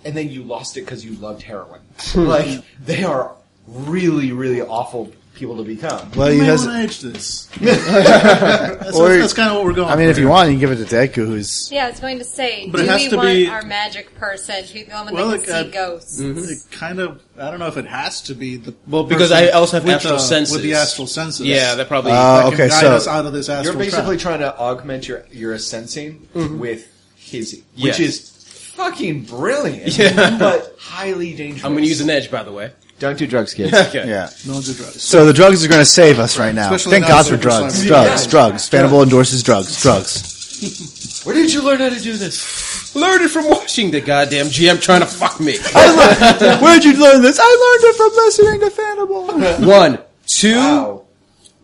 Speaker 4: and then you lost it because you loved heroin. like, they are really, really awful people to become.
Speaker 8: Well,
Speaker 1: You
Speaker 8: he
Speaker 1: may
Speaker 8: has.
Speaker 1: want to edge
Speaker 8: *laughs*
Speaker 1: this. that's,
Speaker 8: Or-
Speaker 1: that's kind of what we're going
Speaker 8: I mean,
Speaker 1: for
Speaker 8: if you
Speaker 1: here.
Speaker 8: want, you can give it to Deku, who's
Speaker 7: Yeah, I was going to say,
Speaker 1: But it
Speaker 7: do
Speaker 1: has
Speaker 7: we
Speaker 1: to
Speaker 7: want
Speaker 1: be-
Speaker 7: our magic person to be the one that
Speaker 1: Well,
Speaker 7: can
Speaker 1: it,
Speaker 7: see
Speaker 1: uh,
Speaker 7: ghosts?
Speaker 1: It kind of, I don't know if it has to be the
Speaker 6: Mm-hmm. Well, because
Speaker 1: person
Speaker 6: I also have
Speaker 1: with
Speaker 6: astral
Speaker 1: the,
Speaker 6: senses.
Speaker 1: With the astral senses.
Speaker 6: Yeah, that probably.
Speaker 8: Uh,
Speaker 1: That can
Speaker 8: okay,
Speaker 1: guide
Speaker 8: so-
Speaker 1: us out of this astral
Speaker 4: You're basically
Speaker 1: trap.
Speaker 4: trying to augment your, your sensing with hizzy,
Speaker 6: Yes.
Speaker 4: which is fucking brilliant,
Speaker 6: Yeah.
Speaker 4: but highly dangerous.
Speaker 6: I'm going to use an edge, by the way.
Speaker 4: Don't do drugs, *laughs* kids.
Speaker 6: Okay.
Speaker 8: yeah.
Speaker 1: No do drugs.
Speaker 8: So the drugs are going to save us right now.
Speaker 1: Especially
Speaker 8: Thank
Speaker 1: now
Speaker 8: God
Speaker 1: that
Speaker 8: for
Speaker 1: we're
Speaker 8: drugs,
Speaker 1: slamming-
Speaker 8: drugs,
Speaker 4: Yeah.
Speaker 8: drugs. Fanable endorses drugs, drugs.
Speaker 4: Where did you learn how to do this?
Speaker 6: Learned it from watching the goddamn GM trying to fuck me.
Speaker 9: Where'd you learn this? I learned it from listening to Fanable.
Speaker 6: One, two,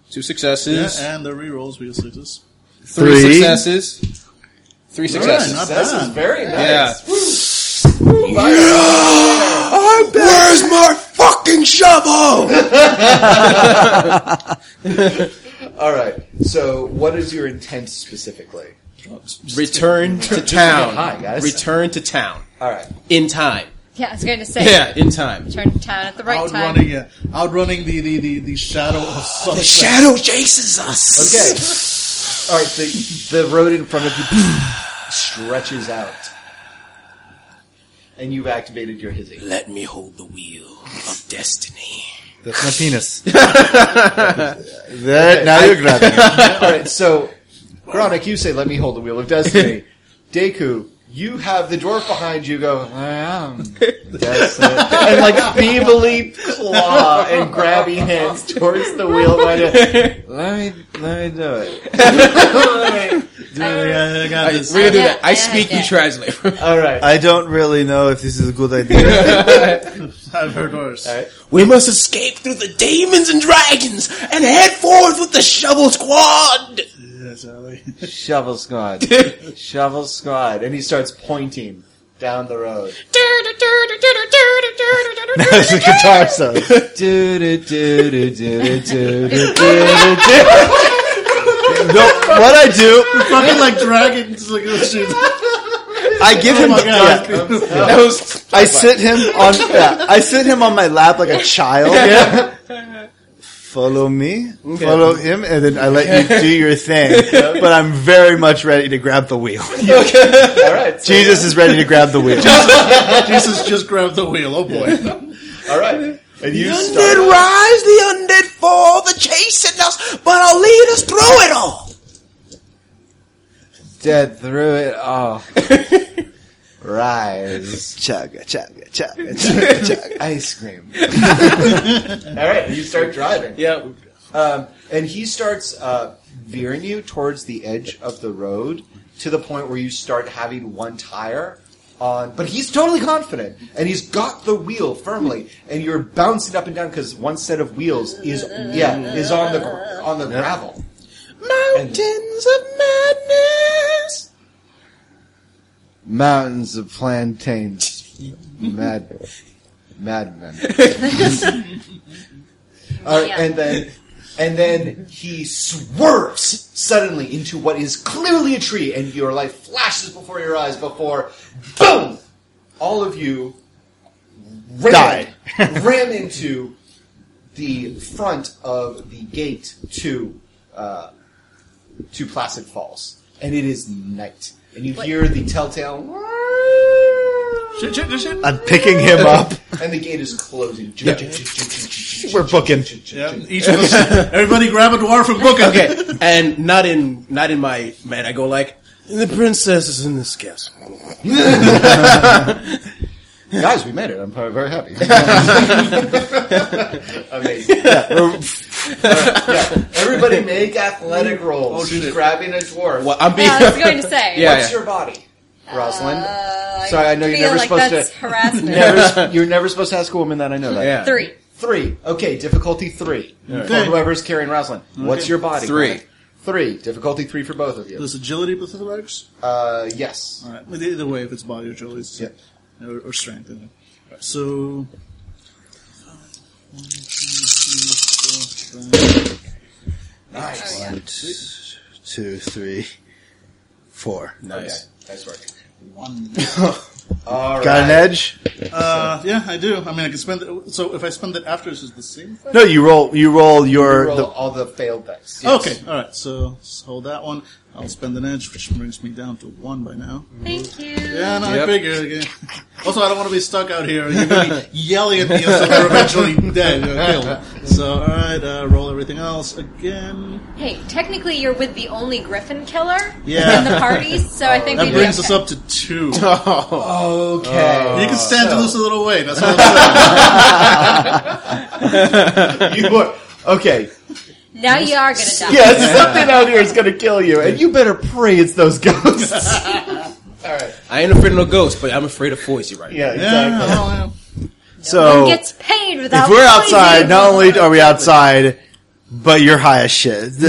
Speaker 6: two successes,
Speaker 1: Yeah, and the rerolls we used to exist.
Speaker 6: three,
Speaker 9: Three.
Speaker 6: successes, three successes.
Speaker 1: Not
Speaker 4: This is
Speaker 1: bad.
Speaker 4: very nice.
Speaker 6: yeah.
Speaker 9: Where's my fucking shovel?
Speaker 4: All right. So, what is your intent specifically?
Speaker 6: Return to
Speaker 4: get
Speaker 6: town.
Speaker 4: high, guys.
Speaker 6: Return to town.
Speaker 4: All right.
Speaker 6: In time.
Speaker 7: Yeah, I was going to say.
Speaker 6: Yeah, in time.
Speaker 7: Turn to town at the right time.
Speaker 1: Outrunning, yeah, outrunning the, the, the, the shadow of sunset.
Speaker 6: chases us.
Speaker 4: *laughs* Okay. All right. The, the road in front of you *sighs* stretches out, and you've activated your hizzy.
Speaker 6: Let me hold the wheel of destiny.
Speaker 5: That's my *laughs* penis. that, now you're grabbing it.
Speaker 4: All right. So, Gronik, you say, "Let me hold the wheel of destiny." Deku, you have the dwarf behind you. Go. I am destiny," and like feebly claw and grabby hands towards the wheel. By the, let me let me do it. *laughs* Let me-
Speaker 1: Yeah, I got this.
Speaker 6: We're gonna do
Speaker 7: Yeah,
Speaker 6: that. I
Speaker 7: yeah,
Speaker 6: speak,
Speaker 7: yeah.
Speaker 6: you translate.
Speaker 4: All right.
Speaker 5: I don't really know if this is a good idea. *laughs*
Speaker 1: I've heard worse.
Speaker 6: we must escape through the demons and dragons and head forth with the shovel squad.
Speaker 1: Yes, Ali.
Speaker 4: Shovel Squad. Shovel Squad. And he starts pointing down the road.
Speaker 5: That's a guitar solo.
Speaker 4: Do do do do do do do.
Speaker 9: Nope. What I do,
Speaker 1: Fucking like dragons. Like, oh, shit.
Speaker 9: I
Speaker 5: Oh
Speaker 9: give him.
Speaker 1: my God.
Speaker 9: yeah. I sit him on. Yeah, I sit him on my lap like a child.
Speaker 5: Follow me, follow him, and then I let you do your *laughs* thing. But I'm very much ready to grab the wheel.
Speaker 4: All right. So,
Speaker 5: Jesus is ready to grab the wheel.
Speaker 1: Jesus just grabbed the wheel. Oh boy.
Speaker 4: all right. And you
Speaker 6: Undead
Speaker 4: start.
Speaker 6: rise, the undead fall, the chasing us, but I'll lead us through it all.
Speaker 4: Dead through it
Speaker 5: *laughs*
Speaker 4: all. Rise.
Speaker 5: Chugga, chugga, chugga.
Speaker 4: Ice cream. all right. You start driving.
Speaker 6: Yeah,
Speaker 4: Um, and he starts uh, veering you towards the edge of the road to the point where you start having one tire on. But he's totally confident, and he's got the wheel firmly, and you're bouncing up and down because one set of wheels is yeah is on the gr- on the gravel.
Speaker 6: mountains of madness.
Speaker 4: Mountains of plantains, *laughs* mad madmen. All right,
Speaker 7: Yeah.
Speaker 4: and then and then he swerves suddenly into what is clearly a tree, and your life flashes before your eyes. Before, boom! All of you ran,
Speaker 5: Died.
Speaker 4: *laughs* ran into the front of the gate to uh, to Placid Falls, and it is night, and you hear the telltale.
Speaker 1: Shit, shit, shit.
Speaker 5: I'm picking him up.
Speaker 4: *laughs* And the gate is closing.
Speaker 5: We're booking.
Speaker 1: Yeah, each of us. Everybody grab a dwarf and book it.
Speaker 6: Okay, and not in not in my man. I go like the princess is in this castle.
Speaker 4: Guys, we made it. I'm very, very happy. *laughs* Amazing. Alright, yeah. Everybody make athletic rolls.
Speaker 1: Oh, shit.
Speaker 4: She's grabbing a dwarf.
Speaker 6: Well, I'm being
Speaker 7: Yeah, I was going
Speaker 4: *laughs*
Speaker 7: to say.
Speaker 6: Yeah.
Speaker 4: What's your body, Rosalind?
Speaker 7: Uh,
Speaker 4: Sorry, I know you're
Speaker 7: feel
Speaker 4: never
Speaker 7: like
Speaker 4: supposed
Speaker 7: that's
Speaker 4: to-
Speaker 7: harassment.
Speaker 4: *laughs* Never, you're never supposed to ask a woman that. I know that.
Speaker 6: yeah.
Speaker 7: Three.
Speaker 4: Three. Okay, difficulty three. For whoever's carrying Rosalind. What's your body?
Speaker 6: Three.
Speaker 4: Three. Difficulty three for both of you.
Speaker 1: Does agility plus athletics?
Speaker 4: Uh, yes.
Speaker 1: All right. Well, Either way, if it's body or agility, it's-
Speaker 4: Yeah.
Speaker 1: or, or strength. Anyway. So.
Speaker 4: Nice.
Speaker 5: One, t- two, three, four.
Speaker 6: Nice.
Speaker 4: Nice work.
Speaker 1: One.
Speaker 4: All right.
Speaker 5: Got an edge?
Speaker 1: Uh, yeah, I do. I mean, I can spend it. So if I spend it after, it's just the same thing?
Speaker 5: No, you roll. You roll your.
Speaker 4: Roll
Speaker 5: the,
Speaker 4: all the failed dice.
Speaker 10: Oh,
Speaker 1: Okay, alright, so let's hold that one. I'll spend an edge, which brings me down to one by now.
Speaker 7: Thank you.
Speaker 1: Yeah, no,
Speaker 6: Yep.
Speaker 1: I figure. yeah. *laughs* Also, I don't want to be stuck out here. You're going to be yelling at me until we're eventually dead. or killed. So, alright, uh, roll everything else again.
Speaker 7: *laughs* Hey, technically you're with the only Griffin killer
Speaker 1: Yeah.
Speaker 7: in the party, so I think
Speaker 1: That
Speaker 7: we'd
Speaker 1: brings
Speaker 7: be
Speaker 1: us up to two.
Speaker 4: Okay.
Speaker 1: You can stand to lose a little weight. That's all I'm saying.
Speaker 4: you were okay.
Speaker 3: Now you are gonna die.
Speaker 10: Yes, something out here is going to kill you, and you better pray it's those ghosts.
Speaker 6: I ain't afraid of no ghosts, but I'm afraid of Foisey right
Speaker 10: yeah,
Speaker 1: Yeah,
Speaker 10: exactly.
Speaker 1: well, yeah.
Speaker 3: One
Speaker 5: So if
Speaker 3: gets paid without.
Speaker 5: we're
Speaker 3: poison.
Speaker 5: outside, not only are we outside, but you're high as shit.
Speaker 7: No,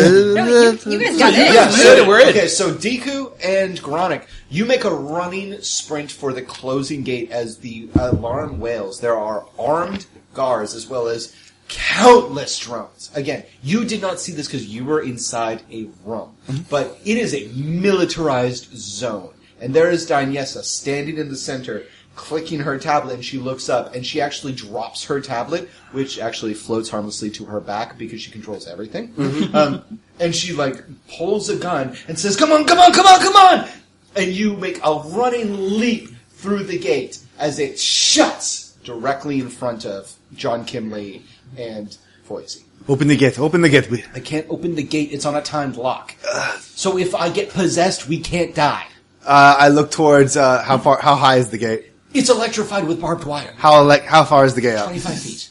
Speaker 7: you, you guys got this.
Speaker 4: Yeah,
Speaker 6: Good, we're in.
Speaker 4: Okay, so Deku and Gronik, you make a running sprint for the closing gate as the alarm wails. There are armed guards as well as countless drones. Again, you did not see this because you were inside a room,
Speaker 10: Mm-hmm.
Speaker 4: but it is a militarized zone, and there is Danyessa standing in the center. Clicking her tablet, and she looks up, and she actually drops her tablet, which actually floats harmlessly to her back because she controls everything. Um, and she like pulls a gun and says, "Come on, come on, come on, come on!" And you make a running leap through the gate as it shuts directly in front of John Kimley and Foisey.
Speaker 2: Open the gate. Open the gate. We-
Speaker 4: I can't open the gate; it's on a timed lock. So if I get possessed, we can't die.
Speaker 2: Uh, I look towards uh, how far, how high is the gate?
Speaker 4: It's electrified with barbed wire.
Speaker 2: How like how far is the gate up?
Speaker 4: Twenty-five feet.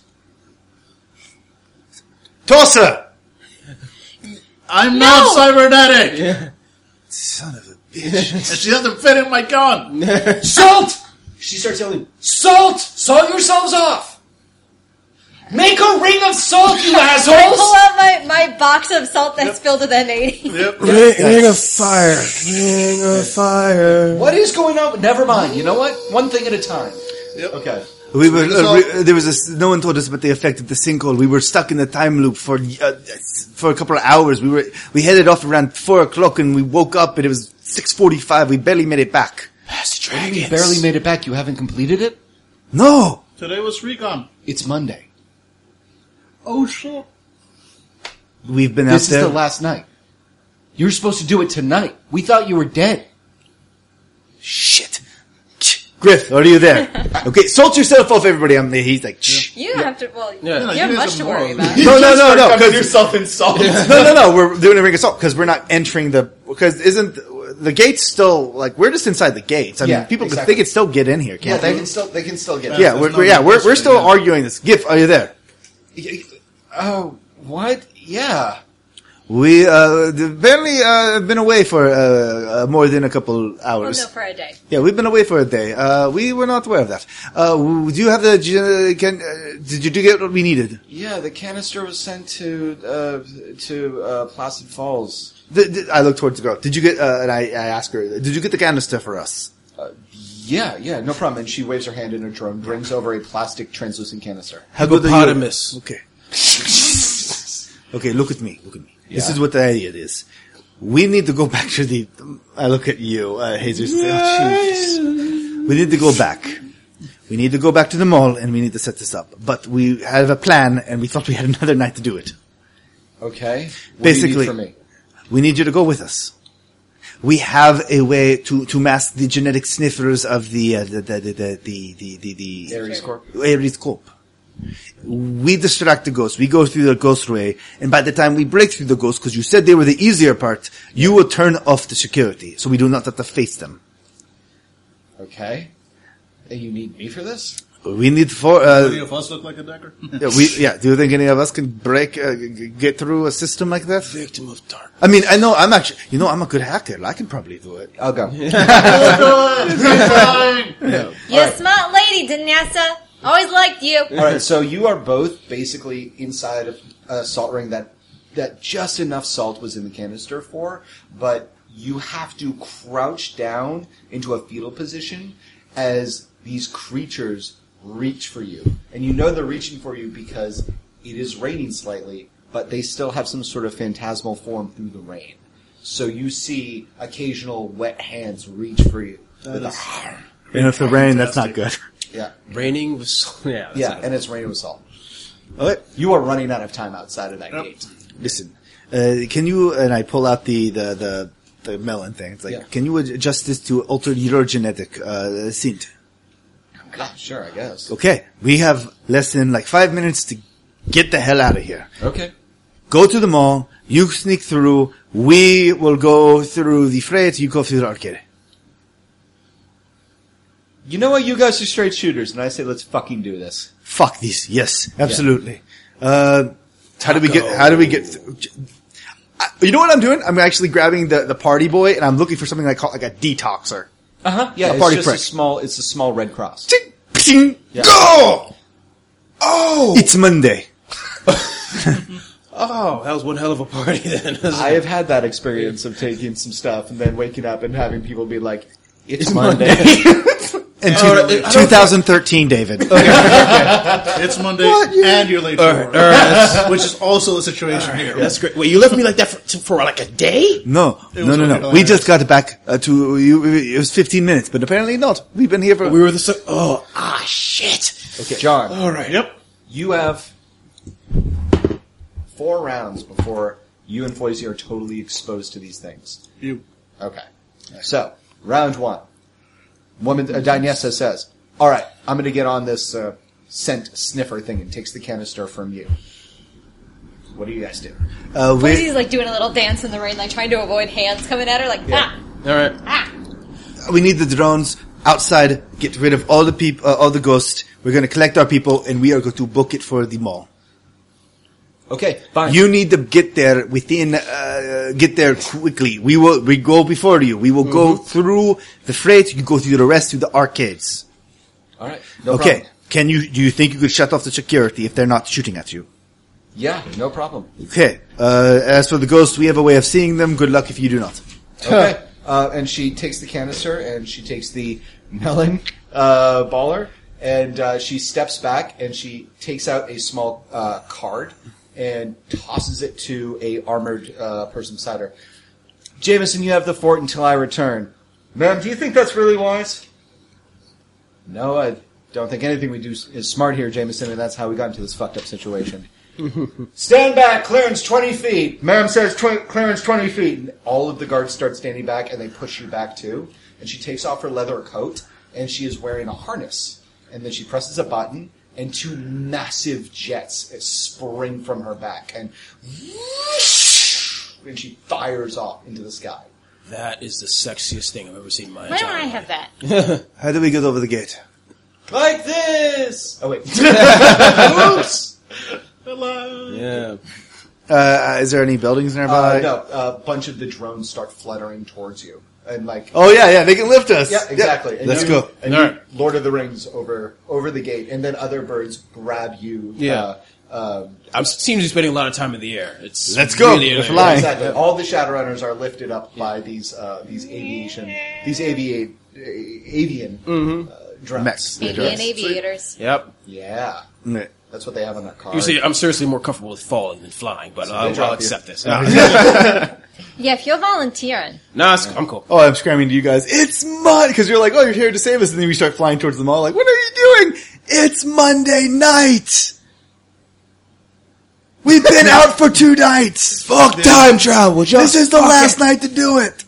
Speaker 2: Torsa.
Speaker 1: I'm not cybernetic. Son of a bitch. and she doesn't fit in my gun.
Speaker 4: Salt! She starts yelling, Salt! Salt yourselves off! Make a ring of salt, you
Speaker 7: I
Speaker 3: *laughs*
Speaker 7: pull
Speaker 4: assholes!
Speaker 7: out my, my box of salt that's filled with N80.
Speaker 5: Ring of fire, ring of fire.
Speaker 4: What is going on? Never mind. You know what? One thing at a time. Okay.
Speaker 2: We were uh, re- uh, there was a s no one told us about the effect of the sinkhole. We were stuck in the time loop for uh, for a couple of hours. We were we headed off around four o'clock and we woke up and it was six forty five. We barely made it back.
Speaker 4: You barely made it back. You haven't completed it?
Speaker 2: No,
Speaker 1: Today was recon.
Speaker 4: It's Monday.
Speaker 1: Oh shit.
Speaker 2: we've been
Speaker 4: This
Speaker 2: out there.
Speaker 4: is the last night. You were supposed to do it tonight. We thought you were dead.
Speaker 2: Shit, Ch- Griff, are you
Speaker 4: *laughs*
Speaker 2: there? okay, salt yourself off, everybody. I'm there. He's like, Shh.
Speaker 7: You don't have to, well,
Speaker 6: No,
Speaker 1: no,
Speaker 7: you have
Speaker 1: you guys
Speaker 7: much
Speaker 1: are
Speaker 7: to worry
Speaker 1: morons.
Speaker 5: No,
Speaker 7: about.
Speaker 5: no, no, no, 'cause-
Speaker 10: yourself in salt.
Speaker 5: no, no, no. We're doing a ring of salt because we're not entering the because isn't the gate's still like we're just inside the gates. I
Speaker 4: Yeah,
Speaker 5: mean, people could-
Speaker 4: exactly.
Speaker 5: they could still get in here,
Speaker 4: Yeah,
Speaker 5: can't
Speaker 4: they
Speaker 5: they?
Speaker 4: can still they can still get
Speaker 5: Yeah,
Speaker 1: there's
Speaker 5: we're,
Speaker 1: no
Speaker 5: we're yeah we're, we're
Speaker 1: question,
Speaker 5: still
Speaker 1: yeah.
Speaker 5: arguing this. Gif, are you there?
Speaker 4: it. Oh, what? Yeah.
Speaker 5: We uh, d- barely uh, been away for uh, uh, more than a couple
Speaker 7: Well,
Speaker 5: hours.
Speaker 7: Oh, no, for a day.
Speaker 5: Yeah, we've been away for a day. Uh, we were not aware of that. Uh, w- do you have the? gen- Can, uh, did you do get what we needed?
Speaker 4: Yeah, the canister was sent to uh, to uh, Placid Falls.
Speaker 5: The, the- I look towards the girl. Did you get? Uh, and I, I ask her, did you get the canister for us?
Speaker 4: Yeah, yeah, no problem. And she waves her hand in her drone, brings over a plastic translucent canister.
Speaker 5: How good are you? Okay. okay, look at me. Look at me. This is what the idea is. We need to go back to the. I look at you, uh, Jesus. Oh, Jesus. We need to go back. We need to go back to the mall and we need to set this up. But we have a plan and we thought we had *laughs* another night to do it.
Speaker 4: Okay. What
Speaker 5: Basically-
Speaker 4: do you need from me?
Speaker 5: We need you to go with us. We have a way to, to mask the genetic sniffers of the, uh, the, the, the, the, the, the, the, the
Speaker 4: Ares Corp.
Speaker 5: Ares Corp. We distract the ghosts. We go through the ghost ray, and by the time we break through the ghosts, because you said they were the easier part, you will turn off the security, so we do not have to face them.
Speaker 4: Okay. And you need me for this?
Speaker 5: We need for
Speaker 1: Any
Speaker 5: uh,
Speaker 1: of us look like a decker? *laughs*
Speaker 5: yeah, we yeah. Do you think any of us can break uh, g- g- get through a system like that?
Speaker 6: Victim of dark.
Speaker 5: I mean, I know I'm actually you know I'm a good hacker. I can probably do it.
Speaker 4: I'll go.
Speaker 3: You're a smart lady, Danessa. Always liked you.
Speaker 4: *laughs* All right, so you are both basically inside of a salt ring that that just enough salt was in the canister for, but you have to crouch down into a fetal position as these creatures reach for you. And you know they're reaching for you because it is raining slightly, but they still have some sort of phantasmal form through the rain. So you see occasional wet hands reach for you. with a-
Speaker 5: And if the rain, that's not good.
Speaker 4: yeah.
Speaker 6: Raining was yeah. that's
Speaker 4: Yeah,
Speaker 6: not-
Speaker 4: and it's raining with salt.
Speaker 5: Okay.
Speaker 4: You are running out of time outside of that gate.
Speaker 5: Listen, uh, can you and I pull out the the the, the melon thing? It's like,
Speaker 4: Yeah.
Speaker 5: can you adjust this to alter your genetic uh, synth?
Speaker 4: God, sure, I guess.
Speaker 5: Okay, we have less than like five minutes to get the hell out of here.
Speaker 4: Okay.
Speaker 5: Go to the mall. You sneak through. We will go through the freight. You go through the arcade.
Speaker 4: You know what? You guys are straight shooters, and I say let's fucking do this.
Speaker 5: Fuck this. Yes, absolutely. Uh, How do we get? How do we get? Th- I- you know what I'm doing? I'm actually grabbing the, the party boy and I'm looking for something I call like a detoxer.
Speaker 4: Yeah,
Speaker 5: A
Speaker 4: it's
Speaker 5: party
Speaker 4: just
Speaker 5: prick.
Speaker 4: a small. It's a small red cross.
Speaker 5: Ting, ping, go! Oh, it's Monday.
Speaker 6: Oh, that was one hell of
Speaker 1: *laughs*
Speaker 6: a party then.
Speaker 4: I have had that experience of taking some stuff and then waking up and having people be like, "It's, Monday." *laughs*
Speaker 5: And
Speaker 6: Oh,
Speaker 5: two-
Speaker 6: I don't- *laughs*
Speaker 5: 2013, David.
Speaker 1: It's Monday and you're late for work, *laughs* which is also a situation here.
Speaker 6: That's great. Wait, you left me like that for, for like a day?
Speaker 5: No, no,
Speaker 1: was
Speaker 5: no, no.
Speaker 1: hilarious.
Speaker 5: We just got back uh, to you. It was 15 minutes, but apparently not. We've been here for.
Speaker 6: We were the so- oh ah shit.
Speaker 4: okay, John.
Speaker 6: All right. Yep.
Speaker 4: You have four rounds before you and Foisey are totally exposed to these things.
Speaker 1: You.
Speaker 4: Okay. So, round one. Woman, uh, Dinesa says, All right, I'm going to get on this uh, scent sniffer thing and takes the canister from you. What do you guys do?
Speaker 5: Uh, we,
Speaker 7: She's like doing a little dance in the rain, like trying to avoid hands coming at her, like ah,
Speaker 6: All right.
Speaker 7: ah.
Speaker 5: we need the drones outside. Get rid of all the people, uh, all the ghosts. We're going to collect our people, and we are going to book it for the mall.
Speaker 4: Okay, fine.
Speaker 5: You need to get there within. Uh, get there quickly. We will. We go before you. We will go
Speaker 6: Mm-hmm.
Speaker 5: through the freight. You go through the rest through the arcades.
Speaker 4: All right. No
Speaker 5: okay.
Speaker 4: Problem.
Speaker 5: Can you? Do you think you could shut off the security if they're not shooting at you?
Speaker 4: Yeah, no problem.
Speaker 5: Okay. Uh, as for the ghosts, we have a way of seeing them. Good luck if you do not.
Speaker 4: Okay. *laughs* uh, and she takes the canister and she takes the melon uh, baller and uh, she steps back and she takes out a small uh, card and tosses it to a armored uh, person beside her. Jameson, you have the fort until I return. Ma'am, do you think that's really wise? No, I don't think anything we do is smart here, Jameson, and that's how we got into this fucked up situation. Stand back, clearance 20 feet. Ma'am says tw- clearance 20 feet. And all of the guards start standing back and they push you back too. And she takes off her leather coat and she is wearing a harness. And then she presses a button and two massive jets spring from her back and whoosh, and she fires off into the sky.
Speaker 6: That is the sexiest thing I've ever seen in my
Speaker 3: Why
Speaker 6: entire
Speaker 3: don't I
Speaker 6: life.
Speaker 3: have that?
Speaker 5: How do we get over the gate?
Speaker 4: Like this! Oh wait. *laughs* Oops!
Speaker 6: Yeah.
Speaker 5: Uh, is there any buildings nearby?
Speaker 4: Uh, no, a bunch of the drones start fluttering towards you. And like
Speaker 5: Oh yeah, yeah, they can lift us.
Speaker 4: Yeah, exactly. And
Speaker 5: Let's
Speaker 4: you-
Speaker 5: go.
Speaker 4: And
Speaker 6: All
Speaker 4: you
Speaker 6: right.
Speaker 4: Lord of the Rings over over the gate, and then other birds grab you.
Speaker 6: Yeah.
Speaker 4: Uh, um,
Speaker 6: I'm seems to be spending a lot of time in the air. It's
Speaker 5: Let's go.
Speaker 6: Really
Speaker 5: We're flying.
Speaker 4: exactly. All the Shadowrunners are lifted up by these uh, these aviation these aviate avian uh, drones.
Speaker 5: Mechs.
Speaker 4: Yeah.
Speaker 3: Avian aviators.
Speaker 6: Yep.
Speaker 4: Yeah,
Speaker 5: Mm, Yeah.
Speaker 4: that's what they have on their car.
Speaker 6: You see, I'm seriously more comfortable with falling than flying, but I'll,
Speaker 4: drop
Speaker 6: I'll
Speaker 4: you.
Speaker 6: accept this.
Speaker 3: Yeah, if you're volunteering.
Speaker 6: Nah, it's, I'm cool.
Speaker 5: Oh, I'm screaming to you guys! It's Monday because you're like, oh, you're here to save us, and then we start flying towards the mall. Like, what are you doing? It's Monday night. We've *laughs* been out for two nights. Fuck time travel. Just this is the last night to do it.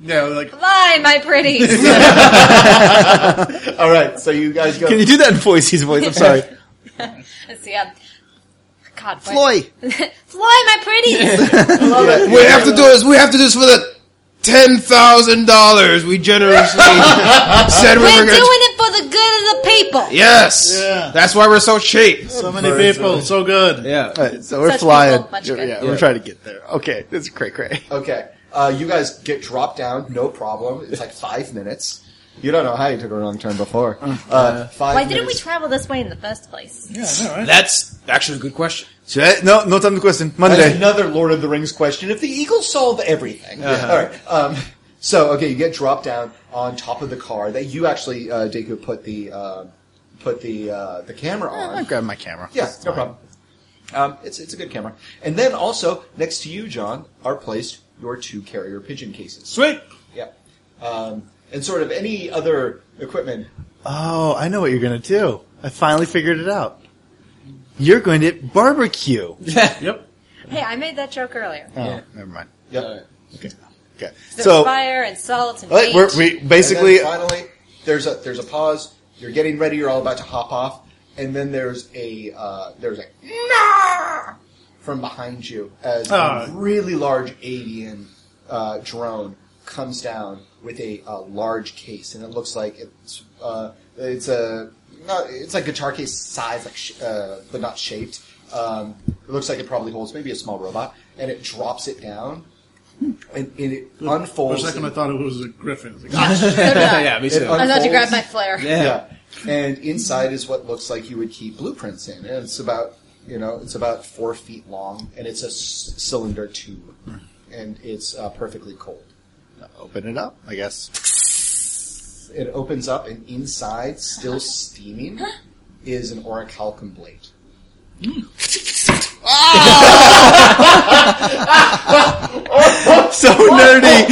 Speaker 1: Yeah, like
Speaker 3: Fly, my
Speaker 7: *laughs*
Speaker 3: pretty.
Speaker 4: All right, so you guys go.
Speaker 5: Can you do that in Foisey's voice? I'm *laughs* sorry,
Speaker 3: Let's see. Um, God, what-
Speaker 5: Floy.
Speaker 3: Fly, my
Speaker 6: *laughs*
Speaker 3: pretty.
Speaker 6: We have to do this. We have to do this for the ten thousand dollars we generously said we
Speaker 3: We're
Speaker 6: were
Speaker 3: doing
Speaker 6: going to.
Speaker 3: it for the good of the people.
Speaker 6: Yes.
Speaker 1: Yeah.
Speaker 6: That's why we're so cheap.
Speaker 1: so many people, so good.
Speaker 6: Yeah.
Speaker 5: All right, so we're
Speaker 3: Such
Speaker 5: flying.
Speaker 3: people, much
Speaker 5: yeah,
Speaker 3: good.
Speaker 5: yeah, Oh, we're trying to get there. Okay, this is cray cray.
Speaker 4: Okay, uh, you guys get dropped down, no problem. It's like five minutes. You don't know how you took a wrong turn before. Uh, five.
Speaker 3: Why didn't we
Speaker 4: minutes.
Speaker 3: travel this way in the first place?
Speaker 6: That's actually a good question.
Speaker 5: Should I- No, no time to question. Monday.
Speaker 4: That's another Lord of the Rings question. If the Eagles solve everything, All right. Um, so okay, you get dropped down on top of the car that you actually, uh, Deku, put the uh, put the uh, the camera on.
Speaker 5: I grab my camera.
Speaker 4: Yeah, no problem. Um, it's it's a good camera. And then also next to you, John, are placed your two carrier pigeon cases.
Speaker 6: Sweet.
Speaker 4: Yeah, um, and sort of any other equipment.
Speaker 5: Oh, I know what you're going to do. I finally figured it out. You're going to barbecue.
Speaker 1: Yep.
Speaker 3: Hey, I made that joke earlier.
Speaker 5: Oh, never mind.
Speaker 4: Yeah.
Speaker 5: Okay.
Speaker 3: There's
Speaker 5: So,
Speaker 3: fire and salt and
Speaker 5: like,
Speaker 3: meat.
Speaker 5: we're, we
Speaker 4: And
Speaker 5: basically,
Speaker 4: then finally, there's a there's a pause. You're getting ready. You're all about to hop off, and then there's a uh, there's a "Nah!" from behind you as
Speaker 1: Ah.
Speaker 4: a really large avian uh, drone comes down with a, uh large case, and it looks like it's uh, it's a not, it's like guitar case size, like sh- uh, but not shaped. Um, It looks like it probably holds maybe a small robot, and it drops it down, and, and it unfolds.
Speaker 1: For a second, I
Speaker 4: and-
Speaker 1: thought it was a griffin. I
Speaker 6: *laughs*
Speaker 1: was like, ah,
Speaker 4: *laughs*
Speaker 6: yeah, me
Speaker 4: it
Speaker 6: too.
Speaker 7: I was about to
Speaker 4: unfolds.
Speaker 7: grab my flare.
Speaker 4: Yeah. And inside is what looks like you would keep blueprints in. And it's about, you know, it's about four feet long, and it's a s- cylinder tube. And it's uh, perfectly cold.
Speaker 5: Open it up, I guess.
Speaker 4: It opens up, and inside, still steaming, is an orichalcum blade.
Speaker 11: So nerdy.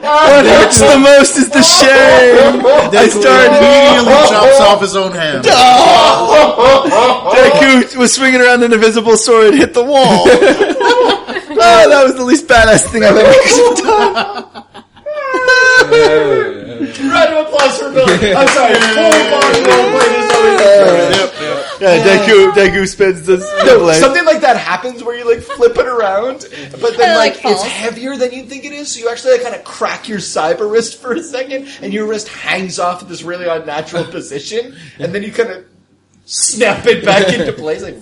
Speaker 11: What hurts the most is the shame.
Speaker 4: Oh,
Speaker 11: I started.
Speaker 6: *laughs*
Speaker 1: immediately
Speaker 6: Oh,
Speaker 1: chops off his own hand.
Speaker 11: Deku was swinging around an invisible sword and hit the
Speaker 5: *laughs*
Speaker 11: wall. oh, that was the least badass thing I've
Speaker 5: *laughs*
Speaker 11: ever done.
Speaker 4: Round of applause for Bill. I'm sorry.
Speaker 11: Yeah, Deku, Deku spins
Speaker 5: *laughs*
Speaker 11: the, the blade.
Speaker 4: Something like that happens where you like flip it around, but then
Speaker 7: Or, like,
Speaker 4: like, it's
Speaker 7: falls.
Speaker 4: heavier than you think it is, so you actually like, kind of crack your cyber wrist for a second, and your wrist hangs off at this really unnatural position, and then you kind of snap it back into place. Like,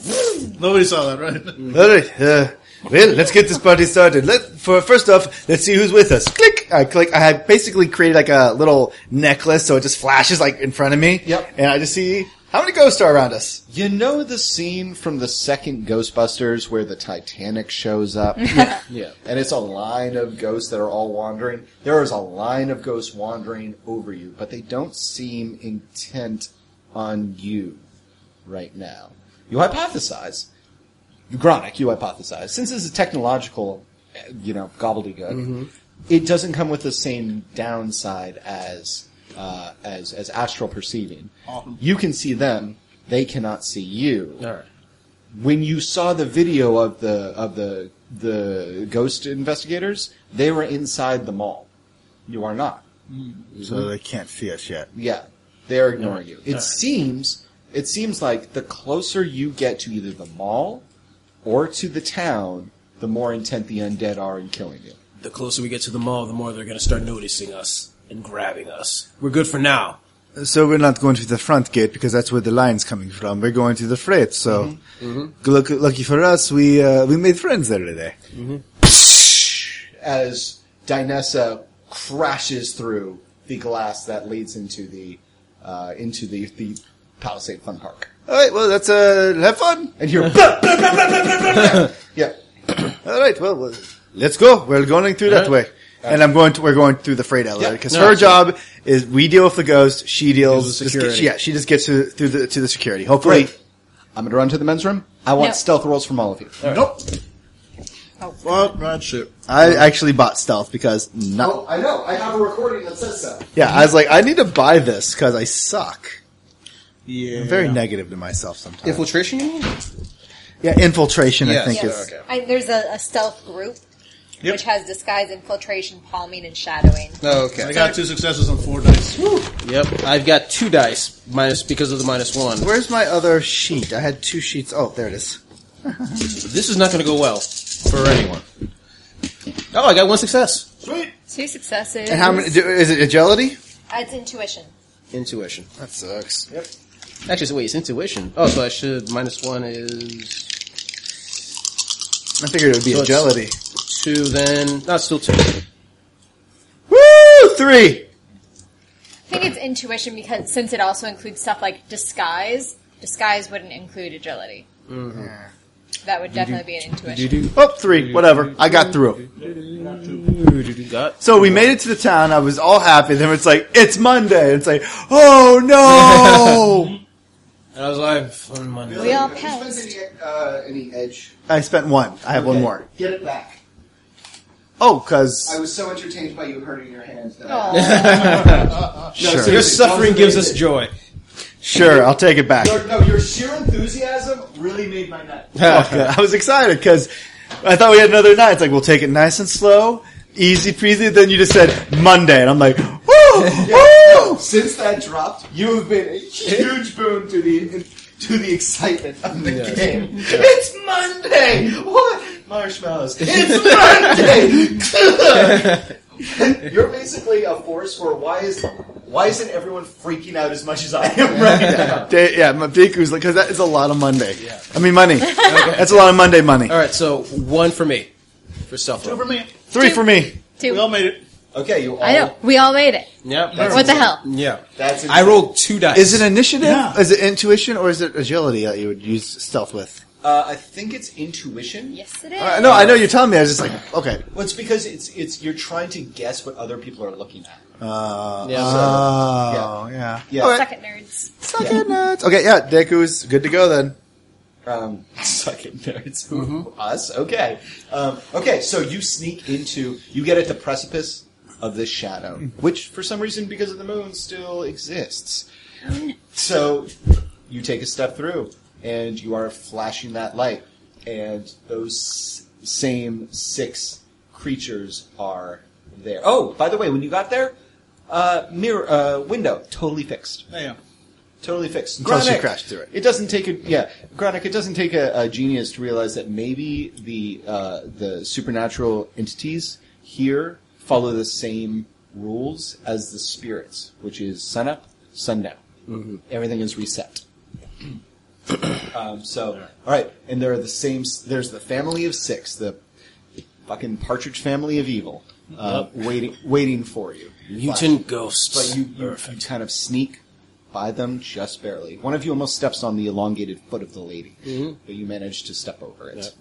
Speaker 1: Nobody saw that, right? *laughs*
Speaker 5: All right. Uh, well, let's get this party started. Let for first off, let's see who's with us. Click. I click. I have basically created like a little necklace, so it just flashes like in front of me.
Speaker 4: Yep.
Speaker 5: And I just see how many ghosts are around us.
Speaker 4: you know the scene from the second Ghostbusters where the Titanic shows up,
Speaker 6: Yeah.
Speaker 4: and it's a line of ghosts that are all wandering. There is a line of ghosts wandering over you, but they don't seem intent on you right now. You hypothesize, Gronic, you hypothesize, since this is a technological, uh, you know, gobbledygook, it doesn't come with the same downside as uh, as as astral perceiving. You can see them; they cannot see you
Speaker 6: All right.
Speaker 4: when you saw the video of the of the the ghost investigators, they were inside the mall. You are not.
Speaker 5: So they can't see us yet.
Speaker 4: Yeah, they are ignoring you. It seems it seems like the closer you get to either the mall or to the town, the more intent the undead are in killing you.
Speaker 6: The closer we get to the mall, the more they're going to start noticing us and grabbing us. We're good for now.
Speaker 5: So we're not going to the front gate because that's where the line's coming from. We're going to the freight. So
Speaker 4: Mm-hmm.
Speaker 5: Luck, lucky for us, we uh, we made friends there today.
Speaker 4: As Dinessa crashes through the glass that leads into the uh, into the, the Palisade Fun Park,
Speaker 5: All right. Well, that's uh, have fun.
Speaker 4: and
Speaker 6: *laughs*
Speaker 4: you're *laughs* yeah.
Speaker 5: All right. Well, well, let's go. We're going through that way. And I'm going to, we're going through the freight elevator because her job is we deal with the ghost, she
Speaker 6: with
Speaker 5: deals, just get-
Speaker 6: security.
Speaker 5: yeah, she just gets to, through the, to the security. Hopefully,
Speaker 4: Great. I'm going to run to the men's room. I want
Speaker 7: No.
Speaker 4: stealth rolls from all of you.
Speaker 1: Nope. Fuck that shit.
Speaker 5: I actually bought stealth because not,
Speaker 4: Oh, I know. I have a recording that says so.
Speaker 5: yeah, I was like, I need to buy this because I suck.
Speaker 6: Yeah.
Speaker 5: I'm very negative to myself sometimes.
Speaker 12: Infiltration, you mean?
Speaker 5: yeah, infiltration, I
Speaker 12: Yes.
Speaker 5: think
Speaker 7: Yes.
Speaker 5: is,
Speaker 7: I, there's a, a stealth group,
Speaker 1: Yep.
Speaker 7: which has disguise, infiltration, palming, and shadowing.
Speaker 12: Oh,
Speaker 1: I
Speaker 12: okay.
Speaker 1: got two successes on four dice.
Speaker 6: Yep. I've got two dice minus because of the minus one.
Speaker 5: where's my other sheet? I had two sheets. Oh, there it is.
Speaker 6: This is not going to go well for anyone. Oh, I got one success.
Speaker 7: Two successes.
Speaker 5: And how many, do, is it agility?
Speaker 7: It's intuition.
Speaker 6: Intuition.
Speaker 5: That sucks.
Speaker 6: Actually, so wait, it's intuition. Oh, so I should minus one is
Speaker 5: I figured it would be
Speaker 6: So it's-
Speaker 5: agility.
Speaker 6: two. Then not still two.
Speaker 5: Woo! Three!
Speaker 7: I think it's intuition because since it also includes stuff like disguise, disguise wouldn't include agility. That would definitely be an intuition.
Speaker 5: Oh, three. Whatever. I got through 'em.
Speaker 6: Got
Speaker 5: So we made it to the town. I was all happy. Then it's like, it's Monday. It's like, oh no!
Speaker 6: And I was like, fun Monday.
Speaker 7: *laughs* We all passed.
Speaker 4: uh, any edge?
Speaker 5: I spent one. I have one more.
Speaker 4: Get it back.
Speaker 5: Oh, cause,
Speaker 4: was so entertained by you hurting your hands. That
Speaker 7: Aw.
Speaker 5: sure.
Speaker 6: Your suffering gives us joy.
Speaker 5: Sure, I'll take it back.
Speaker 4: no, your sheer enthusiasm really made my night.
Speaker 5: Fuck, uh, *laughs* I was excited cause I thought we had another night. It's like, we'll take it nice and slow, easy peasy. Then you just said Monday and I'm like, *laughs* woo! Woo!
Speaker 4: Since that dropped, you have been a huge boon to the to the excitement of the game. It's Monday. What marshmallows? It's Monday. *laughs* You're basically a force for why is why isn't everyone freaking out as much as I am right now?
Speaker 5: Da- yeah, my Deku's like because that is a lot of Monday. I mean money. That's a lot of Monday money.
Speaker 6: All right, so one for me for self
Speaker 1: Over me.
Speaker 5: Three for me.
Speaker 3: Two.
Speaker 1: We all made it.
Speaker 4: Okay, you all.
Speaker 3: I know. We all made it.
Speaker 6: Yeah,
Speaker 3: what the hell?
Speaker 6: yeah.
Speaker 4: That's
Speaker 6: I rolled two dice.
Speaker 5: Is it initiative?
Speaker 1: Yeah.
Speaker 5: Is it intuition or is it agility that you would use stealth with?
Speaker 4: Uh, I think it's intuition.
Speaker 7: Yes, it is.
Speaker 5: Uh, no, I know you're telling me. I was just like, okay.
Speaker 4: Well, it's because it's it's you're trying to guess what other people are looking at.
Speaker 5: Uh,
Speaker 6: Yeah, so-
Speaker 5: oh, yeah.
Speaker 4: Yeah.
Speaker 5: All right.
Speaker 3: Suck it, nerds.
Speaker 5: Suck it, nuts. Okay, yeah, Deku is good to go then.
Speaker 4: Um, *laughs* suck it, nerds. Ooh, Us? Okay. Um, okay, so you sneak into, you get at the precipice of this shadow, which for some reason, because of the moon, still exists. So you take a step through, and you are flashing that light, and those s- same six creatures are there. Oh, by the way, when you got there, uh, mirror, uh, window, totally fixed
Speaker 1: There you go.
Speaker 4: totally fixed.
Speaker 5: Until she
Speaker 4: Gronick,
Speaker 5: crashed through it.
Speaker 4: It doesn't take a yeah, Gronick. It doesn't take a, a genius to realize that maybe the uh, the supernatural entities here follow the same rules as the spirits, which is sun up, sundown. Everything is reset. um, so, all right, and there are the same. s- There's the family of six, the fucking partridge family of evil, uh, waiting waiting for you.
Speaker 6: Mutant ghosts.
Speaker 4: But you, you, you kind of sneak by them just barely. One of you almost steps on the elongated foot of the lady, but you manage to step over it.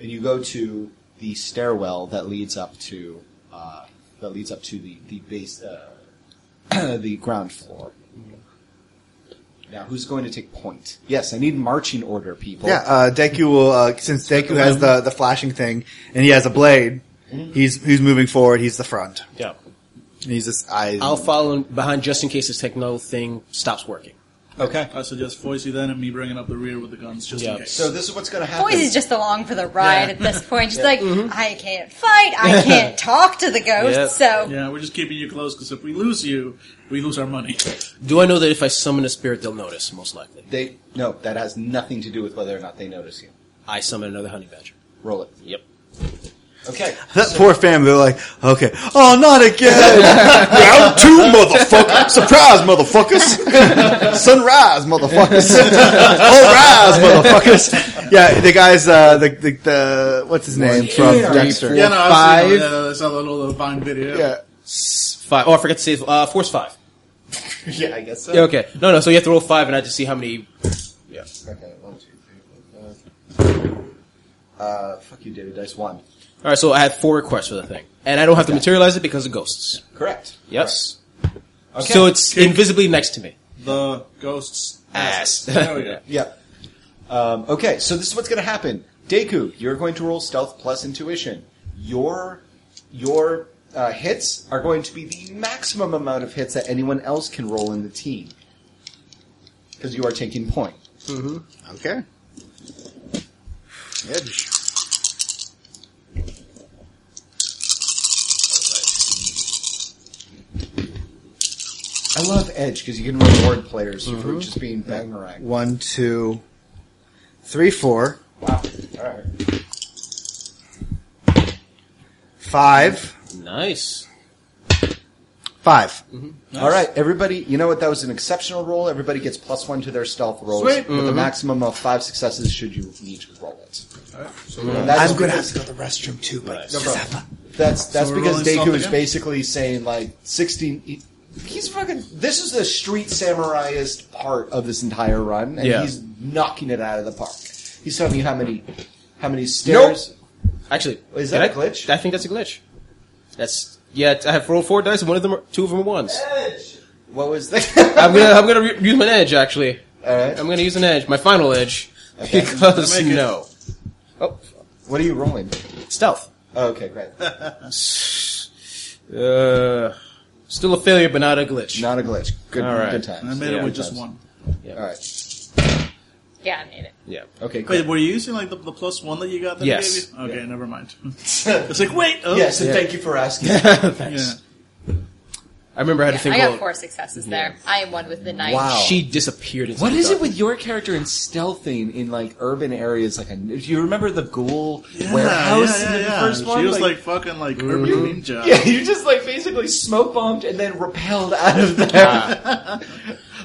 Speaker 4: And you go to the stairwell that leads up to uh, that leads up to the the base uh, *clears throat* the ground floor. Now, who's going to take point? Yes, I need marching order, people.
Speaker 5: Yeah, uh, Deku will uh, since Deku has the the flashing thing and he has a blade. He's he's moving forward. He's the front.
Speaker 6: yeah.
Speaker 5: And He's this eye.
Speaker 6: I'll follow in behind just in case this techno thing stops working.
Speaker 4: Okay.
Speaker 1: I suggest Foisey then and me bringing up the rear with the guns just
Speaker 6: Yeah.
Speaker 1: in case.
Speaker 4: So this is what's going to happen.
Speaker 3: Boys is just along for the ride at this point. She's like,
Speaker 6: Mm-hmm.
Speaker 3: I can't fight.
Speaker 6: *laughs*
Speaker 3: I can't talk to the ghost.
Speaker 6: Yep.
Speaker 3: So
Speaker 1: yeah, we're just keeping you close because if we lose you, we lose our money.
Speaker 6: Do I know that if I summon a spirit, they'll notice? Most likely.
Speaker 4: they no, that has nothing to do with whether or not they notice you.
Speaker 6: I summon another honey badger.
Speaker 4: Roll it.
Speaker 6: Yep.
Speaker 4: Okay.
Speaker 5: that poor family. They're like, okay, oh, not
Speaker 1: *laughs*
Speaker 5: again. Round two, motherfucker. Surprise,
Speaker 1: *laughs*
Speaker 5: motherfuckers. Sunrise, motherfuckers. oh, rise, motherfuckers. Yeah, the guy's uh, the, the the what's his name from Dexter.
Speaker 1: yeah, no, I
Speaker 5: Five.
Speaker 1: was, yeah, no, I saw that little Vine video.
Speaker 5: Yeah.
Speaker 6: Five. Oh, I forgot to say uh, force five.
Speaker 4: *laughs* yeah, I guess so.
Speaker 6: Yeah, okay. No, no. So you have to roll five, and I just see how many. Yeah.
Speaker 4: Okay, one, two, three, four, five. Uh, fuck you, David Dice. One.
Speaker 6: All right. So I had four requests for the thing, and I don't have to materialize it because of ghosts.
Speaker 4: Correct.
Speaker 6: Yes.
Speaker 4: Correct. Okay.
Speaker 6: So it's invisibly next to me.
Speaker 1: The ghosts.
Speaker 4: *laughs*
Speaker 6: Ass.
Speaker 1: There we go.
Speaker 4: yeah. Um, okay, so this is what's going to happen. Deku, you're going to roll stealth plus intuition. Your your uh, hits are going to be the maximum amount of hits that anyone else can roll in the team because you are taking point.
Speaker 5: Okay.
Speaker 4: I love Edge because you can reward players
Speaker 6: Mm-hmm.
Speaker 4: for just being bangarang.
Speaker 5: One, two, three, four,
Speaker 4: Wow. All right.
Speaker 5: five,
Speaker 6: Nice.
Speaker 5: five.
Speaker 4: All right, everybody. You know what? That was an exceptional roll. Everybody gets plus one to their stealth rolls
Speaker 1: Sweet. Mm-hmm.
Speaker 4: with a maximum of five successes. Should you need to roll it?
Speaker 5: I'm gonna
Speaker 4: because,
Speaker 5: have to go to the restroom too, but
Speaker 4: no problem. That's that's
Speaker 1: So we're
Speaker 4: because
Speaker 1: rolling stealth
Speaker 4: Deku is
Speaker 1: again?
Speaker 4: basically saying like sixteen. he- he's fucking. This is the street samuraiist part of this entire run, and
Speaker 6: Yeah.
Speaker 4: he's knocking it out of the park. He's telling you how many how many stairs.
Speaker 6: Actually,
Speaker 4: Is that
Speaker 6: did
Speaker 4: a
Speaker 6: I-
Speaker 4: glitch?
Speaker 6: I think that's a glitch. That's yeah. I have rolled four dice, and one of them, are, two of them are ones.
Speaker 4: What was that?
Speaker 6: I'm gonna, I'm gonna re- use an edge. Actually,
Speaker 4: All right.
Speaker 6: I'm gonna use an edge, my final edge,
Speaker 4: *laughs*
Speaker 1: *laughs*
Speaker 4: Okay.
Speaker 6: *laughs* because
Speaker 1: Make it.
Speaker 6: no
Speaker 4: Oh, what are you rolling?
Speaker 6: stealth.
Speaker 4: Oh, okay, great.
Speaker 6: Uh, still a failure, but not a glitch.
Speaker 4: Not a glitch. Good.
Speaker 6: All right.
Speaker 4: Good
Speaker 1: And I
Speaker 4: times.
Speaker 1: made
Speaker 6: Yeah,
Speaker 1: it with just
Speaker 4: does.
Speaker 1: one.
Speaker 4: All right.
Speaker 3: yeah, I made it.
Speaker 6: Yeah. *laughs*
Speaker 4: Okay. Great.
Speaker 1: Wait, were you using like the, the plus one that you got? That I
Speaker 6: Yes.
Speaker 1: Gave you? Okay, never
Speaker 6: *laughs*
Speaker 1: mind. it's like wait. Oh,
Speaker 4: Yes, and thank you for asking.
Speaker 1: Yeah.
Speaker 6: I remember I had to think.
Speaker 7: I got
Speaker 6: well,
Speaker 7: four successes there. I am one with the knife.
Speaker 4: Wow.
Speaker 6: She disappeared. Into
Speaker 4: What
Speaker 6: the
Speaker 4: is it *laughs*
Speaker 6: dark.
Speaker 4: with your character and stealthing in like urban areas? Like, a, do you remember the ghoul warehouse in the first one?
Speaker 1: She was like fucking like urban ninja.
Speaker 4: *laughs* yeah, you just like basically smoke bombed and then repelled out of there.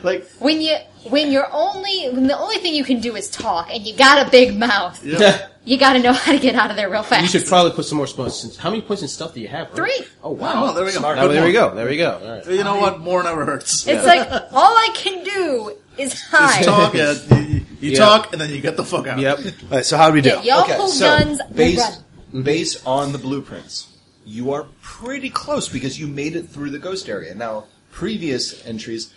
Speaker 4: like,
Speaker 3: When you when you're only when the only thing you can do is talk and you got a big mouth,
Speaker 1: Yeah.
Speaker 3: you got to know how to get out of there real
Speaker 6: You
Speaker 3: fast.
Speaker 6: should probably put some more points. How many points in stuff do you have? Ernie?
Speaker 3: Three.
Speaker 6: Oh *laughs* wow!
Speaker 1: Oh, there we go.
Speaker 6: Smart.
Speaker 1: Good
Speaker 6: there we
Speaker 1: one.
Speaker 6: go. There we go. All right.
Speaker 1: You know what? More never hurts.
Speaker 3: It's like all I can do is hide.
Speaker 1: Just talk. Yeah, you you- you
Speaker 6: Yeah.
Speaker 1: talk and then you get the fuck out.
Speaker 6: Yep.
Speaker 5: All right, so how do we do?
Speaker 3: Yeah, y'all pull guns. we'll run.
Speaker 4: based based on the blueprints, you are pretty close because you made it through the ghost area. Now, previous entries,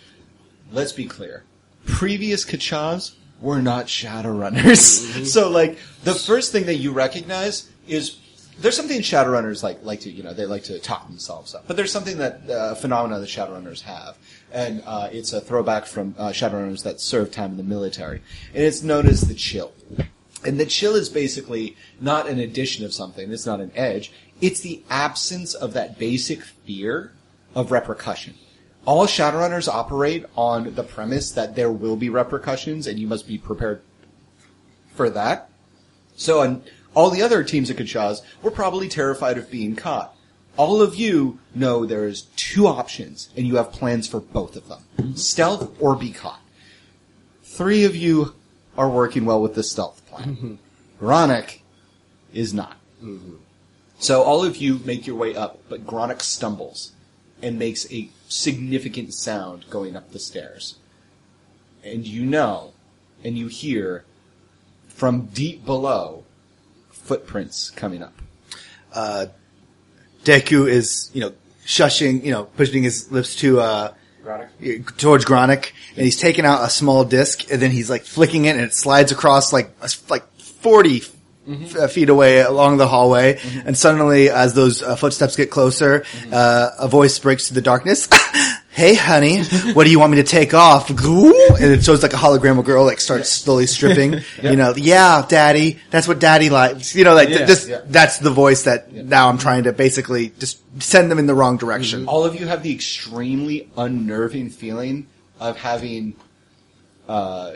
Speaker 4: let's be clear, previous Kachavs were not shadow runners. *laughs* so, like the first thing that you recognize is. There's something Shadowrunners like like to you know they like to talk themselves up, but there's something that uh, phenomena that Shadowrunners have, and uh, it's a throwback from uh, Shadowrunners that served time in the military, and it's known as the chill. And the chill is basically not an addition of something, it's not an edge, it's the absence of that basic fear of repercussion. All Shadowrunners operate on the premise that there will be repercussions and you must be prepared for that. So, and all the other teams at Kachaz were probably terrified of being caught. All of you know there is two options, and you have plans for both of them: stealth or be caught. Three of you are working well with the stealth plan. Gronik is not. So all of you make your way up, but Gronik stumbles and makes a significant sound going up the stairs. And you know, and you hear from deep below footprints coming up.
Speaker 5: Uh, Deku is, you know, shushing, you know, pushing his lips to, uh, Gronick. towards Gronick, and he's taking out a small disc, and then he's like flicking it, and it slides across like, a s- like 40 f- uh, feet away along the hallway, and suddenly, as those uh, footsteps get closer, uh, a voice breaks through the darkness. *laughs* Hey honey, what do you want me to take off? Goo! And it shows like a hologram of girl like starts slowly stripping. You know, yeah, daddy, that's what daddy likes. You know, like th-
Speaker 6: Yeah,
Speaker 5: this,
Speaker 4: yeah.
Speaker 5: that's the voice that now I'm trying to basically just send them in the wrong direction.
Speaker 4: All of you have the extremely unnerving feeling of having uh,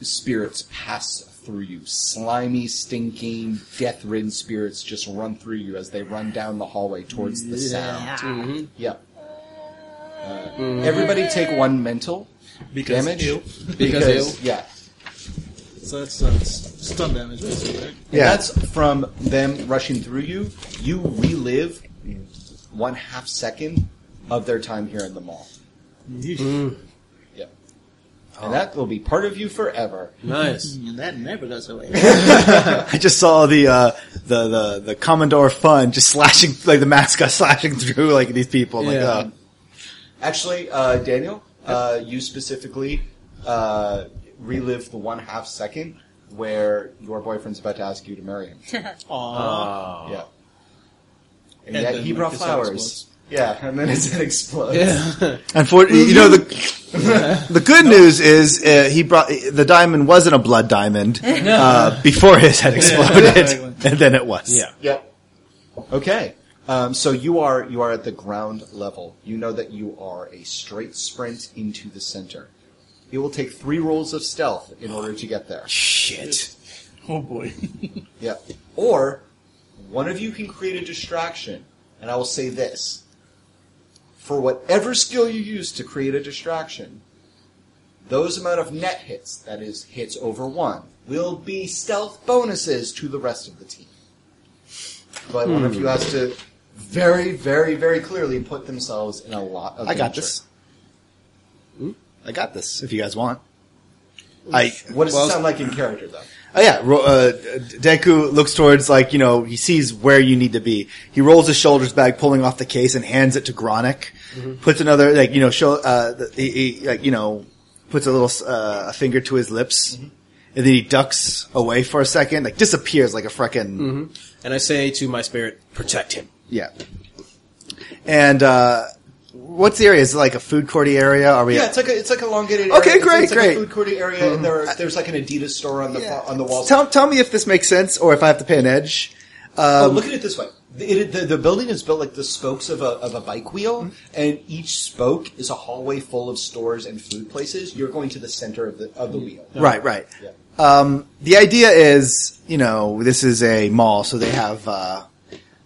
Speaker 4: spirits pass through you. Slimy, stinking, death ridden spirits just run through you as they run down the hallway towards the sound. Yep. Uh, Everybody take one mental
Speaker 1: Because
Speaker 4: damage.
Speaker 1: ew.
Speaker 6: Because
Speaker 4: yeah.
Speaker 1: So that's uh, s- stun damage, basically. Right?
Speaker 4: And
Speaker 5: Yeah.
Speaker 4: that's from them rushing through you. You relive one half second of their time here in the mall.
Speaker 1: Mm-hmm.
Speaker 4: Yep. And that will be part of you forever.
Speaker 6: nice.
Speaker 1: And that never goes away.
Speaker 5: I just saw the, uh, the, the, the Commodore Fun just slashing, like the mascot *laughs* slashing through like these people. Like,
Speaker 6: Yeah.
Speaker 5: uh,
Speaker 4: Actually, uh, Daniel, uh, you specifically uh, relive the one half second where your boyfriend's about to ask you to marry him. Yeah. And,
Speaker 1: And
Speaker 4: yet
Speaker 1: then,
Speaker 4: he
Speaker 1: like,
Speaker 4: brought
Speaker 1: the sound
Speaker 4: flowers.
Speaker 1: explodes.
Speaker 4: Yeah, and then his head explodes.
Speaker 5: unfortunately, you know, the, the good news is, uh, he brought, the diamond wasn't a blood diamond, uh, before his head exploded,
Speaker 1: exactly.
Speaker 5: and then it was.
Speaker 6: Yeah.
Speaker 4: Yep. Okay. Um, so you are you are at the ground level. You know that you are a straight sprint into the center. It will take three rolls of stealth in order to get there.
Speaker 6: Shit.
Speaker 1: *laughs* Oh boy.
Speaker 4: Yep. Or one of you can create a distraction, and I will say this: for whatever skill you use to create a distraction, those amount of net hits, that is hits over one, will be stealth bonuses to the rest of the team. But one of you has to very, very, very clearly put themselves in a lot of
Speaker 5: I got
Speaker 4: danger.
Speaker 5: this. I got this, if you guys want. I,
Speaker 4: What does
Speaker 6: Well,
Speaker 4: it sound like in character, though?
Speaker 5: Oh yeah, ro- uh, Deku looks towards like you know he sees where you need to be. He rolls his shoulders back, pulling off the case, and hands it to Gronick.
Speaker 4: Mm-hmm.
Speaker 5: Puts another like you know show uh, the- he, he, like you know puts a little uh, a finger to his lips,
Speaker 4: Mm-hmm.
Speaker 5: and then he ducks away for a second, like disappears like a frickin'
Speaker 4: Mm-hmm.
Speaker 6: And I say to my spirit,
Speaker 4: *laughs*
Speaker 6: protect him.
Speaker 5: yeah. And uh, what's the area? Is it like a food courty area? Are we?
Speaker 4: Yeah, it's like a, it's like elongated.
Speaker 5: Okay,
Speaker 4: area. It's-
Speaker 5: great,
Speaker 4: it's like a
Speaker 5: great.
Speaker 4: food court area, and
Speaker 5: *laughs*
Speaker 4: there, there's like an Adidas store on the on the wall.
Speaker 5: tell tell me if this makes sense or if I have to pay an edge. Um,
Speaker 4: oh, look at it this way. It, the, the building is built like the spokes of a, of a bike wheel,
Speaker 5: Mm-hmm.
Speaker 4: and each spoke is a hallway full of stores and food places. You're going to the center of the of the wheel.
Speaker 5: Right, right. Um, the idea is, you know, this is a mall, so they have uh,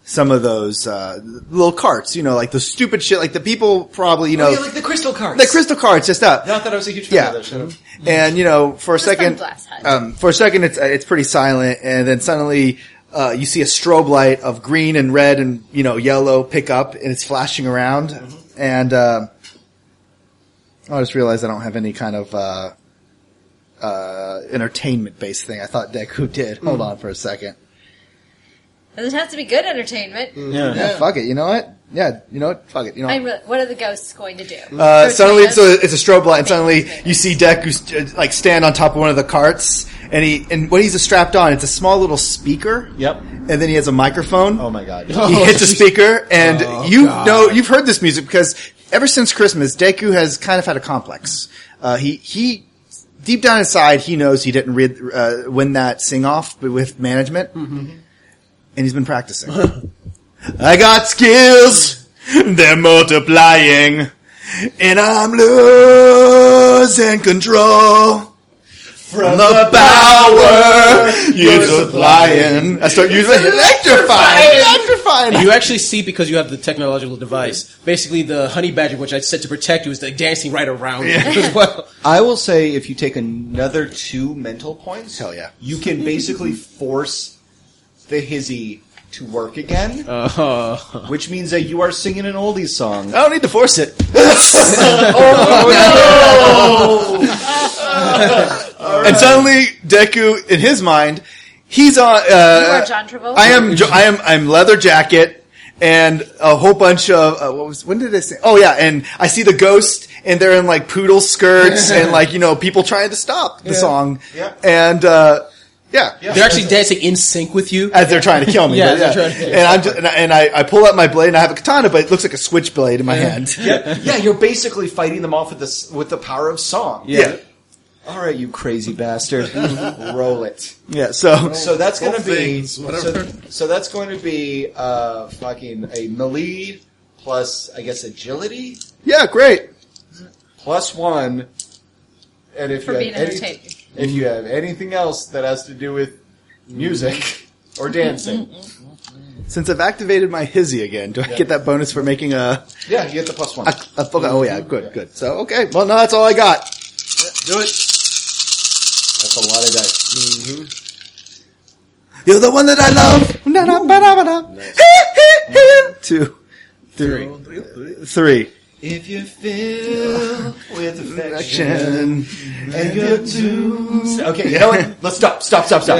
Speaker 5: some of those uh, little carts, you know, like the stupid shit, like the people probably, you know,
Speaker 4: Oh, yeah, like the crystal cards.
Speaker 5: the crystal carts just out.
Speaker 4: I thought I was a huge fan
Speaker 5: Yeah. Mm-hmm.
Speaker 4: of that show.
Speaker 5: And you know, for a
Speaker 3: The
Speaker 5: second,
Speaker 3: sunglass hut.
Speaker 5: um, for a second, it's uh, it's pretty silent, and then suddenly. Uh, you see a strobe light of green and red and you know yellow pick up and it's flashing around and uh, I just realized I don't have any kind of uh, uh, entertainment based thing. I thought Deku did. Hold on for a second.
Speaker 3: Doesn't have to be good entertainment.
Speaker 5: Yeah, fuck it. You know what? Yeah, you know what? Fuck it. You know.
Speaker 3: I'm
Speaker 5: What?
Speaker 3: really, what are the ghosts going to do?
Speaker 5: Uh, suddenly,
Speaker 3: Tortillas?
Speaker 5: so it's a strobe light, and suddenly you see Deku uh, like stand on top of one of the carts, and he and what he's strapped on, it's a small little speaker.
Speaker 13: Yep.
Speaker 5: And then he has a microphone.
Speaker 13: Oh my
Speaker 5: *laughs*
Speaker 13: god.
Speaker 5: he hits a speaker, and you know you've heard this music because ever since Christmas, Deku has kind of had a complex. Uh, he he deep down inside he knows he didn't read, uh, win that sing off with management, and he's been practicing. *laughs* I got skills, they're multiplying, and I'm losing control. From the power you're supplying, I start using *laughs* electrifying, electrifying.
Speaker 6: You actually see because you have the technological device. Basically, the honey badger, which I said to protect you, is like dancing right around *laughs* you as well.
Speaker 4: I will say if you take another two mental points,
Speaker 5: Hell yeah.
Speaker 4: you can
Speaker 5: *laughs*
Speaker 4: basically force the hizzy to work again,
Speaker 5: Oh. *laughs*
Speaker 4: which means that you are singing an oldies song.
Speaker 5: I don't need to
Speaker 4: *laughs*
Speaker 5: force it.
Speaker 4: Oh.
Speaker 5: And suddenly, Deku, in his mind, he's on.
Speaker 3: you
Speaker 5: Uh,
Speaker 3: are John Travolta.
Speaker 5: I am. jo- I am. I'm leather jacket and a whole bunch of. Uh, what was? When did they say? Oh yeah, and I see the ghost, and they're in like poodle skirts, and like you know people trying to stop the song.
Speaker 4: Yeah.
Speaker 5: And uh, yeah.
Speaker 6: They're actually dancing in sync with you.
Speaker 5: As they're trying to kill me,
Speaker 6: Yeah,
Speaker 5: but
Speaker 6: they're trying to-
Speaker 5: and I'm just, and, I, and I, I pull out my blade and I have a katana, but it looks like a switchblade in my hand.
Speaker 4: yeah, yeah, you're basically fighting them off with this with the power of song.
Speaker 5: Yeah.
Speaker 4: All right, you crazy *laughs* bastard, roll it.
Speaker 5: Yeah. So
Speaker 4: So that's going to be
Speaker 1: things, whatever.
Speaker 4: So, so that's going to be uh, fucking a melee plus, I guess, agility
Speaker 5: yeah, great.
Speaker 4: plus one. And if
Speaker 3: for
Speaker 4: you
Speaker 3: being
Speaker 4: have any-
Speaker 3: entertained.
Speaker 4: if you have anything else that has to do with music or
Speaker 3: *laughs*
Speaker 4: dancing,
Speaker 5: Since I've activated my hizzy again, do I get that bonus for making a?
Speaker 4: yeah, you get the plus one.
Speaker 5: a, a fuck- oh yeah, good, good. So okay, well no, that's all I got.
Speaker 4: Do it. That's a lot of dice.
Speaker 5: You're the one that I love. Na-na-ba-da-ba-da. Two, three, three.
Speaker 4: If you fill with
Speaker 5: Action.
Speaker 4: and you're too. *laughs* Okay, you know what? Let's stop. Stop. Stop. Stop.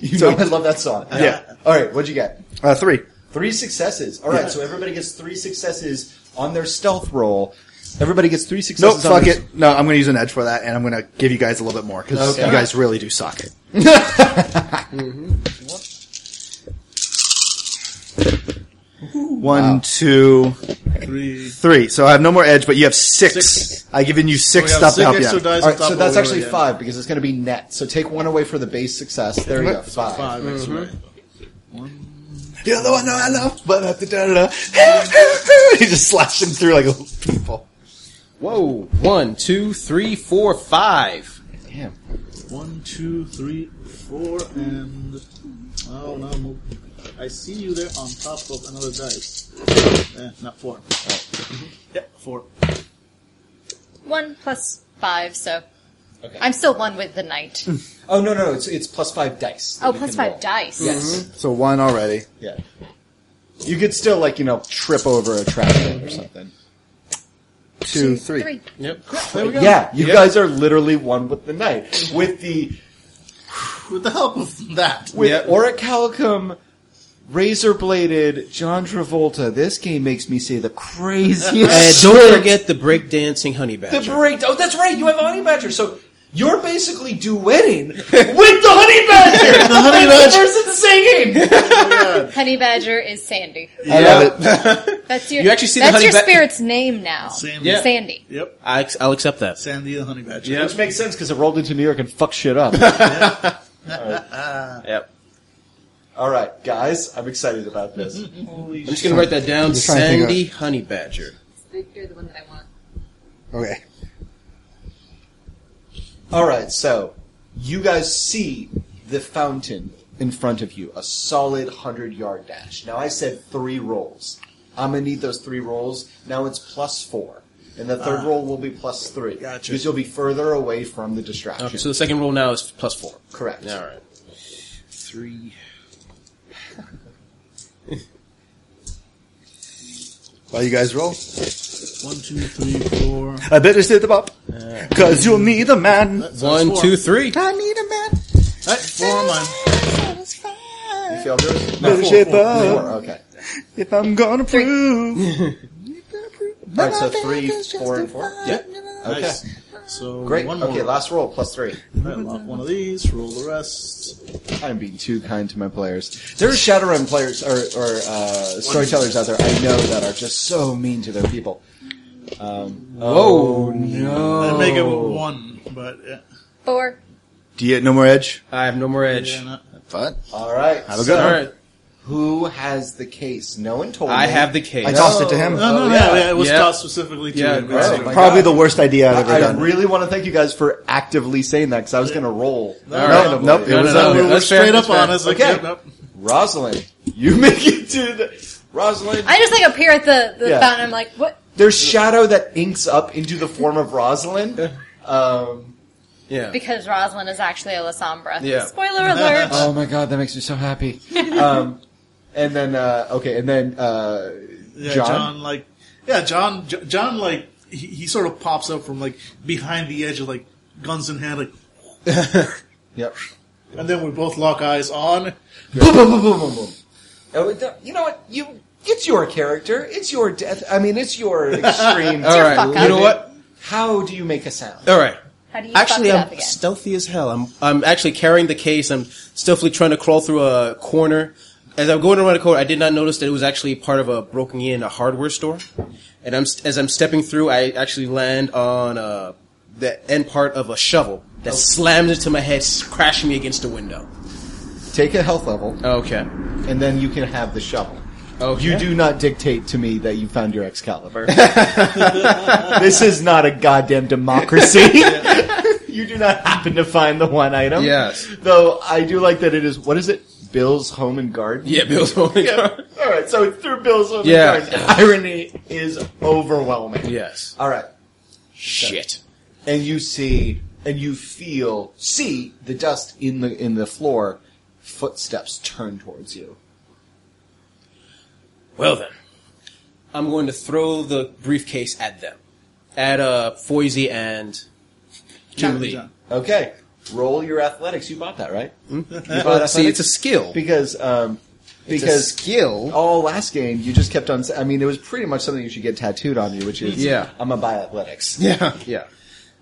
Speaker 4: You know I love that song.
Speaker 5: Yeah.
Speaker 4: All right. What'd you get?
Speaker 5: Uh, three.
Speaker 4: Three successes. All right, so everybody gets three successes on their stealth roll. Everybody gets three
Speaker 5: Nope.
Speaker 4: successes. on
Speaker 5: Fuck
Speaker 4: their-
Speaker 5: it. No, I'm gonna use an edge for that, and I'm gonna give you guys a little bit more because
Speaker 4: Okay.
Speaker 5: you guys really do suck. *laughs* Mm-hmm. One, two,
Speaker 1: Three.
Speaker 5: three. So I have no more edge, but you have six.
Speaker 1: Six.
Speaker 5: I've given you six
Speaker 4: Oh,
Speaker 1: We have
Speaker 5: stuff to
Speaker 1: six
Speaker 5: help you.
Speaker 1: extra
Speaker 5: out.
Speaker 1: dice
Speaker 4: All
Speaker 1: on
Speaker 4: right,
Speaker 1: top
Speaker 4: so
Speaker 1: of
Speaker 4: that's
Speaker 1: what we
Speaker 4: actually
Speaker 1: already had.
Speaker 4: five because it's going to be net. So take one away for the base success. There you go. Five.
Speaker 1: Five extra.
Speaker 5: Mm-hmm. You're the one that I love, but da da da. He just slashed him *laughs* through like a people.
Speaker 6: Whoa. One, two, three, four, five.
Speaker 1: One, two, three, four, and oh no, mo- I see you there on top of another dice. Eh, not four.
Speaker 6: Mm-hmm.
Speaker 1: Yeah, four.
Speaker 3: One plus five, so I'm still one with the knight.
Speaker 4: Oh no, no, it's it's plus five dice. that
Speaker 3: Oh,
Speaker 4: you
Speaker 3: plus
Speaker 4: can
Speaker 3: five
Speaker 4: roll.
Speaker 3: dice.
Speaker 4: Yes.
Speaker 5: So one already.
Speaker 4: Yeah. You could still like you know trip over a trapdoor or something.
Speaker 5: Two, three.
Speaker 3: Three.
Speaker 6: Yep.
Speaker 4: Yeah, you guys are literally one with the knight with the
Speaker 1: With the help of that,
Speaker 4: with Auric Calcum, razor bladed John Travolta. This game makes me say the
Speaker 6: And *laughs*
Speaker 4: craziest.
Speaker 6: Uh, don't forget the breakdancing honey badger.
Speaker 4: the break. Oh, that's right. You have honey badger. So you're basically *laughs* duetting with the honey badger. the honey badger. First the same game.
Speaker 3: Honey Badger is Sandy.
Speaker 5: I love
Speaker 3: *laughs*
Speaker 5: it.
Speaker 3: That's your.
Speaker 6: You actually see the
Speaker 3: that's
Speaker 6: honey
Speaker 3: your
Speaker 6: ba-
Speaker 3: spirit's name now.
Speaker 1: Sandy.
Speaker 6: Yeah.
Speaker 3: Sandy.
Speaker 1: Yep,
Speaker 6: I ex- I'll accept that.
Speaker 1: Sandy the honey badger.
Speaker 4: Which makes sense because it rolled into New York and fucked shit up.
Speaker 6: Yep.
Speaker 4: *laughs* All right, guys, I'm excited about this.
Speaker 6: I'm just gonna write that down.
Speaker 5: just trying to figure
Speaker 6: Sandy Honey Badger.
Speaker 7: You're the one that I want.
Speaker 5: Okay.
Speaker 4: All right, so you guys see the fountain in front of you, a solid 100 yard dash. Now, I said three rolls. I'm going to need those three rolls. Now it's plus four. And the third roll will be plus three.
Speaker 6: Gotcha.
Speaker 4: Because you'll be further away from the distraction.
Speaker 6: Okay, so the second roll now is plus four.
Speaker 4: Correct.
Speaker 6: All right. Three.
Speaker 5: While you guys roll,
Speaker 1: One, two, three, four.
Speaker 5: I better sit them up, cause you'll need a man.
Speaker 6: One, two, three.
Speaker 5: I need a man.
Speaker 1: Alright, four on mine.
Speaker 4: You failed yours?
Speaker 5: Better shape up
Speaker 4: Four, okay.
Speaker 5: if I'm gonna prove.
Speaker 4: *laughs* All right, so three, four, and four? Yeah. Okay.
Speaker 1: Nice. So
Speaker 4: Great.
Speaker 1: one more.
Speaker 4: Okay, last roll, plus three.
Speaker 1: Alright, lock one of these. Roll the rest.
Speaker 4: I'm being too kind to my players. There are Shadowrun players or, or uh, storytellers out there I know that are just so mean to their people. Um, oh no!
Speaker 1: I make it
Speaker 4: Oh.
Speaker 1: with one, but yeah.
Speaker 7: Four.
Speaker 5: Do you get no more edge?
Speaker 6: I have no more edge.
Speaker 1: yeah not,
Speaker 5: Fun.
Speaker 4: All right.
Speaker 5: Have a good
Speaker 6: All
Speaker 5: one.
Speaker 6: right.
Speaker 4: Who has the case? No one told
Speaker 6: I
Speaker 4: me.
Speaker 6: have the case.
Speaker 5: I tossed it to him.
Speaker 1: no, no,
Speaker 4: Oh,
Speaker 1: no,
Speaker 4: yeah.
Speaker 1: yeah. it was
Speaker 6: Yeah.
Speaker 1: tossed specifically to
Speaker 6: Yeah,
Speaker 1: him.
Speaker 6: right.
Speaker 1: Basically.
Speaker 4: my
Speaker 5: Probably
Speaker 4: God.
Speaker 5: the worst idea I've ever
Speaker 4: I
Speaker 5: done.
Speaker 4: really want to thank you guys for actively saying that because I was going to roll.
Speaker 6: All
Speaker 5: Nope,
Speaker 6: right.
Speaker 5: nope, it
Speaker 6: No,
Speaker 5: was
Speaker 6: no, no,
Speaker 5: on
Speaker 1: We
Speaker 5: you.
Speaker 1: were
Speaker 6: that's fair,
Speaker 1: straight
Speaker 6: that's
Speaker 1: up on
Speaker 6: fair.
Speaker 1: us. Like,
Speaker 4: Okay.
Speaker 1: yep, yep.
Speaker 4: Rosalind, you *laughs* make it to the Rosalind.
Speaker 7: I just like appear at the, the
Speaker 4: Yeah.
Speaker 7: fountain. I'm like, what?
Speaker 4: There's shadow that inks up into the form of Rosalind. Um,
Speaker 6: Yeah.
Speaker 7: Because Rosalind is actually a Lasombra.
Speaker 6: Yeah.
Speaker 7: Spoiler alert.
Speaker 4: Oh my god, that makes me so happy. um, and then uh, okay, and then uh,
Speaker 1: Yeah,
Speaker 4: John?
Speaker 1: John? like yeah, John. J- John like he, he sort of pops up from like behind the edge of like guns in hand, like,
Speaker 4: yep.
Speaker 1: and then we both lock eyes on.
Speaker 4: Boom, boom, boom, boom, boom, boom. Oh, it- You know what? You it's your character. It's your death. I mean, it's
Speaker 6: *laughs*
Speaker 4: your extreme.
Speaker 6: All
Speaker 7: fuck
Speaker 6: right.
Speaker 7: up.
Speaker 6: You know what?
Speaker 4: How do you make a sound?
Speaker 6: All right.
Speaker 7: How do you
Speaker 6: Actually,
Speaker 7: fuck it up
Speaker 6: I'm
Speaker 7: again?
Speaker 6: stealthy as hell. I'm I'm actually carrying the case. I'm stealthily trying to crawl through a corner. As I'm going around a corner, I did not notice that it was actually part of a broken in a hardware store. And I'm st- as I'm stepping through, I actually land on uh, the end part of a shovel that slams into my head, s- crashing me against the window.
Speaker 4: Take a health level,
Speaker 6: Okay.
Speaker 4: and then you can have the shovel.
Speaker 6: Okay.
Speaker 4: You do not dictate to me that you found your
Speaker 6: *laughs*
Speaker 4: Excalibur. *laughs* this is not a goddamn
Speaker 6: *laughs*
Speaker 4: democracy. *laughs* you do not happen to find the one item.
Speaker 6: Yes.
Speaker 4: Though I do like that it is, what is it? Bill's Home and Garden?
Speaker 6: Yeah, Bill's holding card.
Speaker 4: All right, so it's through Bill's Home
Speaker 6: Yeah.
Speaker 4: and Garden. Irony is overwhelming.
Speaker 6: Yes.
Speaker 4: All right.
Speaker 6: Shit.
Speaker 4: and you see and you feel see the dust in the in the floor footsteps turn towards you
Speaker 6: Well then, I'm going to throw the briefcase at them, at uh Foisey and Julie.
Speaker 1: John.
Speaker 4: okay roll your athletics you bought that right you
Speaker 6: Uh,
Speaker 4: bought
Speaker 6: see,
Speaker 4: athletics
Speaker 6: it's a skill.
Speaker 4: because um because
Speaker 6: skill.
Speaker 4: all last game you just kept on s- i mean it was pretty much something you should get tattooed on you which is
Speaker 6: Yeah.
Speaker 4: i'm a buy athletics
Speaker 6: Yeah, yeah.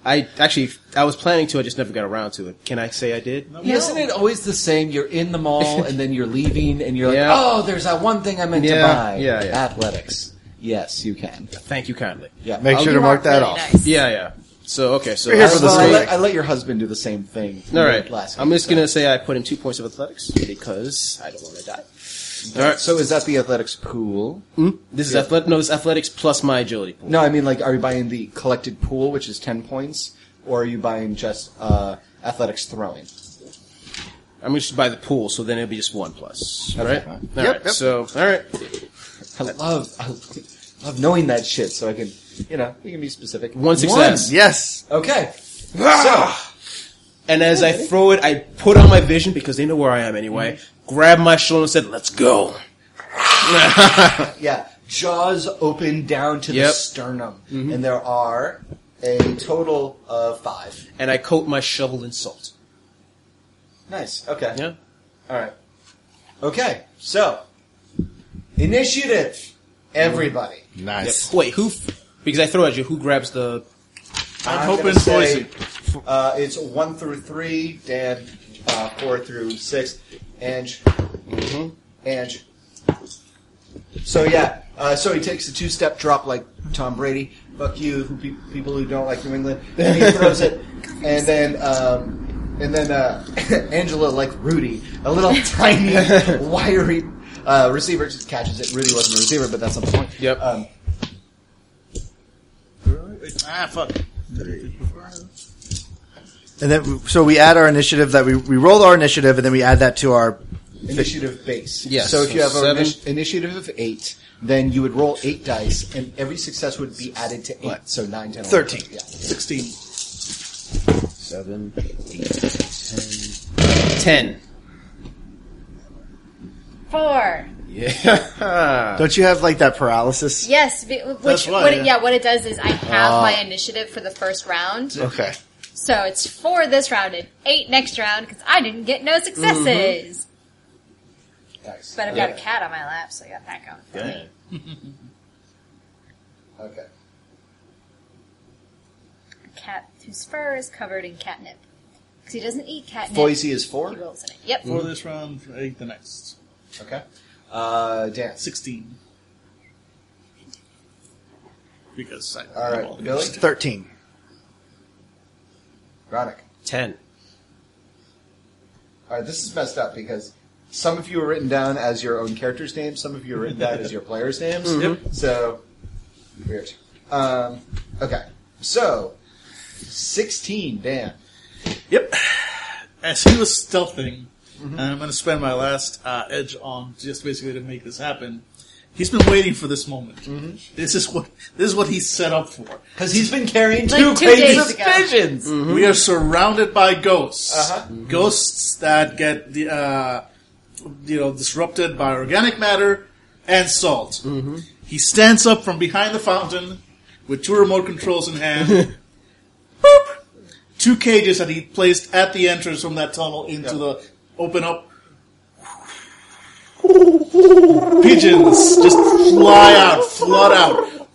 Speaker 6: I actually, I was planning to. I just never got around to it. Can I say I did?
Speaker 4: Isn't it always the same? You're in the
Speaker 6: *laughs*
Speaker 4: mall and then you're leaving, and you're like,
Speaker 6: Yeah.
Speaker 4: "Oh, there's that one thing I meant
Speaker 6: Yeah,
Speaker 4: to buy."
Speaker 6: yeah, yeah.
Speaker 4: Athletics. Yes, you can.
Speaker 6: Thank you kindly.
Speaker 4: Yeah.
Speaker 5: Make sure to
Speaker 7: You
Speaker 5: mark
Speaker 7: are
Speaker 5: that
Speaker 7: really
Speaker 5: off.
Speaker 7: nice.
Speaker 6: Yeah, yeah. So okay, so
Speaker 5: We're here for the
Speaker 4: Well, I,
Speaker 5: story.
Speaker 4: let, I let your husband do the same thing.
Speaker 6: all right.
Speaker 4: Last
Speaker 6: I'm
Speaker 4: week,
Speaker 6: just gonna say I put in two points of athletics because I don't want to die.
Speaker 4: so.
Speaker 6: All right. So
Speaker 4: So is that the athletics pool?
Speaker 6: this is athletic. No, this is athletics plus my agility pool.
Speaker 4: No, I mean like, are you buying the collected pool, which is ten points, or are you buying just uh, athletics throwing?
Speaker 6: I'm gonna just buy the pool, so then it'll be just one plus. All
Speaker 4: Okay.
Speaker 6: right. All right. So all right.
Speaker 4: I love, I love knowing that shit, so I can, you know, we can be specific.
Speaker 6: One success.
Speaker 5: Yes.
Speaker 4: Okay.
Speaker 6: And as I throw it, I put on my vision because they know where I am anyway. Mm-hmm. Grab my shoulder and said, "Let's go." *laughs*
Speaker 4: Yeah. Jaws open down to the
Speaker 6: Yep. Mm-hmm.
Speaker 4: sternum, and there are a total of five.
Speaker 6: And I coat my shovel in salt.
Speaker 4: Nice. Okay.
Speaker 6: Yeah.
Speaker 4: All right. Okay. So, initiative, everybody.
Speaker 5: Nice.
Speaker 6: Wait, who? F- because I throw at you. Who grabs the?
Speaker 1: I'm,
Speaker 4: I'm
Speaker 1: hoping
Speaker 4: gonna say,
Speaker 1: Foisey.
Speaker 4: Uh, it's one through three, Dan, uh, four through six, Ange,
Speaker 1: Mm-hmm.
Speaker 4: Ange. So yeah, uh, so he takes a two-step drop like Tom Brady. Fuck you, who pe- people who don't like New England. And he throws it, and then um, And then uh, *laughs* Angela, like Rudy, a
Speaker 1: *laughs*
Speaker 4: little tiny, wiry uh, receiver just catches it. Rudy wasn't a receiver, but that's not the point.
Speaker 6: Yep.
Speaker 4: Um,
Speaker 1: Ah, fuck.
Speaker 5: And then, so we add our initiative that we, we roll our initiative and then we add that to our,
Speaker 4: initiative base.
Speaker 6: Yes.
Speaker 4: So if you have
Speaker 6: So
Speaker 4: an
Speaker 6: seven.
Speaker 4: initi- initiative of eight, then you would roll eight dice, and every success would be added to eight. So nine, ten, 11,
Speaker 5: 13.
Speaker 4: Yeah.
Speaker 1: 16.
Speaker 14: Seven, eight, ten.
Speaker 6: Ten.
Speaker 3: Four.
Speaker 6: Yeah.
Speaker 5: don't you have like that paralysis?
Speaker 3: Yes, be- which
Speaker 1: That's why,
Speaker 3: what it,
Speaker 1: yeah.
Speaker 3: yeah, what it does is I have my initiative for the first round,
Speaker 5: Okay.
Speaker 3: so it's four this round and eight next round because I didn't get no successes.
Speaker 4: Nice.
Speaker 3: But I've got a cat on my lap, so I got that going for me.
Speaker 4: *laughs* Okay.
Speaker 3: A cat whose fur is covered in catnip because he doesn't eat catnip.
Speaker 4: Boise is
Speaker 3: He
Speaker 4: four.
Speaker 3: rolls in it. Yep.
Speaker 1: For this round, for eight the next.
Speaker 4: Okay. Uh, dance.
Speaker 1: 16. Because I
Speaker 4: All right, Billy.
Speaker 5: 13.
Speaker 4: Ronick.
Speaker 6: Ten.
Speaker 4: All right, this is messed up because some of you are written down as your own character's names, some of you are written down as your player's
Speaker 6: *laughs*
Speaker 4: names.
Speaker 6: Yep.
Speaker 4: So weird. Um, okay, so sixteen, Dan.
Speaker 1: Yep. As he was stealthing,
Speaker 4: Mm-hmm.
Speaker 1: and I'm going to spend my last uh, edge on just basically to make this happen. He's been waiting for this moment.
Speaker 4: Mm-hmm.
Speaker 1: This is what this is what he's set up for.
Speaker 4: Because he's been carrying
Speaker 3: Like two two pages days of ago.
Speaker 4: visions.
Speaker 1: We are surrounded by ghosts.
Speaker 4: Uh-huh.
Speaker 1: Ghosts that get the, uh, you know disrupted by organic matter and salt.
Speaker 4: Mm-hmm.
Speaker 1: He stands up from behind the fountain with two remote controls in hand. Boop! Two cages that he placed at the entrance from that tunnel into the open up. Pigeons just fly out, flood out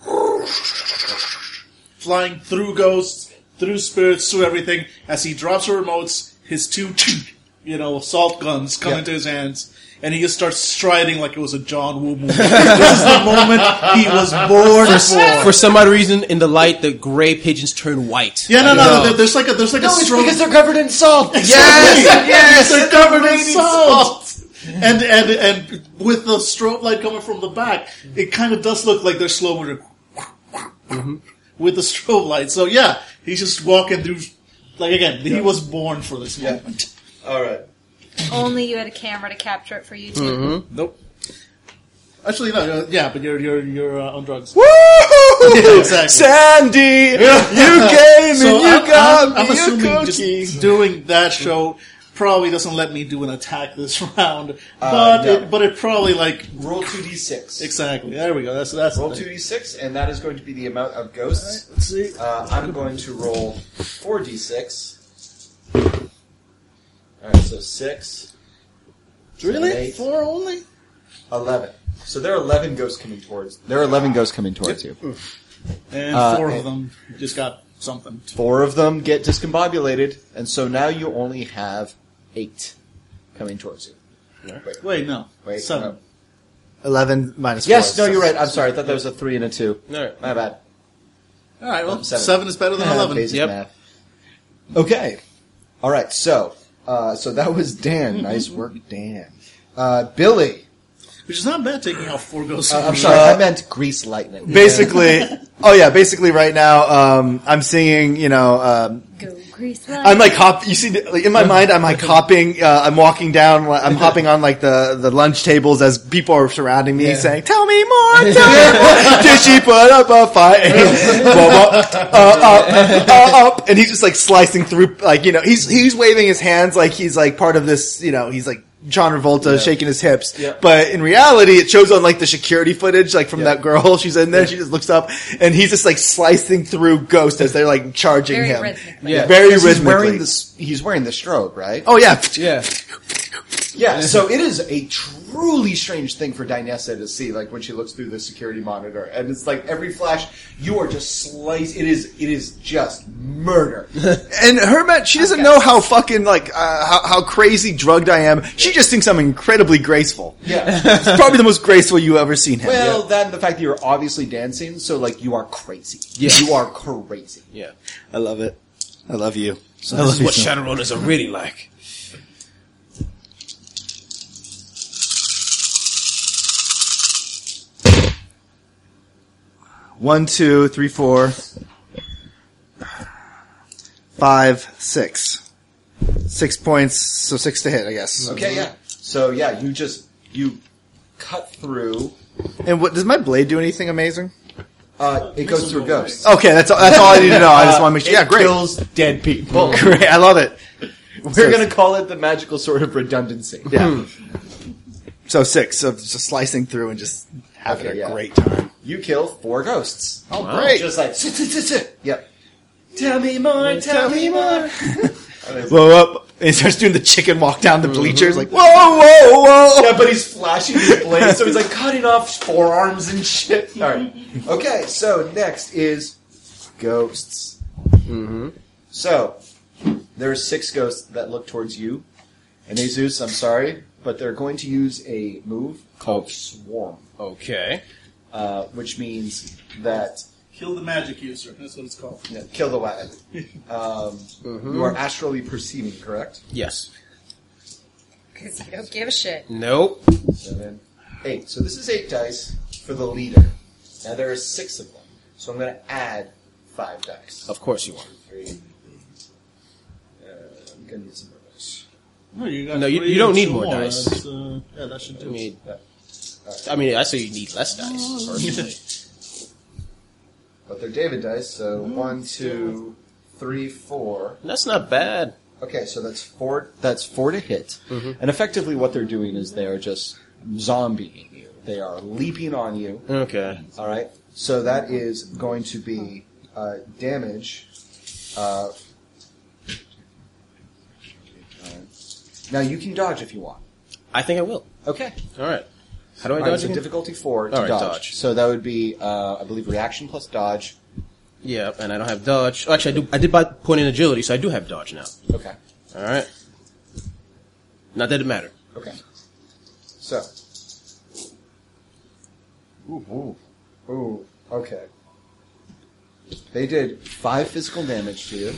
Speaker 1: flying through ghosts, through spirits, through everything. As he drops the remotes, his two, *clears throat* you know, assault guns come into his hands, and he just starts striding like it was a John Woo movie. this is the moment he was born for.
Speaker 6: For some odd reason, in the light, the gray pigeons turn white.
Speaker 1: *laughs* Yeah, no, no, no. There's like a there's like a
Speaker 4: No, it's
Speaker 1: strong.
Speaker 4: because they're covered in salt.
Speaker 1: Yes, yes, they're covered in salt. And and and with the strobe light coming from the back, it kind of does look like they're slow motion with the strobe light. So yeah, he's just walking through. Like again, he was born for this moment.
Speaker 4: All right.
Speaker 3: Only you had a camera to capture it for you too.
Speaker 1: Nope. Actually, no. uh, Yeah, but you're you're you're uh, on drugs.
Speaker 14: Woo!
Speaker 1: Yeah, exactly.
Speaker 14: Sandy, you came and you
Speaker 1: I'm,
Speaker 14: got
Speaker 1: I'm, I'm
Speaker 14: me a
Speaker 1: assuming
Speaker 14: cookie.
Speaker 1: just doing that show probably doesn't let me do an attack this *laughs* round, but
Speaker 4: no.
Speaker 1: it, but it probably like
Speaker 4: Roll two d six.
Speaker 1: Exactly. There we go. That's that's.
Speaker 4: Roll
Speaker 1: the
Speaker 4: two
Speaker 1: thing.
Speaker 4: d six, and that is going to be the amount of ghosts.
Speaker 1: Let's see.
Speaker 4: Uh, I'm going to roll four d six. All right, so six,
Speaker 1: Really?
Speaker 4: eight.
Speaker 1: Four only?
Speaker 4: eleven. So there are eleven ghosts coming towards. There are eleven ghosts coming towards you.
Speaker 1: And
Speaker 4: Uh,
Speaker 1: four of
Speaker 4: and-
Speaker 1: them just got something.
Speaker 4: Four of them get discombobulated, and so now you only have eight coming towards you.
Speaker 1: Wait, no.
Speaker 4: Wait,
Speaker 1: Seven.
Speaker 4: no.
Speaker 5: 11 minus 4.
Speaker 4: Yes, no, you're right. I'm sorry. I thought there was a three and a two.
Speaker 6: No.
Speaker 4: My bad.
Speaker 1: All right. Well,
Speaker 4: Seven.
Speaker 1: seven. is better than eleven.
Speaker 4: Basic
Speaker 6: Yep.
Speaker 4: math. Okay. All right. So, uh, so that was Dan. nice work, Dan. Uh, Billy.
Speaker 1: Which is not bad taking off four ghosts.
Speaker 4: Uh, I'm sorry. I meant Grease Lightning.
Speaker 5: Basically, oh yeah, basically right now, um, I'm singing, you know, um,
Speaker 3: Go grease light.
Speaker 5: I'm like hop. You see, like, in my mind, I'm like hopping. Uh, I'm walking down. like, I'm hopping on like the, the lunch tables as people are surrounding me, saying, "Tell me more. Tell me more. Did she put up a fight? Well, well, uh, up, uh, up." And he's just like slicing through. Like you know, he's he's waving his hands like he's like part of this. You know, he's like. John Travolta shaking his hips, but in reality, it shows on like the security footage, like from that girl. *laughs* She's in there. She just looks up, and he's just like slicing through ghosts as they're like charging
Speaker 3: Very
Speaker 5: him.
Speaker 3: rhythmically.
Speaker 6: Yeah.
Speaker 5: very
Speaker 4: Because
Speaker 5: rhythmically.
Speaker 4: he's wearing this. He's wearing the strobe, right?
Speaker 5: Oh yeah.
Speaker 6: Yeah.
Speaker 4: Yeah,
Speaker 5: *laughs*
Speaker 4: so it is a truly strange thing for Dinesa to see, like when she looks through the security monitor, and it's like every flash, you are just slice. It is, it is just
Speaker 5: *laughs*
Speaker 4: murder.
Speaker 5: And her man, she doesn't know how fucking like uh, how, how crazy drugged I am. She just thinks I'm incredibly graceful. *laughs*
Speaker 4: Yeah.
Speaker 5: It's probably the most graceful you ever seen him.
Speaker 4: Well, then the fact that you're obviously dancing, so like you are crazy.
Speaker 6: Yes.
Speaker 4: You are crazy.
Speaker 6: Yeah.
Speaker 5: I love it. I love you.
Speaker 6: So this is what Shadowrunners are really like.
Speaker 5: One, two, three, four, five, six. Six points, so six to hit, I guess.
Speaker 4: Okay, yeah. So yeah, you just you cut through.
Speaker 5: And what does my blade do anything amazing?
Speaker 4: Uh, it goes through ghosts.
Speaker 5: Okay, that's all, that's all I need to know. Oh, I just want to make sure. Yeah,
Speaker 4: It
Speaker 5: great,
Speaker 4: Kills dead people.
Speaker 5: great. I love it.
Speaker 4: We're gonna call it the magical sword of redundancy.
Speaker 5: Yeah. so six, so just slicing through and just having
Speaker 4: Okay,
Speaker 5: a
Speaker 4: yeah.
Speaker 5: great time.
Speaker 4: You kill four ghosts.
Speaker 5: Oh, great.
Speaker 4: Just like yep. Tell me more. Tell me more.
Speaker 5: Blow up. And he starts doing the chicken walk down the bleachers, like whoa, whoa, whoa.
Speaker 4: Yeah, but he's flashing his blade, so he's like cutting off forearms and shit. All right. Okay, so next is ghosts. Mm-hmm. So there are six ghosts that look towards you, and Jesus, I'm sorry, but they're going to use a move called swarm,
Speaker 6: Okay.
Speaker 4: uh, which means that
Speaker 1: Kill the magic user. That's what it's called.
Speaker 4: no, kill the wagon. Um, You are astrally perceiving, correct?
Speaker 6: Yes.
Speaker 7: Because you don't give a shit.
Speaker 6: Nope.
Speaker 4: Seven, eight. So this is eight dice for the leader. Now there are six of them, so I'm going to add five dice.
Speaker 6: Of course you are.
Speaker 4: Three. Uh, I'm gonna need some more dice.
Speaker 1: No, you, got
Speaker 6: No, you-
Speaker 1: three
Speaker 6: you don't
Speaker 1: and
Speaker 6: need
Speaker 1: two
Speaker 6: more dice.
Speaker 1: That's, uh, yeah, that should do
Speaker 6: I
Speaker 1: it.
Speaker 6: mean, I mean, I say you need less dice. personally.
Speaker 4: But they're David dice, so one, two, three, four.
Speaker 6: *laughs* That's not bad.
Speaker 4: Okay, so that's four. That's four to hit. And effectively, what they're doing is they are just zombieing you. They are leaping on you.
Speaker 6: Okay.
Speaker 4: All right. So that is going to be uh, damage. Uh, now you can dodge if you want.
Speaker 6: I think I will.
Speaker 4: Okay.
Speaker 6: All right. How do I
Speaker 4: All right,
Speaker 6: dodge
Speaker 4: so
Speaker 6: again?
Speaker 4: difficulty four to
Speaker 6: All right,
Speaker 4: dodge.
Speaker 6: dodge.
Speaker 4: So that would be, uh, I believe, reaction plus dodge.
Speaker 6: Yeah, and I don't have dodge. Oh, actually, I do. I did buy point in agility, so I do have dodge now.
Speaker 4: Okay.
Speaker 6: All right. Not that it matter.
Speaker 4: Okay. So. Ooh, ooh, ooh. Okay. They did five physical damage to you.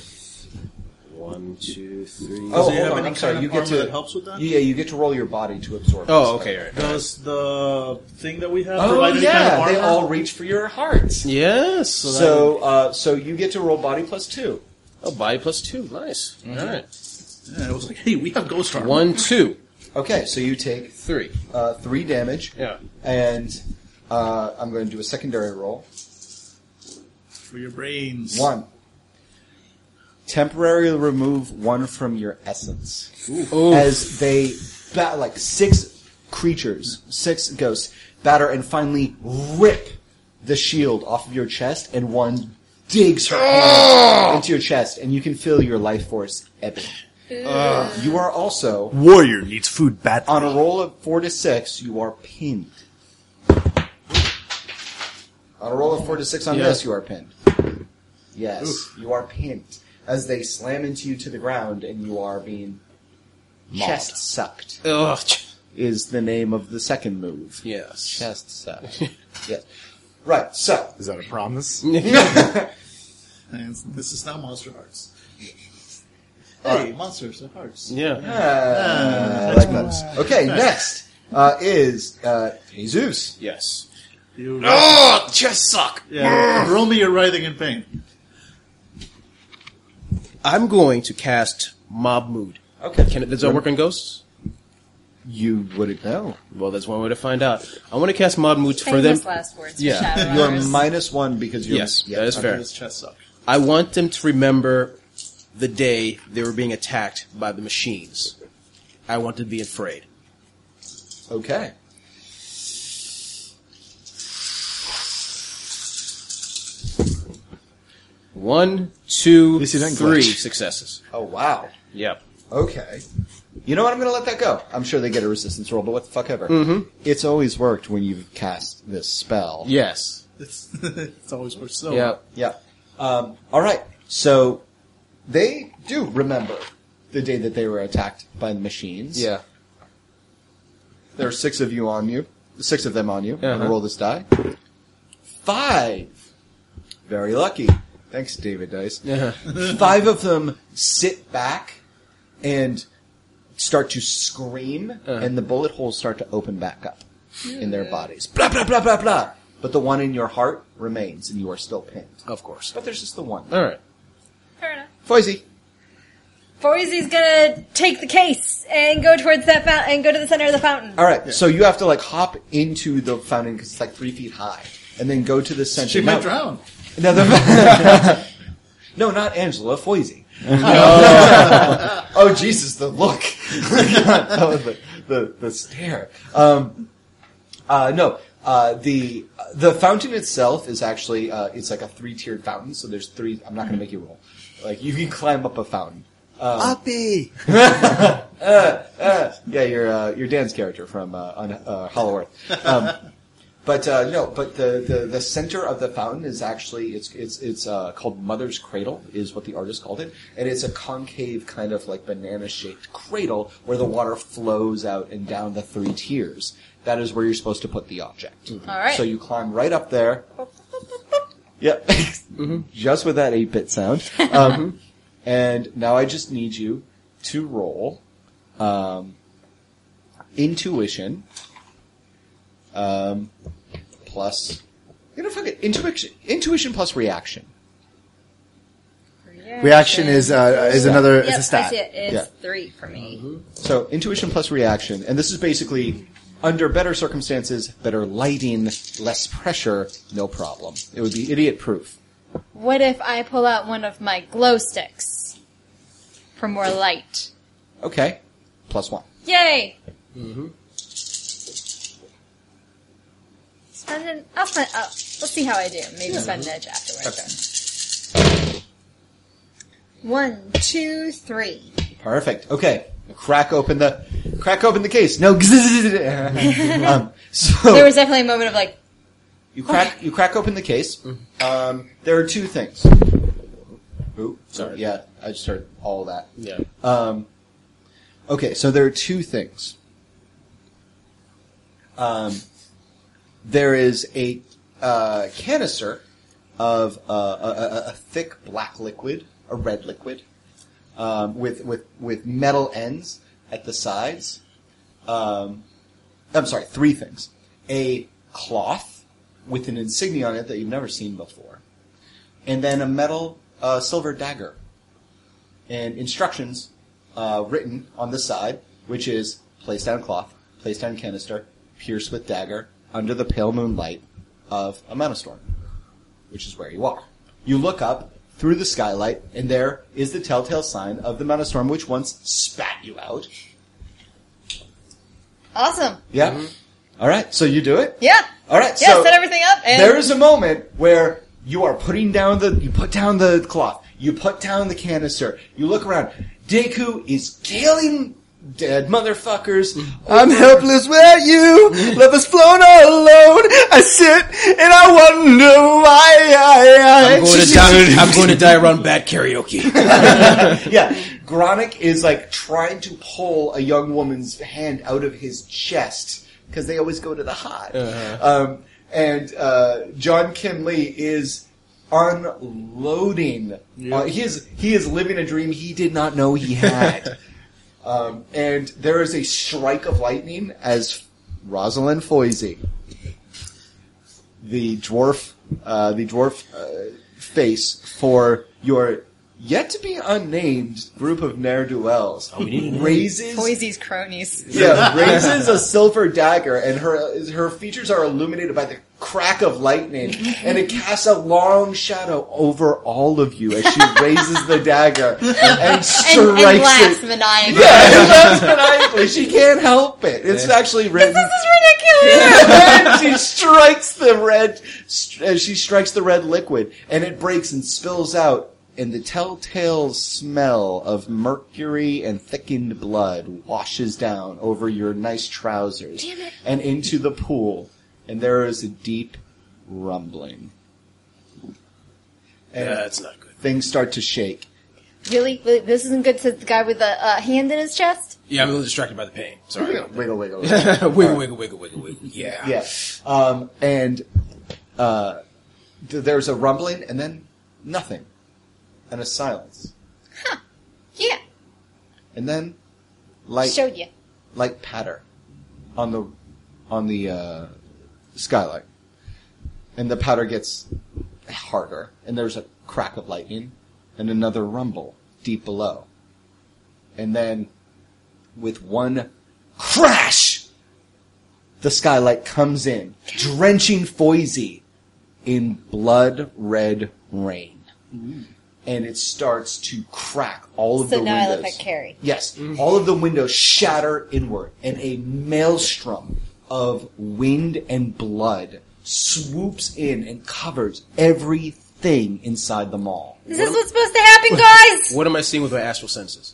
Speaker 6: One, two,
Speaker 4: Oh,
Speaker 6: three.
Speaker 1: you
Speaker 4: hold
Speaker 1: have
Speaker 4: on.
Speaker 1: any
Speaker 4: I'm
Speaker 1: kind
Speaker 4: sorry.
Speaker 1: of
Speaker 4: You get
Speaker 1: armor
Speaker 4: to
Speaker 1: that helps with that?
Speaker 4: Yeah, you get to roll your body to absorb.
Speaker 6: Oh,
Speaker 4: this.
Speaker 6: okay, all right.
Speaker 1: Does the thing that we have
Speaker 4: Oh,
Speaker 1: provide any
Speaker 4: yeah.
Speaker 1: kind of armor?
Speaker 4: they all reach for your heart.
Speaker 6: Yes. So
Speaker 4: So, uh, so you get to roll body plus two.
Speaker 6: oh, body plus two. Nice. All right.
Speaker 1: yeah, it was like, hey, we have ghost armor.
Speaker 6: One, two,
Speaker 4: Okay, so you take
Speaker 6: three.
Speaker 4: uh, three damage.
Speaker 6: Yeah.
Speaker 4: And uh, I'm going to do a secondary roll.
Speaker 1: for your brains.
Speaker 4: One. Temporarily remove one from your essence.
Speaker 6: Ooh.
Speaker 4: As they bat like six creatures, six ghosts batter and finally rip the shield off of your chest, and one digs her hand into your chest, and you can feel your life force ebbing. you are also
Speaker 15: Warrior needs food badly.
Speaker 5: Oh,
Speaker 4: on a roll of four to six, you are pinned. On a roll of four to six on
Speaker 6: Yeah.
Speaker 4: this, you are pinned. Yes, you are pinned. As they slam into you to the ground and you are being chest sucked,
Speaker 6: Ugh. ch-
Speaker 4: is the name of the second move.
Speaker 6: Yes.
Speaker 4: Chest sucked. yes. Right, *laughs* so.
Speaker 5: Is that a promise?
Speaker 4: Uh,
Speaker 6: *laughs*
Speaker 1: And this is now Monster Hearts.
Speaker 4: Alright.
Speaker 1: Hey, Monsters and Hearts.
Speaker 6: Yeah.
Speaker 4: Okay, next uh, is uh, Jesus.
Speaker 6: Yes.
Speaker 1: You,
Speaker 6: Oh, just suck.
Speaker 1: yeah, roll me your writhing in pain.
Speaker 6: I'm going to cast Mob Mood.
Speaker 4: Okay.
Speaker 6: Can it, does that work on ghosts?
Speaker 4: You wouldn't
Speaker 6: *laughs*
Speaker 4: know.
Speaker 6: Well, that's one way to find out. I want to cast Mob Mood for them.
Speaker 7: Famous last words
Speaker 6: Yeah.
Speaker 7: for Shadow
Speaker 4: You're
Speaker 7: Runners.
Speaker 4: minus one because you're.
Speaker 6: Yes, that is
Speaker 4: okay.
Speaker 6: fair.
Speaker 1: His chest suck.
Speaker 6: I want them to remember the day they were being attacked by the machines. I want them to be afraid.
Speaker 4: Okay.
Speaker 6: One, two,
Speaker 5: least you didn't
Speaker 6: three
Speaker 5: glitch.
Speaker 6: successes.
Speaker 4: Oh wow.
Speaker 6: Yep.
Speaker 4: Okay. You know what? I'm going to let that go. I'm sure they get a resistance roll, but what the fuck ever.
Speaker 6: Mm-hmm.
Speaker 4: It's always worked when you've cast this spell.
Speaker 6: Yes.
Speaker 1: It's, *laughs* it's always worth so.
Speaker 6: Yep.
Speaker 4: Yeah. Um, all right. So they do remember the day that they were attacked by the machines.
Speaker 6: Yeah.
Speaker 4: There are six of you on you. Six of them on you. I'm gonna
Speaker 6: Uh-huh.
Speaker 4: roll this die. Five. Very lucky. Thanks, David Dice.
Speaker 6: Yeah.
Speaker 4: Five of them sit back and start to scream,
Speaker 6: Uh-huh.
Speaker 4: and the bullet holes start to open back up in their bodies. Blah, blah, blah, blah, blah. But the one in your heart remains, and you are still pinned.
Speaker 6: Of course.
Speaker 4: But there's just the one.
Speaker 6: All right.
Speaker 7: Fair enough.
Speaker 4: Foisey.
Speaker 7: Foisy's gonna take the case and go towards that fountain and go to the center of the fountain.
Speaker 4: All right, so you have to like hop into the fountain because it's like three feet high, and then go to the center.
Speaker 1: She
Speaker 4: no,
Speaker 1: might drown.
Speaker 4: no, the- no, not Angela Foisey. *laughs* oh Jesus, the look, *laughs* that was the, the, the stare. Um, uh, no, uh, the the fountain itself is actually uh, it's like a three tiered fountain. So there's three. I'm not going to make you roll. Like you can climb up a fountain.
Speaker 5: Uppy.
Speaker 4: *laughs* Yeah, your uh, your Dan's character from uh, on uh, Hollow Earth. Um, but uh, no, but the, the the center of the fountain is actually it's it's it's uh, called Mother's Cradle is what the artist called it, and it's a concave kind of like banana shaped cradle where the water flows out and down the three tiers. That is where you're supposed to put the object.
Speaker 7: All right.
Speaker 4: So you climb right up there. Yep. *laughs*
Speaker 7: Mm-hmm.
Speaker 4: Just with that eight bit
Speaker 7: *laughs*
Speaker 4: sound. Um, and now I just need you to roll um, intuition um, plus you know fuck it intuition intuition plus reaction
Speaker 5: Reaction is uh, is another
Speaker 7: Yep,
Speaker 5: it's a
Speaker 7: I
Speaker 5: stat.
Speaker 7: see it. It's
Speaker 4: Yeah.
Speaker 7: three for me.
Speaker 4: so intuition plus reaction and this is basically under better circumstances better lighting less pressure no problem it would be idiot proof
Speaker 7: What if I pull out one of my glow sticks for more light?
Speaker 4: okay plus one
Speaker 7: Yay! Mm-hmm. Spend an. I'll spend. Uh, we'll see how I do. Maybe spend an edge afterwards. Okay. One, two, three.
Speaker 4: Perfect. Okay. Crack open the crack open the case. No. *laughs* um, so
Speaker 7: There was definitely a moment of like,
Speaker 4: you crack you crack open the case. Um, there are two things. Ooh, sorry.
Speaker 6: *laughs*
Speaker 4: Yeah, I just heard all that.
Speaker 6: Yeah.
Speaker 4: Um, okay, so there are two things. Um, there is a uh, canister of uh, a, a, a thick black liquid, a red liquid, um, with with with metal ends at the sides. Um, I'm sorry, three things: a cloth with an insignia on it that you've never seen before, and then a metal uh, silver dagger and instructions uh, written on the side, which is place down cloth, place down canister, pierce with dagger under the pale moonlight of a mountain which is where you are. You look up through the skylight, and there is the telltale sign of the mountain which once spat you out.
Speaker 7: awesome.
Speaker 4: Yeah. All right. So you do it.
Speaker 7: Yeah.
Speaker 4: All right.
Speaker 7: Yeah,
Speaker 4: so
Speaker 7: set everything up and
Speaker 4: there is a moment where you are putting down the you put down the cloth, you put down the canister, you look around. Deku is killing dead motherfuckers.
Speaker 5: I'm helpless without you. Love has flown all alone. I sit and I wonder why. I, I,
Speaker 16: Oh.
Speaker 6: I'm going to die. I'm going to die around
Speaker 16: *laughs*
Speaker 6: bad karaoke.
Speaker 4: yeah, Gronik is like trying to pull a young woman's hand out of his chest because they always go to the high.
Speaker 5: Uh-huh.
Speaker 4: Um, and uh, John Kim Lee is unloading. Uh, he is he is living a dream he did not know he had. um, and there is a strike of lightning as Rosalind Foisey, the dwarf, uh, the dwarf uh, face for your yet to be unnamed group of ne'er do wells raises
Speaker 7: Boise's cronies.
Speaker 4: yeah, raises a silver dagger, and her her features are illuminated by the crack of lightning, and it casts a long shadow over all of you as she raises the *laughs* dagger and strikes
Speaker 7: And, and laughs
Speaker 4: it.
Speaker 7: maniacally.
Speaker 4: Yeah, and laughs *laughs* maniacally. She can't help it. It's actually
Speaker 6: *laughs*
Speaker 4: written.
Speaker 7: This is ridiculous.
Speaker 4: and she strikes the red. St- uh, she strikes the red liquid, and it breaks and spills out. And the telltale smell of mercury and thickened blood washes down over your nice trousers and into the pool. And there is a deep rumbling. And
Speaker 6: yeah, that's not good.
Speaker 4: things start to shake.
Speaker 7: Really, really, this isn't good. Says the guy with the uh, hand in his chest.
Speaker 6: Yeah, I'm a little distracted by the pain. Sorry.
Speaker 4: Wiggle, wiggle, wiggle.
Speaker 6: *laughs* wiggle, wiggle, wiggle, wiggle, wiggle. Yeah.
Speaker 4: Yeah. Um, and uh, th- there's a rumbling, and then Nothing. And a silence.
Speaker 3: Yeah,
Speaker 4: And then, light,
Speaker 3: showed you.
Speaker 4: light patter on the, on the, uh, skylight. And the patter gets harder. And there's a crack of lightning and another rumble deep below. And then, with one crash, the skylight comes in, drenching Foisey in blood red rain.
Speaker 3: Mm.
Speaker 4: And it starts to crack all of
Speaker 3: So
Speaker 4: the
Speaker 3: now I
Speaker 4: windows.
Speaker 3: look like Carrie.
Speaker 4: Yes. All of the windows shatter inward, and a maelstrom of wind and blood swoops in and covers everything inside the mall.
Speaker 3: Is this what's supposed to happen, guys?
Speaker 6: What am I seeing with my astral senses?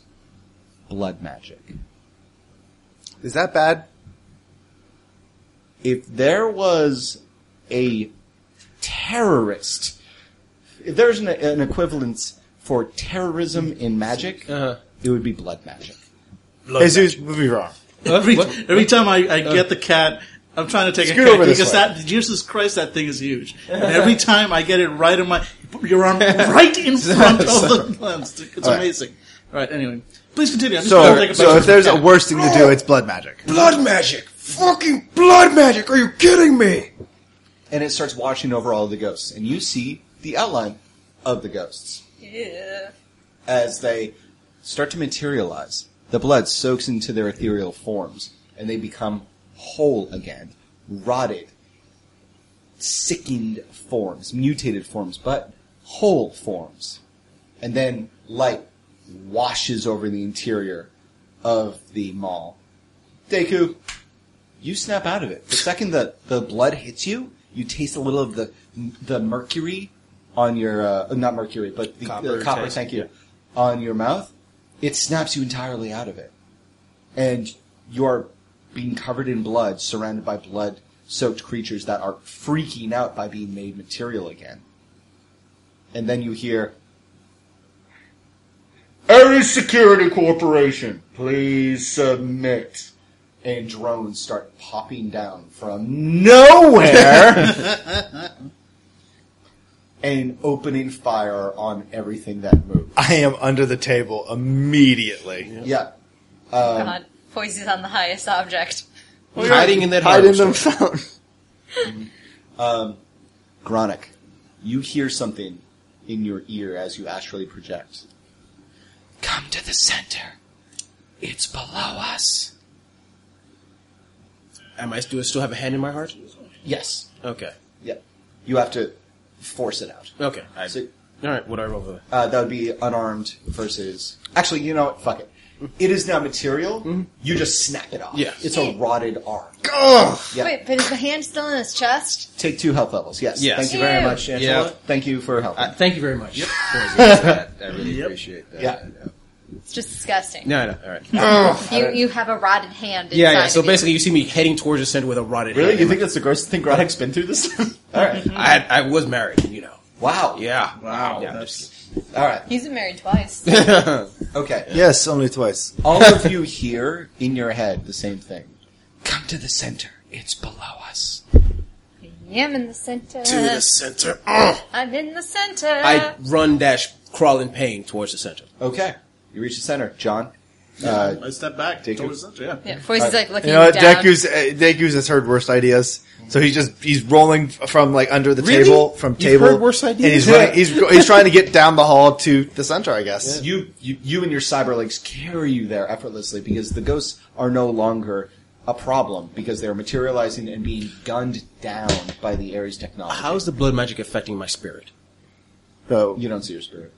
Speaker 4: Blood magic.
Speaker 5: Is that bad?
Speaker 4: If there was a terrorist, if there's an, an equivalence for terrorism in magic,
Speaker 6: Uh-huh.
Speaker 4: it would be blood magic.
Speaker 5: Jesus would be wrong.
Speaker 1: Every, every time I, I get the cat, I'm trying to take
Speaker 5: Scoot
Speaker 1: a cat
Speaker 5: over this
Speaker 1: because
Speaker 5: way.
Speaker 1: that Jesus Christ, that thing is huge. And every time I get it right in my, your
Speaker 5: *laughs*
Speaker 1: arm right in front of the lens. It's amazing. All right. Anyway, please continue. I'm just
Speaker 5: So,
Speaker 1: gonna take a
Speaker 5: so
Speaker 1: picture.
Speaker 5: if there's a worse thing to do, it's blood magic.
Speaker 16: Blood magic! Fucking blood magic! Are you kidding me?
Speaker 4: And it starts washing over all the ghosts, and you see the outline of the ghosts.
Speaker 7: Yeah.
Speaker 4: as they start to materialize. The blood soaks into their ethereal forms, and they become whole again, rotted, sickened forms, mutated forms, but whole forms. And then light washes over the interior of the mall. Deku, you snap out of it. The second the, the blood hits you, you taste a little of the the mercury on your uh, not mercury, but the
Speaker 6: Copper
Speaker 4: copper, copper
Speaker 6: taste.
Speaker 4: thank you, on your mouth. It snaps you entirely out of it, and you're being covered in blood, surrounded by blood-soaked creatures that are freaking out by being made material again. And then you hear Ares Security Corporation, please submit. And drones start popping down from nowhere and opening fire on everything that moves.
Speaker 16: I am under the table immediately.
Speaker 4: Yeah.
Speaker 7: God, Poisey's on the highest object.
Speaker 6: Hiding in that
Speaker 8: Hide in
Speaker 6: harbor.
Speaker 8: the phone.
Speaker 4: *laughs* Gronick, Um, you hear something in your ear as you astrally project. Come to the center. It's below us.
Speaker 6: Am I, do I still have a hand in my heart?
Speaker 4: Yes.
Speaker 6: Okay.
Speaker 4: Yeah. You have to force it out.
Speaker 6: Okay. I,
Speaker 4: So-
Speaker 6: all right. What do I roll for that?
Speaker 4: Uh, that would be unarmed versus. Actually, you know what? Fuck it. It is now material.
Speaker 8: Mm-hmm.
Speaker 4: You just snap it off.
Speaker 6: Yeah.
Speaker 4: It's a rotted arm. Yeah.
Speaker 7: Wait, but is the hand still in his chest?
Speaker 4: Take two health levels. Yes.
Speaker 6: Yes.
Speaker 4: Thank you very
Speaker 7: Ew.
Speaker 4: much, Angela.
Speaker 6: Yeah.
Speaker 4: Thank you for helping.
Speaker 6: Uh, thank you very much.
Speaker 16: I really
Speaker 1: Yep.
Speaker 16: appreciate that.
Speaker 4: Yeah.
Speaker 7: It's just disgusting.
Speaker 6: No, no. All right.
Speaker 16: *laughs*
Speaker 7: You you have a rotted hand.
Speaker 6: Yeah, yeah.
Speaker 7: inside
Speaker 6: So
Speaker 7: of you.
Speaker 6: basically, you see me heading towards the center with a rotted
Speaker 4: Really?
Speaker 6: hand.
Speaker 4: You think that's the grossest thing Gronick's been through this time? *laughs* All right.
Speaker 6: I, I was married, you know.
Speaker 4: Wow.
Speaker 6: Yeah.
Speaker 1: Wow,
Speaker 6: Yeah,
Speaker 1: that's-
Speaker 4: All right.
Speaker 7: he's been married twice.
Speaker 4: Okay.
Speaker 5: Yes, only twice.
Speaker 4: All of
Speaker 5: *laughs*
Speaker 4: you hear in your head the same thing. Come to the center. It's below us.
Speaker 7: yeah, I'm in the center.
Speaker 6: To
Speaker 5: *laughs*
Speaker 6: the center. Ugh.
Speaker 7: I'm in the center.
Speaker 6: I run dash crawl in pain towards the center.
Speaker 4: Okay. You reach the center. John.
Speaker 1: I step back
Speaker 4: Take
Speaker 1: towards the center. Yeah.
Speaker 7: yeah, Poisey's like looking
Speaker 5: You know, what?
Speaker 7: down.
Speaker 5: Deku's uh, Deku's has heard worst ideas, so he's just he's rolling f- from like under the
Speaker 6: Really?
Speaker 5: table from
Speaker 6: You've
Speaker 5: table.
Speaker 6: heard worst ideas?
Speaker 5: And he's
Speaker 6: Yeah.
Speaker 5: running, he's go- he's trying to get down the hall to the center, I guess.
Speaker 4: You, you, you and your cyber legs carry you there effortlessly because the ghosts are no longer a problem because they're materializing and being gunned down by the Ares technology.
Speaker 6: How is the blood magic affecting my spirit?
Speaker 5: So
Speaker 4: You don't see your spirit.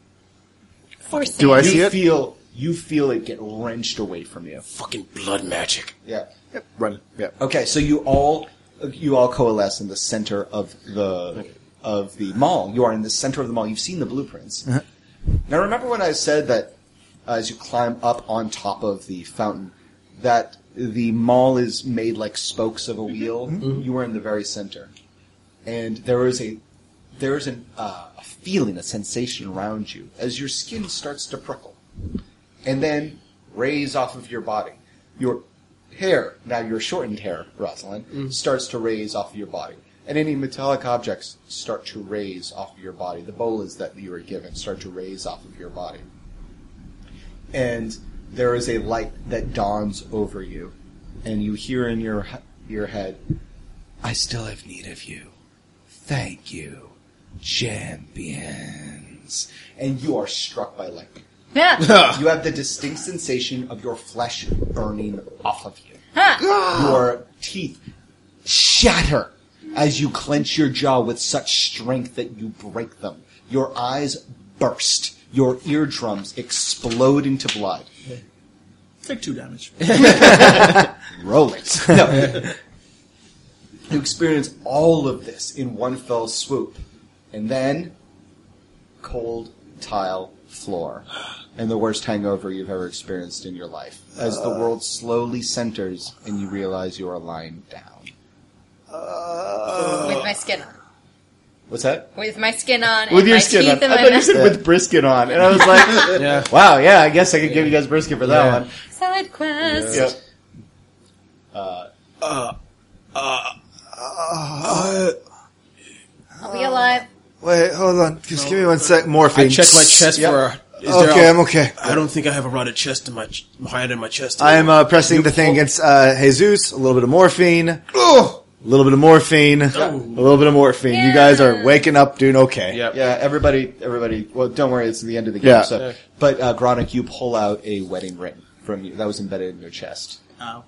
Speaker 7: Forcing
Speaker 5: do I see
Speaker 4: you
Speaker 5: it?
Speaker 4: feel, you feel it get wrenched away from you.
Speaker 6: Fucking blood magic.
Speaker 4: Yeah.
Speaker 5: Run. Yeah.
Speaker 4: Okay, so you all you all coalesce in the center of the of the mall. You are in the center of the mall. You've seen the blueprints.
Speaker 5: Uh-huh.
Speaker 4: Now remember when I said that uh, as you climb up on top of the fountain that the mall is made like spokes of a wheel.
Speaker 5: Mm-hmm.
Speaker 4: You are in the very center, and there is a there is an, uh, a feeling, a sensation around you as your skin starts to prickle and then rays off of your body. Your hair, now your shortened hair, Rosalind, starts to raise off of your body. and any metallic objects start to raise off of your body. The bolas that you were given start to raise off of your body. And there is a light that dawns over you, and you hear in your your head, "I still have need of you. Thank you, champions." And you are struck by lightning.
Speaker 17: Yeah.
Speaker 4: You have the distinct sensation of your flesh burning off of you. Your teeth shatter as you clench your jaw with such strength that you break them. Your eyes burst. Your eardrums explode into blood.
Speaker 1: Take two
Speaker 5: *laughs*
Speaker 1: damage.
Speaker 4: Roll it. No. you experience all of this in one fell swoop. And then, cold tile floor. And the worst hangover you've ever experienced in your life. As the world slowly centers and you realize you are lying down.
Speaker 7: with my skin on.
Speaker 4: What's that?
Speaker 7: With my skin on. and
Speaker 2: With your
Speaker 7: my
Speaker 2: skin
Speaker 7: teeth
Speaker 2: on.
Speaker 7: and
Speaker 2: Oh, I
Speaker 7: my
Speaker 2: thought you
Speaker 7: mouth.
Speaker 2: said with brisket on. And I was like,
Speaker 6: Yeah.
Speaker 2: wow, yeah, I guess I could give you guys brisket for that one.
Speaker 17: Side quest.
Speaker 2: Yep.
Speaker 7: Are we alive?
Speaker 5: uh, Wait, hold on. Just give me one sec. Morphine.
Speaker 6: I check my chest for. A, is
Speaker 5: Okay,
Speaker 6: there a,
Speaker 5: I'm okay.
Speaker 6: I don't think I have a rotted chest in my ch- hide in my chest.
Speaker 5: I'm uh, pressing the thing against uh, Jesus. A little bit of morphine. A little bit of morphine.
Speaker 7: Oh.
Speaker 5: A little bit of morphine. You guys are waking up, doing okay.
Speaker 6: Yep.
Speaker 4: Yeah, everybody, everybody. Well, don't worry, it's the end of the game.
Speaker 5: Yeah.
Speaker 4: So,
Speaker 6: Yeah.
Speaker 4: but uh, Gronik, you pull out a wedding ring from you that was embedded in your chest.
Speaker 1: Ow.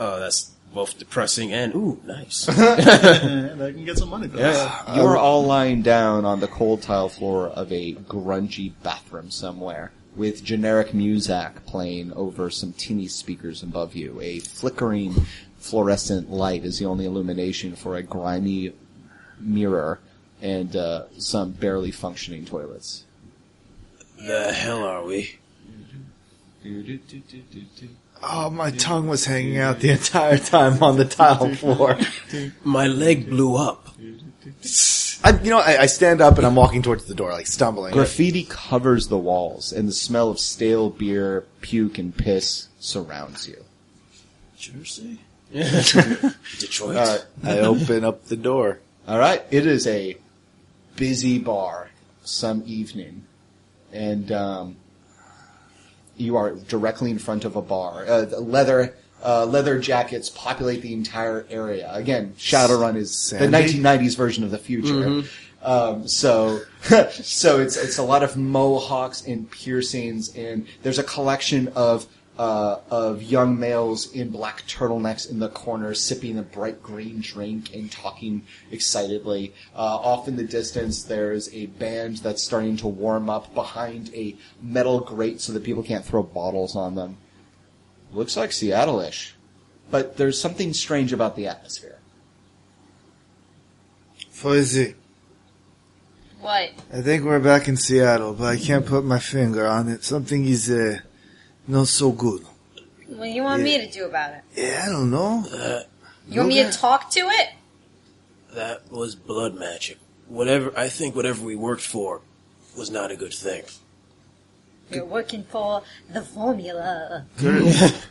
Speaker 6: Oh, that's both depressing and ooh, *laughs* nice.
Speaker 1: And I can get some money for that.
Speaker 4: You
Speaker 6: Um,
Speaker 4: are all lying down on the cold tile floor of a grungy bathroom somewhere, with generic muzak playing over some tinny speakers above you. A flickering fluorescent light is the only illumination for a grimy mirror and uh, some barely functioning toilets.
Speaker 6: the hell are we?
Speaker 5: Oh, my tongue was hanging out the entire time on the tile floor.
Speaker 6: My leg blew up.
Speaker 5: I, you know, I, I stand up and I'm walking towards the door, like stumbling.
Speaker 4: Graffiti covers the walls, and the smell of stale beer, puke, and piss surrounds you.
Speaker 1: Jersey?
Speaker 6: Detroit.
Speaker 5: I open up the door.
Speaker 4: All right, it is a busy bar some evening, and um, you are directly in front of a bar. Uh, the leather uh, leather jackets populate the entire area. Again, Shadowrun is
Speaker 5: Sandy?
Speaker 4: the 1990s version of the future. Um, so, *laughs* so it's it's a lot of mohawks and piercings, and there's a collection of. Uh, of young males in black turtlenecks in the corner, sipping a bright green drink and talking excitedly. Uh, off in the distance, there's a band that's starting to warm up behind a metal grate so that people can't throw bottles on them. Looks like Seattle-ish, but there's something strange about the atmosphere.
Speaker 5: Fuzzy,
Speaker 7: What?
Speaker 5: I think we're back in Seattle, but I can't put my finger on it. Something is uh, not so good.
Speaker 7: What do you want me to do about it?
Speaker 5: Yeah, I don't know.
Speaker 7: You want me to talk to it?
Speaker 6: That was blood magic. Whatever I think, whatever we worked for, was not a good thing.
Speaker 17: You're working for the formula.
Speaker 5: Griff,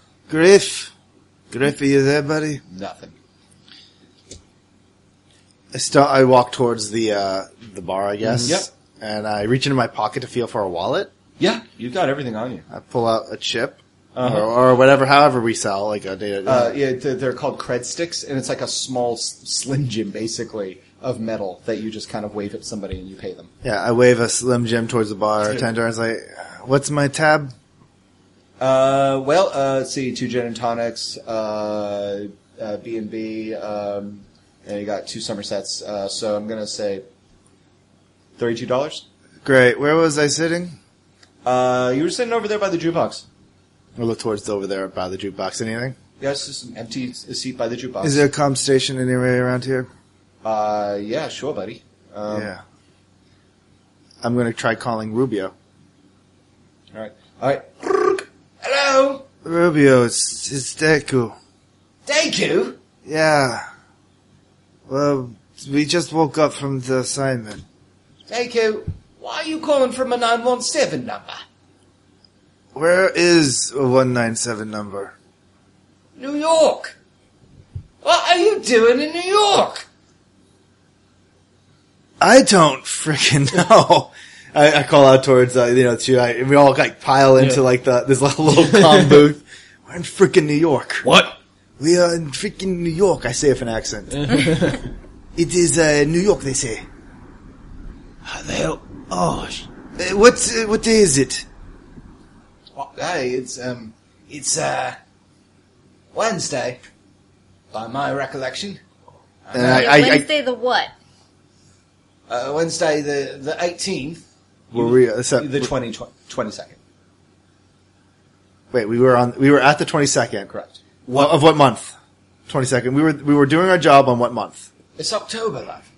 Speaker 5: Griff, are you there, buddy?
Speaker 4: Nothing.
Speaker 5: I start. I walk towards the uh, the bar, I guess.
Speaker 4: Yep.
Speaker 5: And I reach into my pocket to feel for a wallet.
Speaker 4: Yeah, you've got everything on you.
Speaker 5: I pull out a chip
Speaker 4: Uh-huh.
Speaker 5: or, or whatever, however we sell, like a data.
Speaker 4: Uh, yeah, th- they're called cred sticks, and it's like a small s- slim jim, basically, of metal that you just kind of wave at somebody and you pay them.
Speaker 5: yeah, I wave a slim jim towards the bar. Tender, I was like, "What's my tab?"
Speaker 4: Uh, well, uh, let's see, two gin and tonics, uh, uh, B&B, um, and you got two Somersets, uh, so I'm gonna say $32?
Speaker 5: Great. Where was I sitting?
Speaker 4: Uh, you were sitting over there by the jukebox.
Speaker 5: I look towards over there by the jukebox. Anything?
Speaker 4: Yes, just an empty s- seat by the jukebox.
Speaker 5: Is there a com station anywhere around here?
Speaker 4: Uh, yeah, sure, buddy. Um,
Speaker 5: yeah. I'm gonna try calling Rubio.
Speaker 4: All right. All right. Hello.
Speaker 5: Rubio, it's it's Deku.
Speaker 4: Deku.
Speaker 5: Yeah. Well, we just woke up from the assignment.
Speaker 4: Deku. Why are you calling from a 917 number?
Speaker 5: Where is a 197 number?
Speaker 4: New York. What are you doing in New York?
Speaker 5: I don't freaking *laughs* know. I, I call out towards uh, you know to I, we all like pile into like the this little,
Speaker 6: *laughs*
Speaker 5: little comm booth. We're in freaking New York.
Speaker 6: What?
Speaker 5: We are in freaking New York. I say with
Speaker 6: *laughs*
Speaker 5: an accent. it is uh, New York. They say.
Speaker 6: How the hell?
Speaker 5: Oh, sh- uh, what uh, what day is it?
Speaker 4: Hey, it's um, it's uh, Wednesday, by my recollection.
Speaker 5: And I, I, I,
Speaker 18: Wednesday the what?
Speaker 4: Uh, Wednesday the the eighteenth,
Speaker 5: were we, uh, so-
Speaker 4: the 20, 22nd.
Speaker 5: wait, we were on we were at the twenty second,
Speaker 4: Correct.
Speaker 5: What, of what month? Twenty second. We were we were doing our job on what month?
Speaker 4: It's October, love.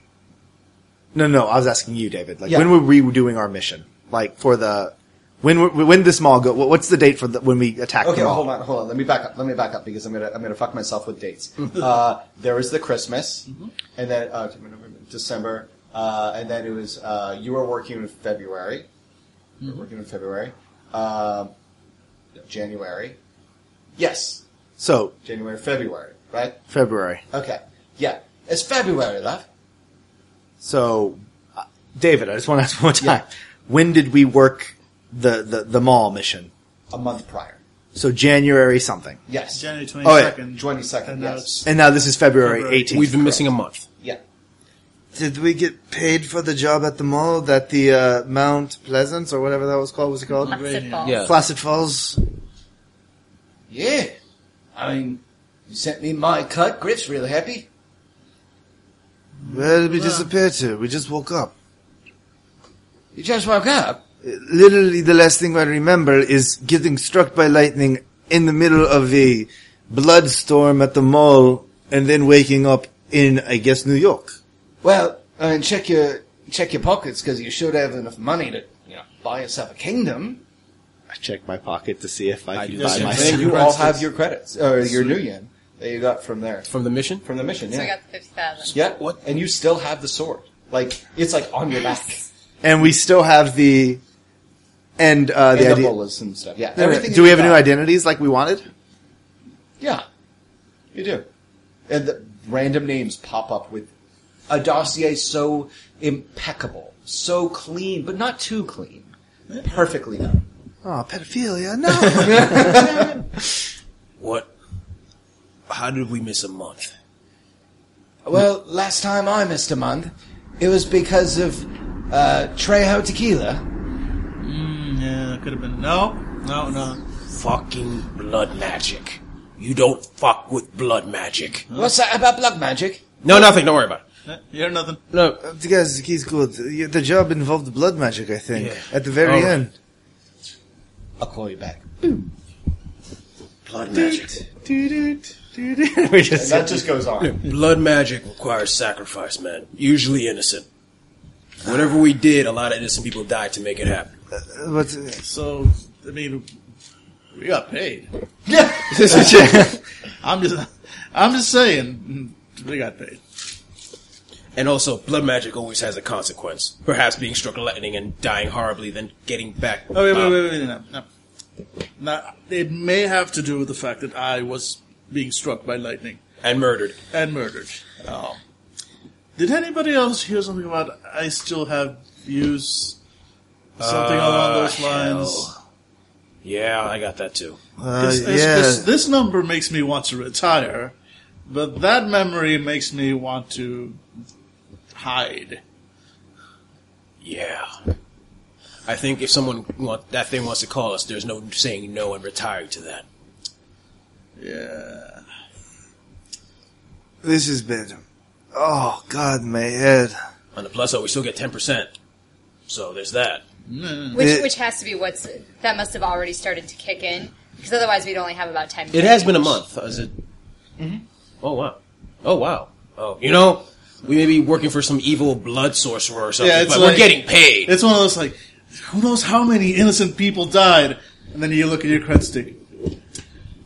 Speaker 5: No, no, I was asking you, David. Like,
Speaker 4: Yeah.
Speaker 5: when were we doing our mission? Like, for the, when, were- when did this mall go? what- What's the date for the, when we attack
Speaker 4: Okay,
Speaker 5: the
Speaker 4: well,
Speaker 5: mall?
Speaker 4: hold on, hold on. Let me back up. Let me back up because I'm gonna I'm gonna fuck myself with dates. uh, there was the Christmas, and then uh, December, uh, and then it was uh, you were working in February. You were working in February, Um January. Yes,
Speaker 5: So,
Speaker 4: January, February, right?
Speaker 5: February.
Speaker 4: Okay, yeah, it's February, love.
Speaker 5: So, uh, David, I just want to ask one more time. When did we work the, the, the mall mission?
Speaker 4: A month prior.
Speaker 5: So January something.
Speaker 4: Yes,
Speaker 1: January 22nd.
Speaker 5: Oh, yeah.
Speaker 4: twenty second.
Speaker 1: And now
Speaker 4: Yes,
Speaker 1: it's
Speaker 5: And now this is February
Speaker 1: February.
Speaker 5: 18th.
Speaker 6: We've been missing a month.
Speaker 4: yeah.
Speaker 19: Did we get paid for the job at the mall that the uh, Mount Pleasance or whatever that was called was it called?
Speaker 18: Flexit ball.
Speaker 6: Yeah.
Speaker 19: Placid Falls.
Speaker 4: Yeah. I mean, you sent me my cut. Griff's really happy.
Speaker 19: Where did we disappear to? We just woke up.
Speaker 4: You just woke up.
Speaker 19: Literally, the last thing I remember is getting struck by lightning in the middle of a blood storm at the mall, and then waking up in, I guess, New York.
Speaker 4: Well, I mean, check your check your pockets because you should have enough money to you know buy yourself a kingdom.
Speaker 5: I checked my pocket to see if I,
Speaker 6: I do
Speaker 5: could buy
Speaker 6: the same
Speaker 5: my
Speaker 6: thing.
Speaker 4: you all have your credits or your new yen that you got from there
Speaker 6: From the mission?
Speaker 4: from the mission.
Speaker 7: So we
Speaker 4: Yeah,
Speaker 7: got the fifty thousand.
Speaker 4: yeah. What? And you still have the sword. Like it's like on your back.
Speaker 5: And we still have the, and, uh, the
Speaker 4: and the
Speaker 5: idea.
Speaker 4: bullets and stuff. Yeah.
Speaker 5: Everything
Speaker 4: Everything.
Speaker 5: do we have
Speaker 4: you
Speaker 5: new
Speaker 4: got.
Speaker 5: identities like we wanted?
Speaker 4: Yeah, you do. And the random names pop up with a dossier so impeccable, so clean, but not too clean. Perfectly done.
Speaker 19: Oh, pedophilia! No.
Speaker 6: What? How did we miss a month?
Speaker 4: Well, last time I missed a month, it was because of uh, Trejo Tequila.
Speaker 1: Hmm, yeah, could have been. No, no, no.
Speaker 6: Fucking blood magic. You don't fuck with blood magic.
Speaker 4: What's that about blood magic?
Speaker 6: No, nothing. Don't worry about it.
Speaker 1: Eh, You heard nothing.
Speaker 6: No,
Speaker 19: Uh, The guys, he's good. The the job involved blood magic, I think, at the very
Speaker 6: Oh.
Speaker 19: end.
Speaker 4: I'll call you back.
Speaker 6: blood magic.
Speaker 5: we just,
Speaker 4: That just goes on.
Speaker 6: Blood magic requires sacrifice, man. Usually innocent. Whatever we did, a lot of innocent people died to make it happen.
Speaker 19: Uh, But uh,
Speaker 1: So, I mean, we got paid. I'm just, I'm just saying, we got paid.
Speaker 6: And also, blood magic always has a consequence. Perhaps being struck lightning and dying horribly, then getting back.
Speaker 1: Oh, wait, wait,
Speaker 6: uh,
Speaker 1: wait, wait, no, no. Now, it may have to do with the fact that I was being struck by lightning
Speaker 6: And murdered.
Speaker 1: and murdered. Um, did anybody else hear something about I still have views? Something along those lines.
Speaker 6: Yeah, I got that too.
Speaker 19: uh,
Speaker 1: It's- it's-
Speaker 19: yeah,
Speaker 1: this, this number makes me want to retire, but that memory makes me want to hide.
Speaker 6: Yeah. I think if someone want, that thing wants to call us, there's no saying no and retiring to that.
Speaker 1: Yeah.
Speaker 19: this is bad. Oh God, my head.
Speaker 6: On the plus side, we still get 10%. So there's that.
Speaker 7: Which
Speaker 19: It-
Speaker 7: which has to be what's that must have already started to kick in because otherwise we'd only have about ten.
Speaker 6: It has been a month. Is it? Oh, wow. Oh, wow. Oh, you know, we may be working for some evil blood sorcerer or something,
Speaker 1: Yeah, it's
Speaker 6: but
Speaker 1: like-
Speaker 6: we're getting paid.
Speaker 1: It's one of those like, who knows how many innocent people died, and then you look at your cred stick.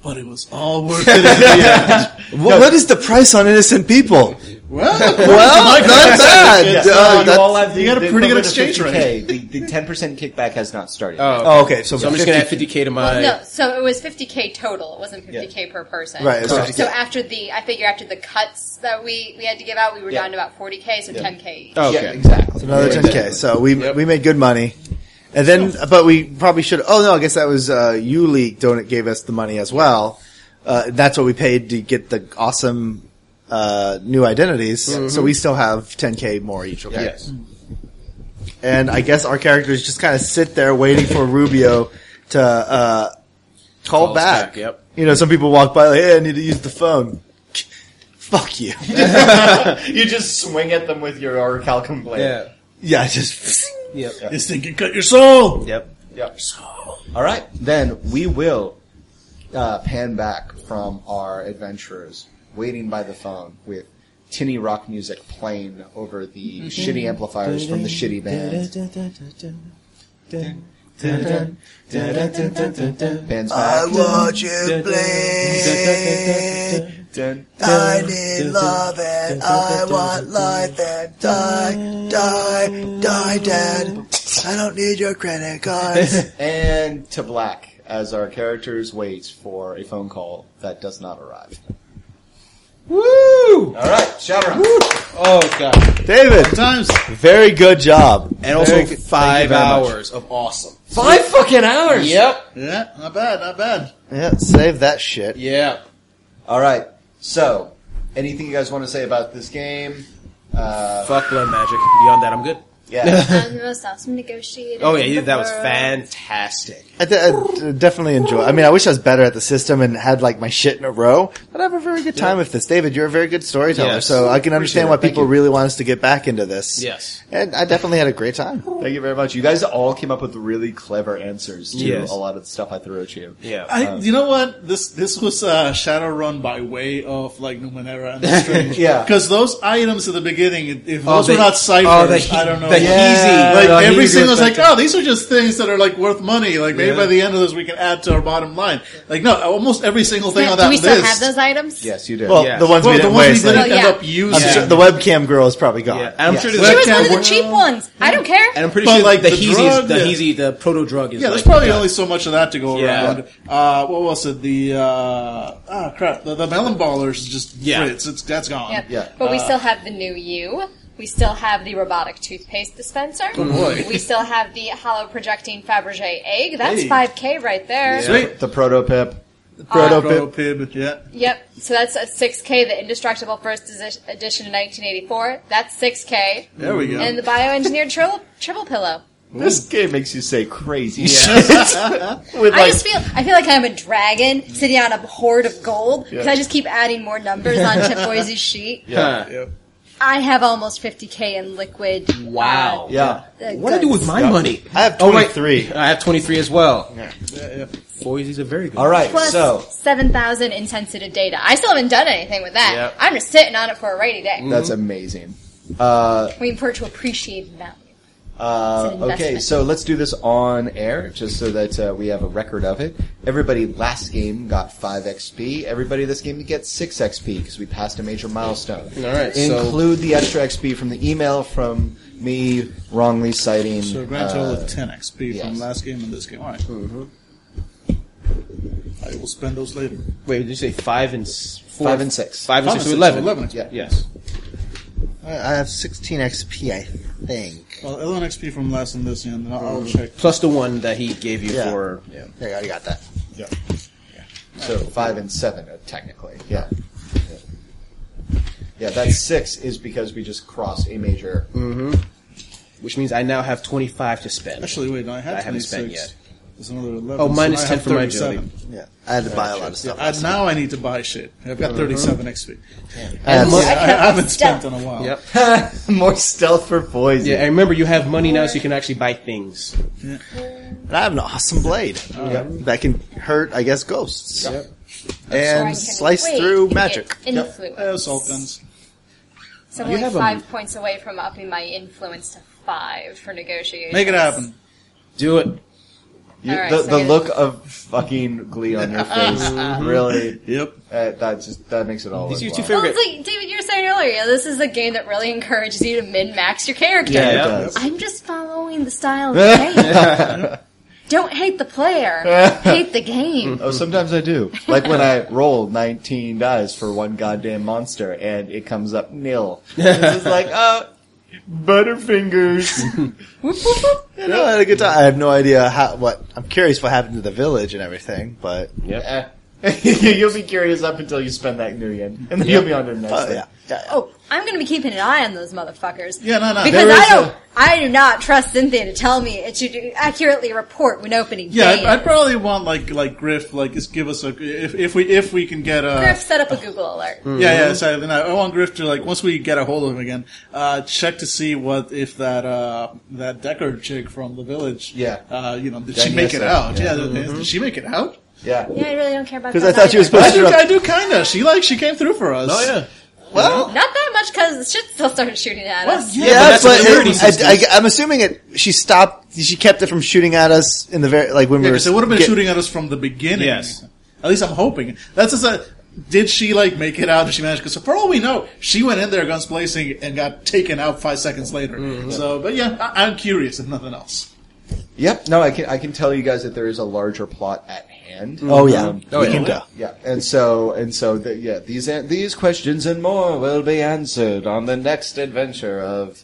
Speaker 1: But it was all worth it.
Speaker 19: *laughs*
Speaker 5: What, what is the price on innocent people? well, not bad. Uh,
Speaker 2: No, you
Speaker 5: that's-
Speaker 2: all have the,
Speaker 1: you got a
Speaker 2: the
Speaker 1: pretty good
Speaker 2: equivalent of
Speaker 1: exchange
Speaker 2: 50K. The ten percent kickback has not started.
Speaker 5: oh, okay. So,
Speaker 6: So I'm just gonna add 50k to my.
Speaker 7: No, so it was 50k total. It wasn't 50k per person.
Speaker 5: Right, it's 50K.
Speaker 7: So after the, I figure after the cuts that we we had to give out, we were down to about 40k,
Speaker 6: *laughs*
Speaker 7: so 10k.
Speaker 4: Um,
Speaker 6: Okay.
Speaker 2: Yeah, exactly.
Speaker 5: another ten k. So we we made good money, and then but we probably should. Oh no, I guess that was uh, U League donate gave us the money as well. Uh, that's what we paid to get the awesome uh, new identities.
Speaker 6: Mm-hmm.
Speaker 5: So we still have ten k more each.
Speaker 4: *laughs*
Speaker 5: Okay.
Speaker 2: Yes.
Speaker 5: And I guess our characters just kind of sit there waiting for Rubio to uh, call
Speaker 6: Calls
Speaker 5: back.
Speaker 6: back, yep.
Speaker 5: You know, some people walk by like, "Hey, I need to use the phone." *laughs* Fuck you.
Speaker 2: You just swing at them with your orichalcum blade.
Speaker 6: Yeah.
Speaker 5: yeah,
Speaker 4: *laughs*
Speaker 5: just
Speaker 1: this thing can cut your soul.
Speaker 6: Yep.
Speaker 4: All right, then we will uh, pan back from our adventurers waiting by the phone with tinny rock music playing over the
Speaker 5: Mm-hmm.
Speaker 4: shitty amplifiers from the shitty band. Band's back.
Speaker 5: watch you play. I need love and I want life and die, die, die, Dad. I don't need your credit cards.
Speaker 4: and to black as our characters wait for a phone call that does not arrive.
Speaker 2: Woo!
Speaker 4: All right, shout out.
Speaker 2: Oh god.
Speaker 5: David,
Speaker 1: Times.
Speaker 5: very good job.
Speaker 6: And also
Speaker 5: Very good.
Speaker 6: five
Speaker 5: Thank you very much.
Speaker 6: hours of awesome.
Speaker 2: Five fucking hours.
Speaker 6: Yep.
Speaker 1: Yeah, not bad, not bad.
Speaker 5: Yeah, save that shit.
Speaker 6: Yeah.
Speaker 4: All right, so anything you guys want to say about this game? Uh,
Speaker 6: Fuck blood magic. Beyond that, I'm good.
Speaker 4: yeah.
Speaker 7: That was the most awesome negotiator.
Speaker 6: Oh yeah,
Speaker 7: in
Speaker 6: you-
Speaker 7: the
Speaker 6: that was
Speaker 7: world.
Speaker 6: fantastic.
Speaker 5: I, de- I d- definitely enjoy. I mean, I wish I was better at the system and had like my shit in a row. But I have a very good time with this, David. You're a very good storyteller,
Speaker 6: Yes.
Speaker 5: so I can understand why
Speaker 6: Thank
Speaker 5: people
Speaker 6: you.
Speaker 5: really want us to get back into this.
Speaker 6: Yes.
Speaker 5: and I definitely had a great time.
Speaker 4: Thank you very much. You guys all came up with really clever answers to
Speaker 6: Yes.
Speaker 4: a lot of the stuff I threw at you.
Speaker 6: Yeah.
Speaker 1: I, you know what? This this was uh, Shadowrun by way of like Numenera and the Strange.
Speaker 4: Yeah.
Speaker 1: because those items at the beginning, if
Speaker 6: Oh,
Speaker 1: those
Speaker 6: the-
Speaker 1: were not
Speaker 6: oh,
Speaker 1: ciphers,
Speaker 6: the he-
Speaker 1: I don't know.
Speaker 6: the
Speaker 1: yeah,
Speaker 6: heezy.
Speaker 1: like
Speaker 6: The
Speaker 1: every
Speaker 6: heezy
Speaker 1: single was like,
Speaker 6: aspect
Speaker 1: oh, these are just things that are like worth money. Like maybe
Speaker 6: Yeah.
Speaker 1: by the end of this, we can add to our bottom line. Like no, almost every single thing
Speaker 20: Yeah,
Speaker 1: on that
Speaker 20: do we
Speaker 1: list.
Speaker 20: still have those items?
Speaker 4: Yes, you did.
Speaker 5: Well,
Speaker 6: Yes.
Speaker 5: the ones
Speaker 1: Well,
Speaker 5: we
Speaker 1: the
Speaker 5: didn't
Speaker 1: ones we
Speaker 5: waste.
Speaker 1: didn't
Speaker 20: Oh,
Speaker 1: end
Speaker 20: yeah.
Speaker 1: up using.
Speaker 5: I'm sure the webcam girl is probably gone.
Speaker 6: yeah. And I'm
Speaker 4: Yes.
Speaker 6: sure
Speaker 4: She
Speaker 6: there's
Speaker 20: She
Speaker 1: That
Speaker 20: was
Speaker 1: can't
Speaker 20: one of the
Speaker 1: work.
Speaker 20: cheap ones. I don't care.
Speaker 6: And I'm pretty
Speaker 1: But,
Speaker 6: sure
Speaker 1: like,
Speaker 6: the,
Speaker 1: the
Speaker 6: heezy,
Speaker 1: drug-
Speaker 6: the
Speaker 1: yeah.
Speaker 6: heezy, the proto drug is
Speaker 1: Yeah,
Speaker 6: like
Speaker 1: there's probably
Speaker 6: done.
Speaker 1: only so much of that to go
Speaker 6: Yeah.
Speaker 1: around. Uh, what was it? The uh, ah crap, the, the melon ballers is just
Speaker 6: Yeah.
Speaker 1: Fritz. It's that's gone.
Speaker 7: Yep.
Speaker 4: Yeah.
Speaker 7: But we still have the new you. We still have the robotic toothpaste dispenser.
Speaker 1: boy.
Speaker 7: We still have the hollow projecting Fabergé egg. That's
Speaker 1: Hey.
Speaker 7: 5k right there.
Speaker 1: Sweet.
Speaker 4: the proto pip.
Speaker 5: Proto
Speaker 1: Proto Pib, Ah, yeah.
Speaker 7: Yep. So that's a 6K, the indestructible first edi- edition in 1984. That's 6K.
Speaker 1: There we go.
Speaker 7: And the bioengineered triple, triple pillow.
Speaker 4: This game makes you say crazy shit.
Speaker 7: *laughs* I just feel I feel like I'm a dragon sitting on a hoard of gold because I just keep adding more numbers on *laughs* Tipoise's sheet.
Speaker 6: Huh.
Speaker 7: I have almost 50k in liquid.
Speaker 6: Wow.
Speaker 4: Yeah.
Speaker 7: uh,
Speaker 6: What do I do with
Speaker 7: goods.
Speaker 6: my money?
Speaker 5: I have
Speaker 6: Oh, wait.
Speaker 5: 23.
Speaker 6: I have 23 as well. Yeah. Boise's a very good.
Speaker 4: All right,
Speaker 7: Plus
Speaker 4: so
Speaker 7: 7,000 in sensitive data. I still haven't done anything with that.
Speaker 6: Yep.
Speaker 7: I'm just sitting on it for a rainy day,
Speaker 4: that's amazing. Uh,
Speaker 7: waiting for it to appreciate in value.
Speaker 4: uh,
Speaker 7: It's an
Speaker 4: okay,
Speaker 7: investment.
Speaker 4: so let's do this on air just so that uh, we have a record of it. Everybody last game got 5 XP. Everybody this game gets 6 XP because we passed a major milestone.
Speaker 6: All right, so-
Speaker 4: Include the extra XP from the email from me wrongly citing.
Speaker 1: So a grand total
Speaker 4: uh,
Speaker 1: of 10 XP from
Speaker 4: yes.
Speaker 1: last game and this game. All right. I will spend those later.
Speaker 6: Wait, did you say five and s- four?
Speaker 4: uh, Five and six.
Speaker 6: Five and
Speaker 1: Five
Speaker 6: six,
Speaker 1: and
Speaker 6: so
Speaker 1: six,
Speaker 6: eleven.
Speaker 1: so 11.
Speaker 6: Yeah. Yes.
Speaker 5: I I have 16 XP, I think.
Speaker 1: Well, 11 XP from last and this, and I'll, I'll check.
Speaker 6: Plus the one that he gave you
Speaker 5: Yeah.
Speaker 6: for. Yeah.
Speaker 5: There, I already got that.
Speaker 4: So five and seven, uh, technically. Yeah. Yeah, that six is because we just crossed a major. *laughs*
Speaker 6: Which means I now have twenty five to spend.
Speaker 1: Actually, wait, no, I have
Speaker 6: I
Speaker 1: 26.
Speaker 6: haven't spent yet.
Speaker 1: There's another 11.
Speaker 6: Oh,
Speaker 1: so
Speaker 6: minus
Speaker 1: I
Speaker 6: 10
Speaker 1: have
Speaker 6: for my
Speaker 1: 37.
Speaker 6: agility.
Speaker 5: Yeah, I had to buy a lot of stuff.
Speaker 1: Yeah, I, now I need to buy shit. I've got 37 XP.
Speaker 5: I had-
Speaker 1: I, I haven't spent in a while.
Speaker 6: Yep.
Speaker 4: More stealth for boys.
Speaker 6: Yeah, and remember you have money now, so you can actually buy things.
Speaker 5: and I have an awesome blade uh, that can hurt, I guess, ghosts.
Speaker 7: Or I
Speaker 5: And
Speaker 7: can
Speaker 5: slice
Speaker 7: wait
Speaker 5: through
Speaker 7: and get
Speaker 5: magic.
Speaker 7: Influence.
Speaker 1: I have Uh, salt guns.
Speaker 7: So
Speaker 6: You
Speaker 7: I'm only
Speaker 6: have a-
Speaker 7: five points away from upping my influence to five for negotiation.
Speaker 1: Make it happen.
Speaker 6: Do it.
Speaker 4: You,
Speaker 7: All right,
Speaker 4: the
Speaker 7: so
Speaker 4: the
Speaker 7: yeah.
Speaker 4: look of fucking glee on your face, really.
Speaker 1: Yep.
Speaker 4: Uh, that just that makes it all.
Speaker 6: These are your two
Speaker 4: worthwhile.
Speaker 6: favorite.
Speaker 7: Well, it's like David, you were saying earlier. This is a game that really encourages you to min-max your character.
Speaker 4: Yeah,
Speaker 6: Yeah.
Speaker 4: it does.
Speaker 21: I'm just following the
Speaker 1: *laughs*
Speaker 21: style of the game. Don't hate the
Speaker 1: *laughs*
Speaker 21: player, hate the game.
Speaker 4: Oh, sometimes I do. Like when I roll 19 dice for one goddamn monster and it comes up nil. It's just like, uh, Butterfingers.
Speaker 8: No, I had a good time. I have no idea how. What I'm curious what happened to the village and everything, but
Speaker 4: Eh. *laughs* you'll be curious up until you spend that new yen. And then you'll be on to the next
Speaker 8: oh
Speaker 4: thing.
Speaker 8: yeah, yeah, yeah.
Speaker 7: Oh, I'm going to be keeping an eye on those motherfuckers.
Speaker 1: Yeah, no, no.
Speaker 7: Because
Speaker 1: There
Speaker 7: I
Speaker 1: is
Speaker 7: don't, I do not trust Cynthia to tell me it should accurately report when opening.
Speaker 1: Yeah,
Speaker 7: games.
Speaker 1: I, I probably want like like Griff like just give us a if if we if we can get a
Speaker 7: Griff set up a
Speaker 1: *laughs*
Speaker 7: Google alert.
Speaker 8: Mm-hmm.
Speaker 1: yeah yeah so then I, I want Griff to like once we get a hold of him again uh check to see what if that uh that Decker chick from the village
Speaker 4: Yeah.
Speaker 1: uh you know did she
Speaker 4: Daniessa,
Speaker 1: make it out yeah,
Speaker 8: Mm-hmm.
Speaker 1: did she make it out
Speaker 4: Yeah.
Speaker 7: Yeah, I really don't care about
Speaker 8: Because
Speaker 7: that
Speaker 8: I thought she was
Speaker 7: either.
Speaker 1: I
Speaker 8: supposed
Speaker 1: do
Speaker 8: to.
Speaker 1: I do kind of she like she came through for us
Speaker 6: Oh yeah.
Speaker 8: Well,
Speaker 7: Not that much because the shit still started shooting at us.
Speaker 8: yeah,
Speaker 6: that's
Speaker 8: but
Speaker 6: a security
Speaker 8: it- I, am assuming it. She stopped. She kept it from shooting at us in the very like when we were.
Speaker 1: because it would have been
Speaker 8: get-
Speaker 1: shooting at us from the beginning
Speaker 6: Yes.
Speaker 1: at least I'm hoping that's just a did she like make it out? Did she manage? Because for all we know, she went in there guns blazing and got taken out five seconds later.
Speaker 8: Mm-hmm.
Speaker 1: So, but yeah, I, I'm curious if nothing else.
Speaker 4: Yep. No, I can, I can tell you guys that there is a larger plot at hand. Um,
Speaker 8: Oh yeah,
Speaker 6: Oh,
Speaker 8: we
Speaker 6: yeah.
Speaker 8: can go.
Speaker 4: Yeah, and so and so, the, yeah. These an- these questions and more will be answered on the next adventure of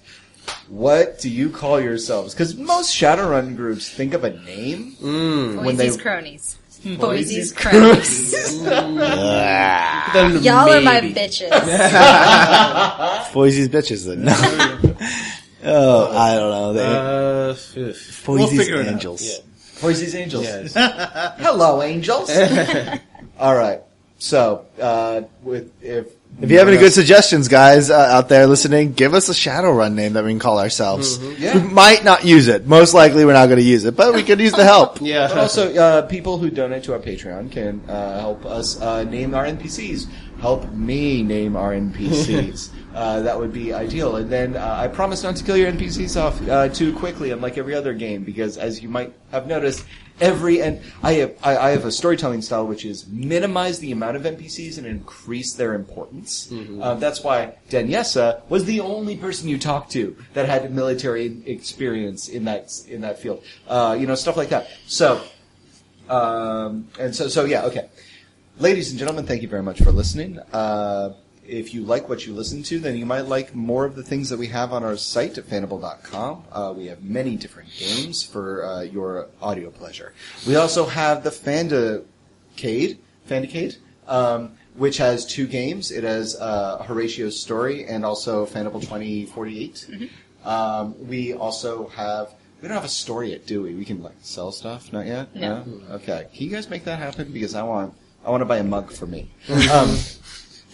Speaker 4: what do you call yourselves? Because most Shadowrun groups think of a name. when they-
Speaker 7: Boise's cronies. Hmm. Boise's cronies. *laughs* Y'all are my bitches.
Speaker 8: Boise's bitches then. oh, I don't know. They,
Speaker 6: Uh,
Speaker 8: Boise's
Speaker 1: figure it out.
Speaker 8: angels.
Speaker 4: Boise's Angels.
Speaker 6: yes.
Speaker 4: *laughs* Hello, Angels. All right. So uh, with if
Speaker 8: If you have any good suggestions, guys uh, out there listening, give us a Shadowrun name that we can call ourselves.
Speaker 6: Mm-hmm.
Speaker 4: Yeah.
Speaker 8: We might not use it. Most likely, we're not going to use it, but we could use the help.
Speaker 4: But also, uh, people who donate to our Patreon can uh, help us uh, name our NPCs. Help me name our NPCs. uh, that would be ideal. And then uh, I promise not to kill your NPCs off uh, too quickly, unlike every other game, because as you might have noticed, every and I have I, I have a storytelling style which is minimize the amount of NPCs and increase their importance. Uh, that's why Daniessa was the only person you talked to that had military experience in that in that field. Uh, you know stuff like that. So. Um, and so, so yeah, okay. Ladies and gentlemen, thank you very much for listening. Uh, if you like what you listen to, then you might like more of the things that we have on our site at fanable.com. Uh, we have many different games for uh, your audio pleasure. We also have the Fandicade, Fandicade, um, which has two games. It has uh, Horatio's Story and also Fanable 2048. Um, we also have. We don't have a store yet, do we? We can like sell stuff, not yet.
Speaker 7: No.
Speaker 4: Okay. Can you guys make that happen? Because I want. I want to buy a mug for me. um,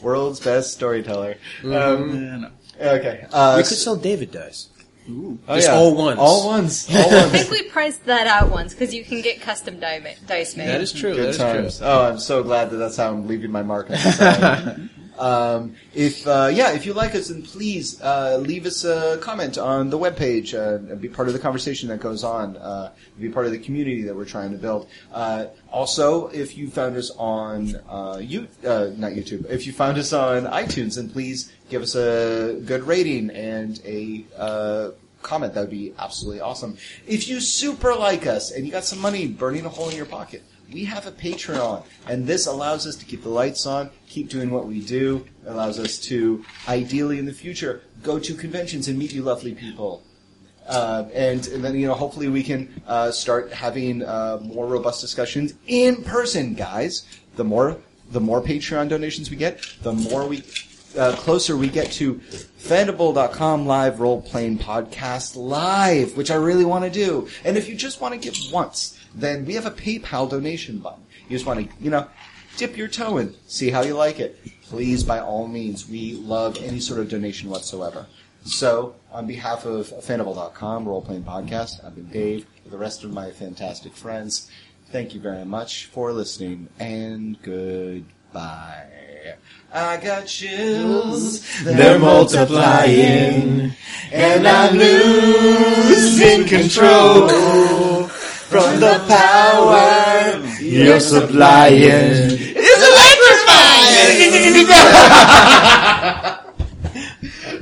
Speaker 4: world's best storyteller. Um,
Speaker 1: Yeah, no.
Speaker 4: okay. Uh,
Speaker 6: we could sell David dice.
Speaker 4: oh,
Speaker 6: just all ones.
Speaker 4: All ones. All
Speaker 7: I
Speaker 4: ones.
Speaker 7: think we priced that out once because you can get custom di- dice made.
Speaker 6: That is true.
Speaker 4: Good
Speaker 6: that is
Speaker 4: times. Oh, I'm so glad that that's how I'm leaving my mark on
Speaker 6: *laughs*
Speaker 4: society. um, if uh, yeah, if you like us, then please uh, leave us a comment on the webpage uh, and be part of the conversation that goes on. Uh, be part of the community that we're trying to build. Uh, also, if you found us on uh, you uh, not YouTube, if you found us on iTunes, then please give us a good rating and a. Uh, comment. That would be absolutely awesome. If you super like us and you got some money burning a hole in your pocket, we have a Patreon, and this allows us to keep the lights on, keep doing what we do, allows us to, ideally in the future, go to conventions and meet you lovely people. Uh, and, and then, you know, hopefully we can uh, start having uh, more robust discussions in person, guys. The more, the more Patreon donations we get, the more we, uh, closer we get to Fandible.com live role playing podcast live, which I really want to do. And if you just want to give once, then we have a PayPal donation button. You just want to, you know, dip your toe in, see how you like it. Please, by all means, we love any sort of donation whatsoever. So, on behalf of Fandible.com, Role Playing Podcast, I've been Dave, with the rest of my fantastic friends. Thank you very much for listening, and goodbye. I got chills, they're multiplying, and I'm losing control.
Speaker 2: From the power
Speaker 5: You're supplying.
Speaker 2: is electrifying.